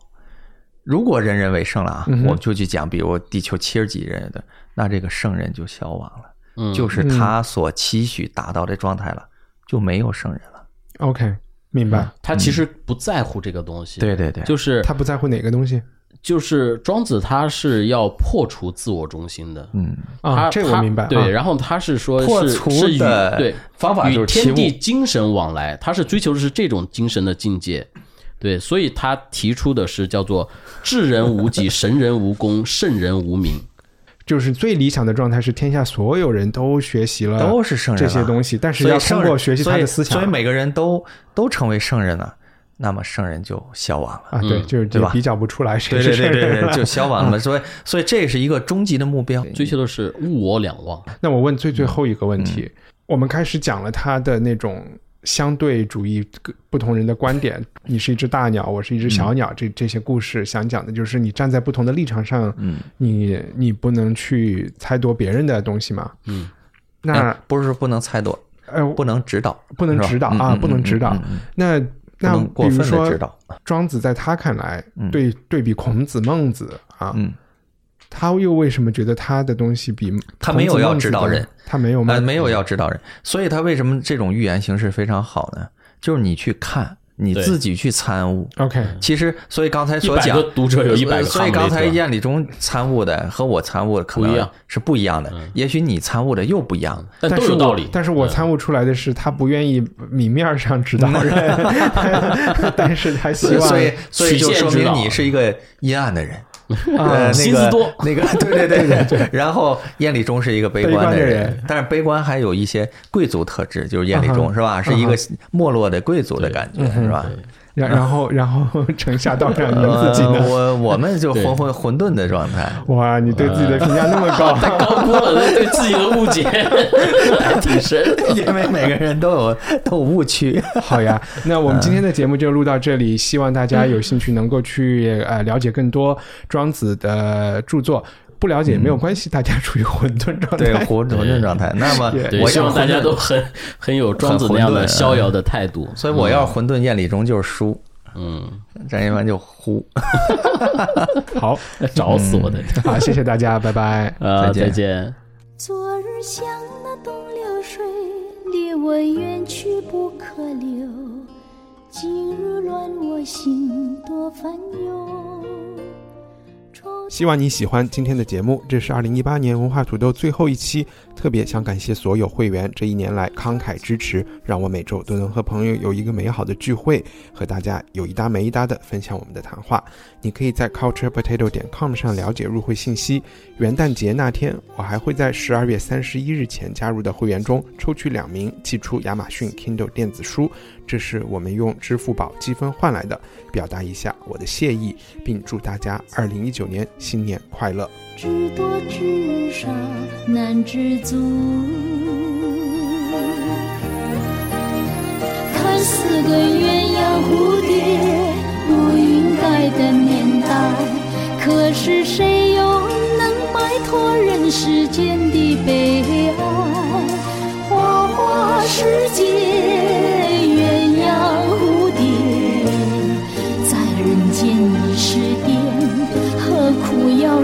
[SPEAKER 6] 如果人人为圣了啊，
[SPEAKER 3] 嗯
[SPEAKER 6] 我们就去讲，比如地球七十几人的，那这个圣人就消亡了，
[SPEAKER 5] 嗯
[SPEAKER 3] 嗯
[SPEAKER 6] 就是他所期许达到的状态了，就没有圣人了。
[SPEAKER 3] OK，明白。
[SPEAKER 5] 他其实不在乎这个东西，
[SPEAKER 6] 对对对
[SPEAKER 5] 就是
[SPEAKER 3] 他不在乎哪个东西
[SPEAKER 5] 就是庄子他是要破除自我中心的，嗯，
[SPEAKER 3] 啊，这我明白。
[SPEAKER 5] 对，
[SPEAKER 3] 啊
[SPEAKER 5] 然后他是说
[SPEAKER 6] 破
[SPEAKER 5] 是
[SPEAKER 6] 除
[SPEAKER 5] 是与
[SPEAKER 6] 的
[SPEAKER 5] 对
[SPEAKER 6] 方法就是
[SPEAKER 5] 与
[SPEAKER 6] 齐
[SPEAKER 5] 天
[SPEAKER 6] 物
[SPEAKER 5] 地精神往来，他是追求的是这种精神的境界。对，所以他提出的是叫做“智人无己，神人无功，圣人无名
[SPEAKER 3] 就是最理想的状态是天下所有人都学习了，
[SPEAKER 6] 都是圣人
[SPEAKER 3] 这
[SPEAKER 6] 了
[SPEAKER 3] 些东西，但是
[SPEAKER 6] 所以
[SPEAKER 3] 要
[SPEAKER 6] 圣
[SPEAKER 3] 通
[SPEAKER 6] 人
[SPEAKER 3] 过学习他的思想
[SPEAKER 6] 所以，所以每个人都都成为圣人了，那么圣人就消亡了。
[SPEAKER 3] 啊，对，就是
[SPEAKER 6] 嗯对
[SPEAKER 3] 也
[SPEAKER 6] 吧
[SPEAKER 3] 比较不出来谁
[SPEAKER 6] 对
[SPEAKER 3] 是圣
[SPEAKER 6] 对对
[SPEAKER 3] 人。啊
[SPEAKER 6] 对对，就消亡了。所以所以这是一个终极的目标，”，
[SPEAKER 5] 追求的是物我两忘。
[SPEAKER 3] (laughs) 那我问最最后一个问题，
[SPEAKER 6] 嗯
[SPEAKER 3] 我们开始讲了他的那种相对主义各不同人的观点，你是一只大鸟，我是一只小
[SPEAKER 6] 嗯
[SPEAKER 3] 鸟，这这些故事想讲的就是你站在不同的立场上，嗯，你你不能去猜度别人的东西嘛，嗯，那
[SPEAKER 6] 不是说不能猜度，
[SPEAKER 3] 呃
[SPEAKER 6] 不能指导，
[SPEAKER 3] 不能
[SPEAKER 6] 哎是吧
[SPEAKER 3] 指导
[SPEAKER 6] 嗯
[SPEAKER 3] 啊，
[SPEAKER 6] 嗯
[SPEAKER 3] 不能
[SPEAKER 6] 嗯
[SPEAKER 3] 指导
[SPEAKER 6] 嗯嗯嗯，
[SPEAKER 3] 那。那
[SPEAKER 6] 能
[SPEAKER 3] 比
[SPEAKER 6] 过
[SPEAKER 3] 如
[SPEAKER 6] 分地
[SPEAKER 3] 说
[SPEAKER 6] 指导，
[SPEAKER 3] 庄子在他看来，对对比孔子、孟子啊，
[SPEAKER 6] 嗯
[SPEAKER 3] 他又为什么觉得他的东西比
[SPEAKER 6] 他没有
[SPEAKER 3] 孔子
[SPEAKER 6] 要
[SPEAKER 3] 孟子
[SPEAKER 6] 指导
[SPEAKER 3] 的
[SPEAKER 6] 人，
[SPEAKER 3] 他没有吗？
[SPEAKER 6] 呃，没有要指导人，所以他为什么这种预言形式非常好呢？就是你去看，你
[SPEAKER 5] 对
[SPEAKER 6] 自己去参悟。
[SPEAKER 3] OK，
[SPEAKER 5] 嗯
[SPEAKER 6] 其实，所以刚才所
[SPEAKER 5] 100
[SPEAKER 6] 讲呃
[SPEAKER 5] 个，读者有100个
[SPEAKER 6] 所
[SPEAKER 5] 哈
[SPEAKER 6] 以
[SPEAKER 5] 姆
[SPEAKER 6] 刚
[SPEAKER 5] 雷特
[SPEAKER 6] 才燕礼中参悟的和我参悟的可
[SPEAKER 5] 不一
[SPEAKER 6] 能
[SPEAKER 5] 样
[SPEAKER 6] 是不一样的，也许你参悟的又不一样。
[SPEAKER 5] 但
[SPEAKER 3] 但
[SPEAKER 5] 都
[SPEAKER 3] 是
[SPEAKER 5] 有
[SPEAKER 3] 我
[SPEAKER 5] 道理，嗯
[SPEAKER 3] 但是我参悟出来的是，他不愿意明面上指导
[SPEAKER 6] (laughs)
[SPEAKER 3] 人，但是他希望
[SPEAKER 6] 所以，所以就
[SPEAKER 5] 曲线
[SPEAKER 6] 说
[SPEAKER 5] 指
[SPEAKER 6] 明
[SPEAKER 5] 导
[SPEAKER 6] 你是一个阴暗的人，
[SPEAKER 3] 啊
[SPEAKER 6] 呃，
[SPEAKER 5] 心思多
[SPEAKER 6] 那个对对对对对。然后燕礼中是一个悲
[SPEAKER 3] 悲
[SPEAKER 6] 观
[SPEAKER 3] 观
[SPEAKER 6] 的
[SPEAKER 3] 的
[SPEAKER 6] 人
[SPEAKER 3] 人，
[SPEAKER 6] 但是悲观还有一些贵族特质，就是燕礼
[SPEAKER 3] 嗯
[SPEAKER 6] 中
[SPEAKER 3] 哼
[SPEAKER 6] 是吧？是一个没落的贵族的感觉是吧？
[SPEAKER 3] 然然后然后 (laughs) 城下道长你们
[SPEAKER 6] 呃
[SPEAKER 3] 自己呢？
[SPEAKER 6] 我我们就混混混沌的状态。
[SPEAKER 3] 哇，你对自己的评价那么
[SPEAKER 6] 呃
[SPEAKER 3] 高，
[SPEAKER 5] 高估了对自己的误
[SPEAKER 3] (laughs)
[SPEAKER 5] 解，还挺深。
[SPEAKER 6] 因为每个人都有都有误区，
[SPEAKER 3] 好
[SPEAKER 6] (laughs)
[SPEAKER 3] 呀。那我们今天的节目就录到这里，希望大家有兴趣能够去呃了解更多庄子的著作。不了解也没有关系，大家处于混沌状
[SPEAKER 6] 嗯 (laughs) 对
[SPEAKER 3] 态。
[SPEAKER 6] 混混沌状态。那么
[SPEAKER 5] (laughs) 对，
[SPEAKER 6] 我
[SPEAKER 5] 希
[SPEAKER 6] 要
[SPEAKER 5] 望大家
[SPEAKER 6] 混沌
[SPEAKER 5] 都，很很有庄子那样
[SPEAKER 6] 很混
[SPEAKER 5] 的
[SPEAKER 6] 沌
[SPEAKER 5] 逍遥的态度。
[SPEAKER 6] 所以我要混沌宴里中就是输，
[SPEAKER 5] 嗯，
[SPEAKER 6] 张一凡就呼。
[SPEAKER 3] 好，
[SPEAKER 6] (laughs)
[SPEAKER 5] 找死我 (laughs) 的！
[SPEAKER 3] 好，谢谢大家，拜拜。
[SPEAKER 5] 啊，
[SPEAKER 6] 呃
[SPEAKER 5] 嗯
[SPEAKER 6] 再见
[SPEAKER 5] 再见。
[SPEAKER 7] 昨日像那东流水，离我远去不可留。今日乱我心，多烦忧。窗
[SPEAKER 3] 希望你喜欢今天的节目。这是二零一八年文化土豆最后一期，特别想感谢所有会员这一年来慷慨支持，让我每周都能和朋友有一个美好的聚会，和大家有一搭没一搭的分享我们的谈话。你可以在 culturepotato 点 com 上了解入会信息。元旦节那天，我还会在十二月三十一日前加入的会员中抽取两名，寄出亚马逊 Kindle 电子书，这是我们用支付宝积分换来的，表达一下我的谢意。并祝大家二零一九年新年快乐。
[SPEAKER 7] 知多知少，难知足。看似个鸳鸯蝴蝶，不应该的年代，可是谁又能摆脱人世间的悲哀？花花世界，鸳鸯蝴蝶，在人间已是癫，何苦要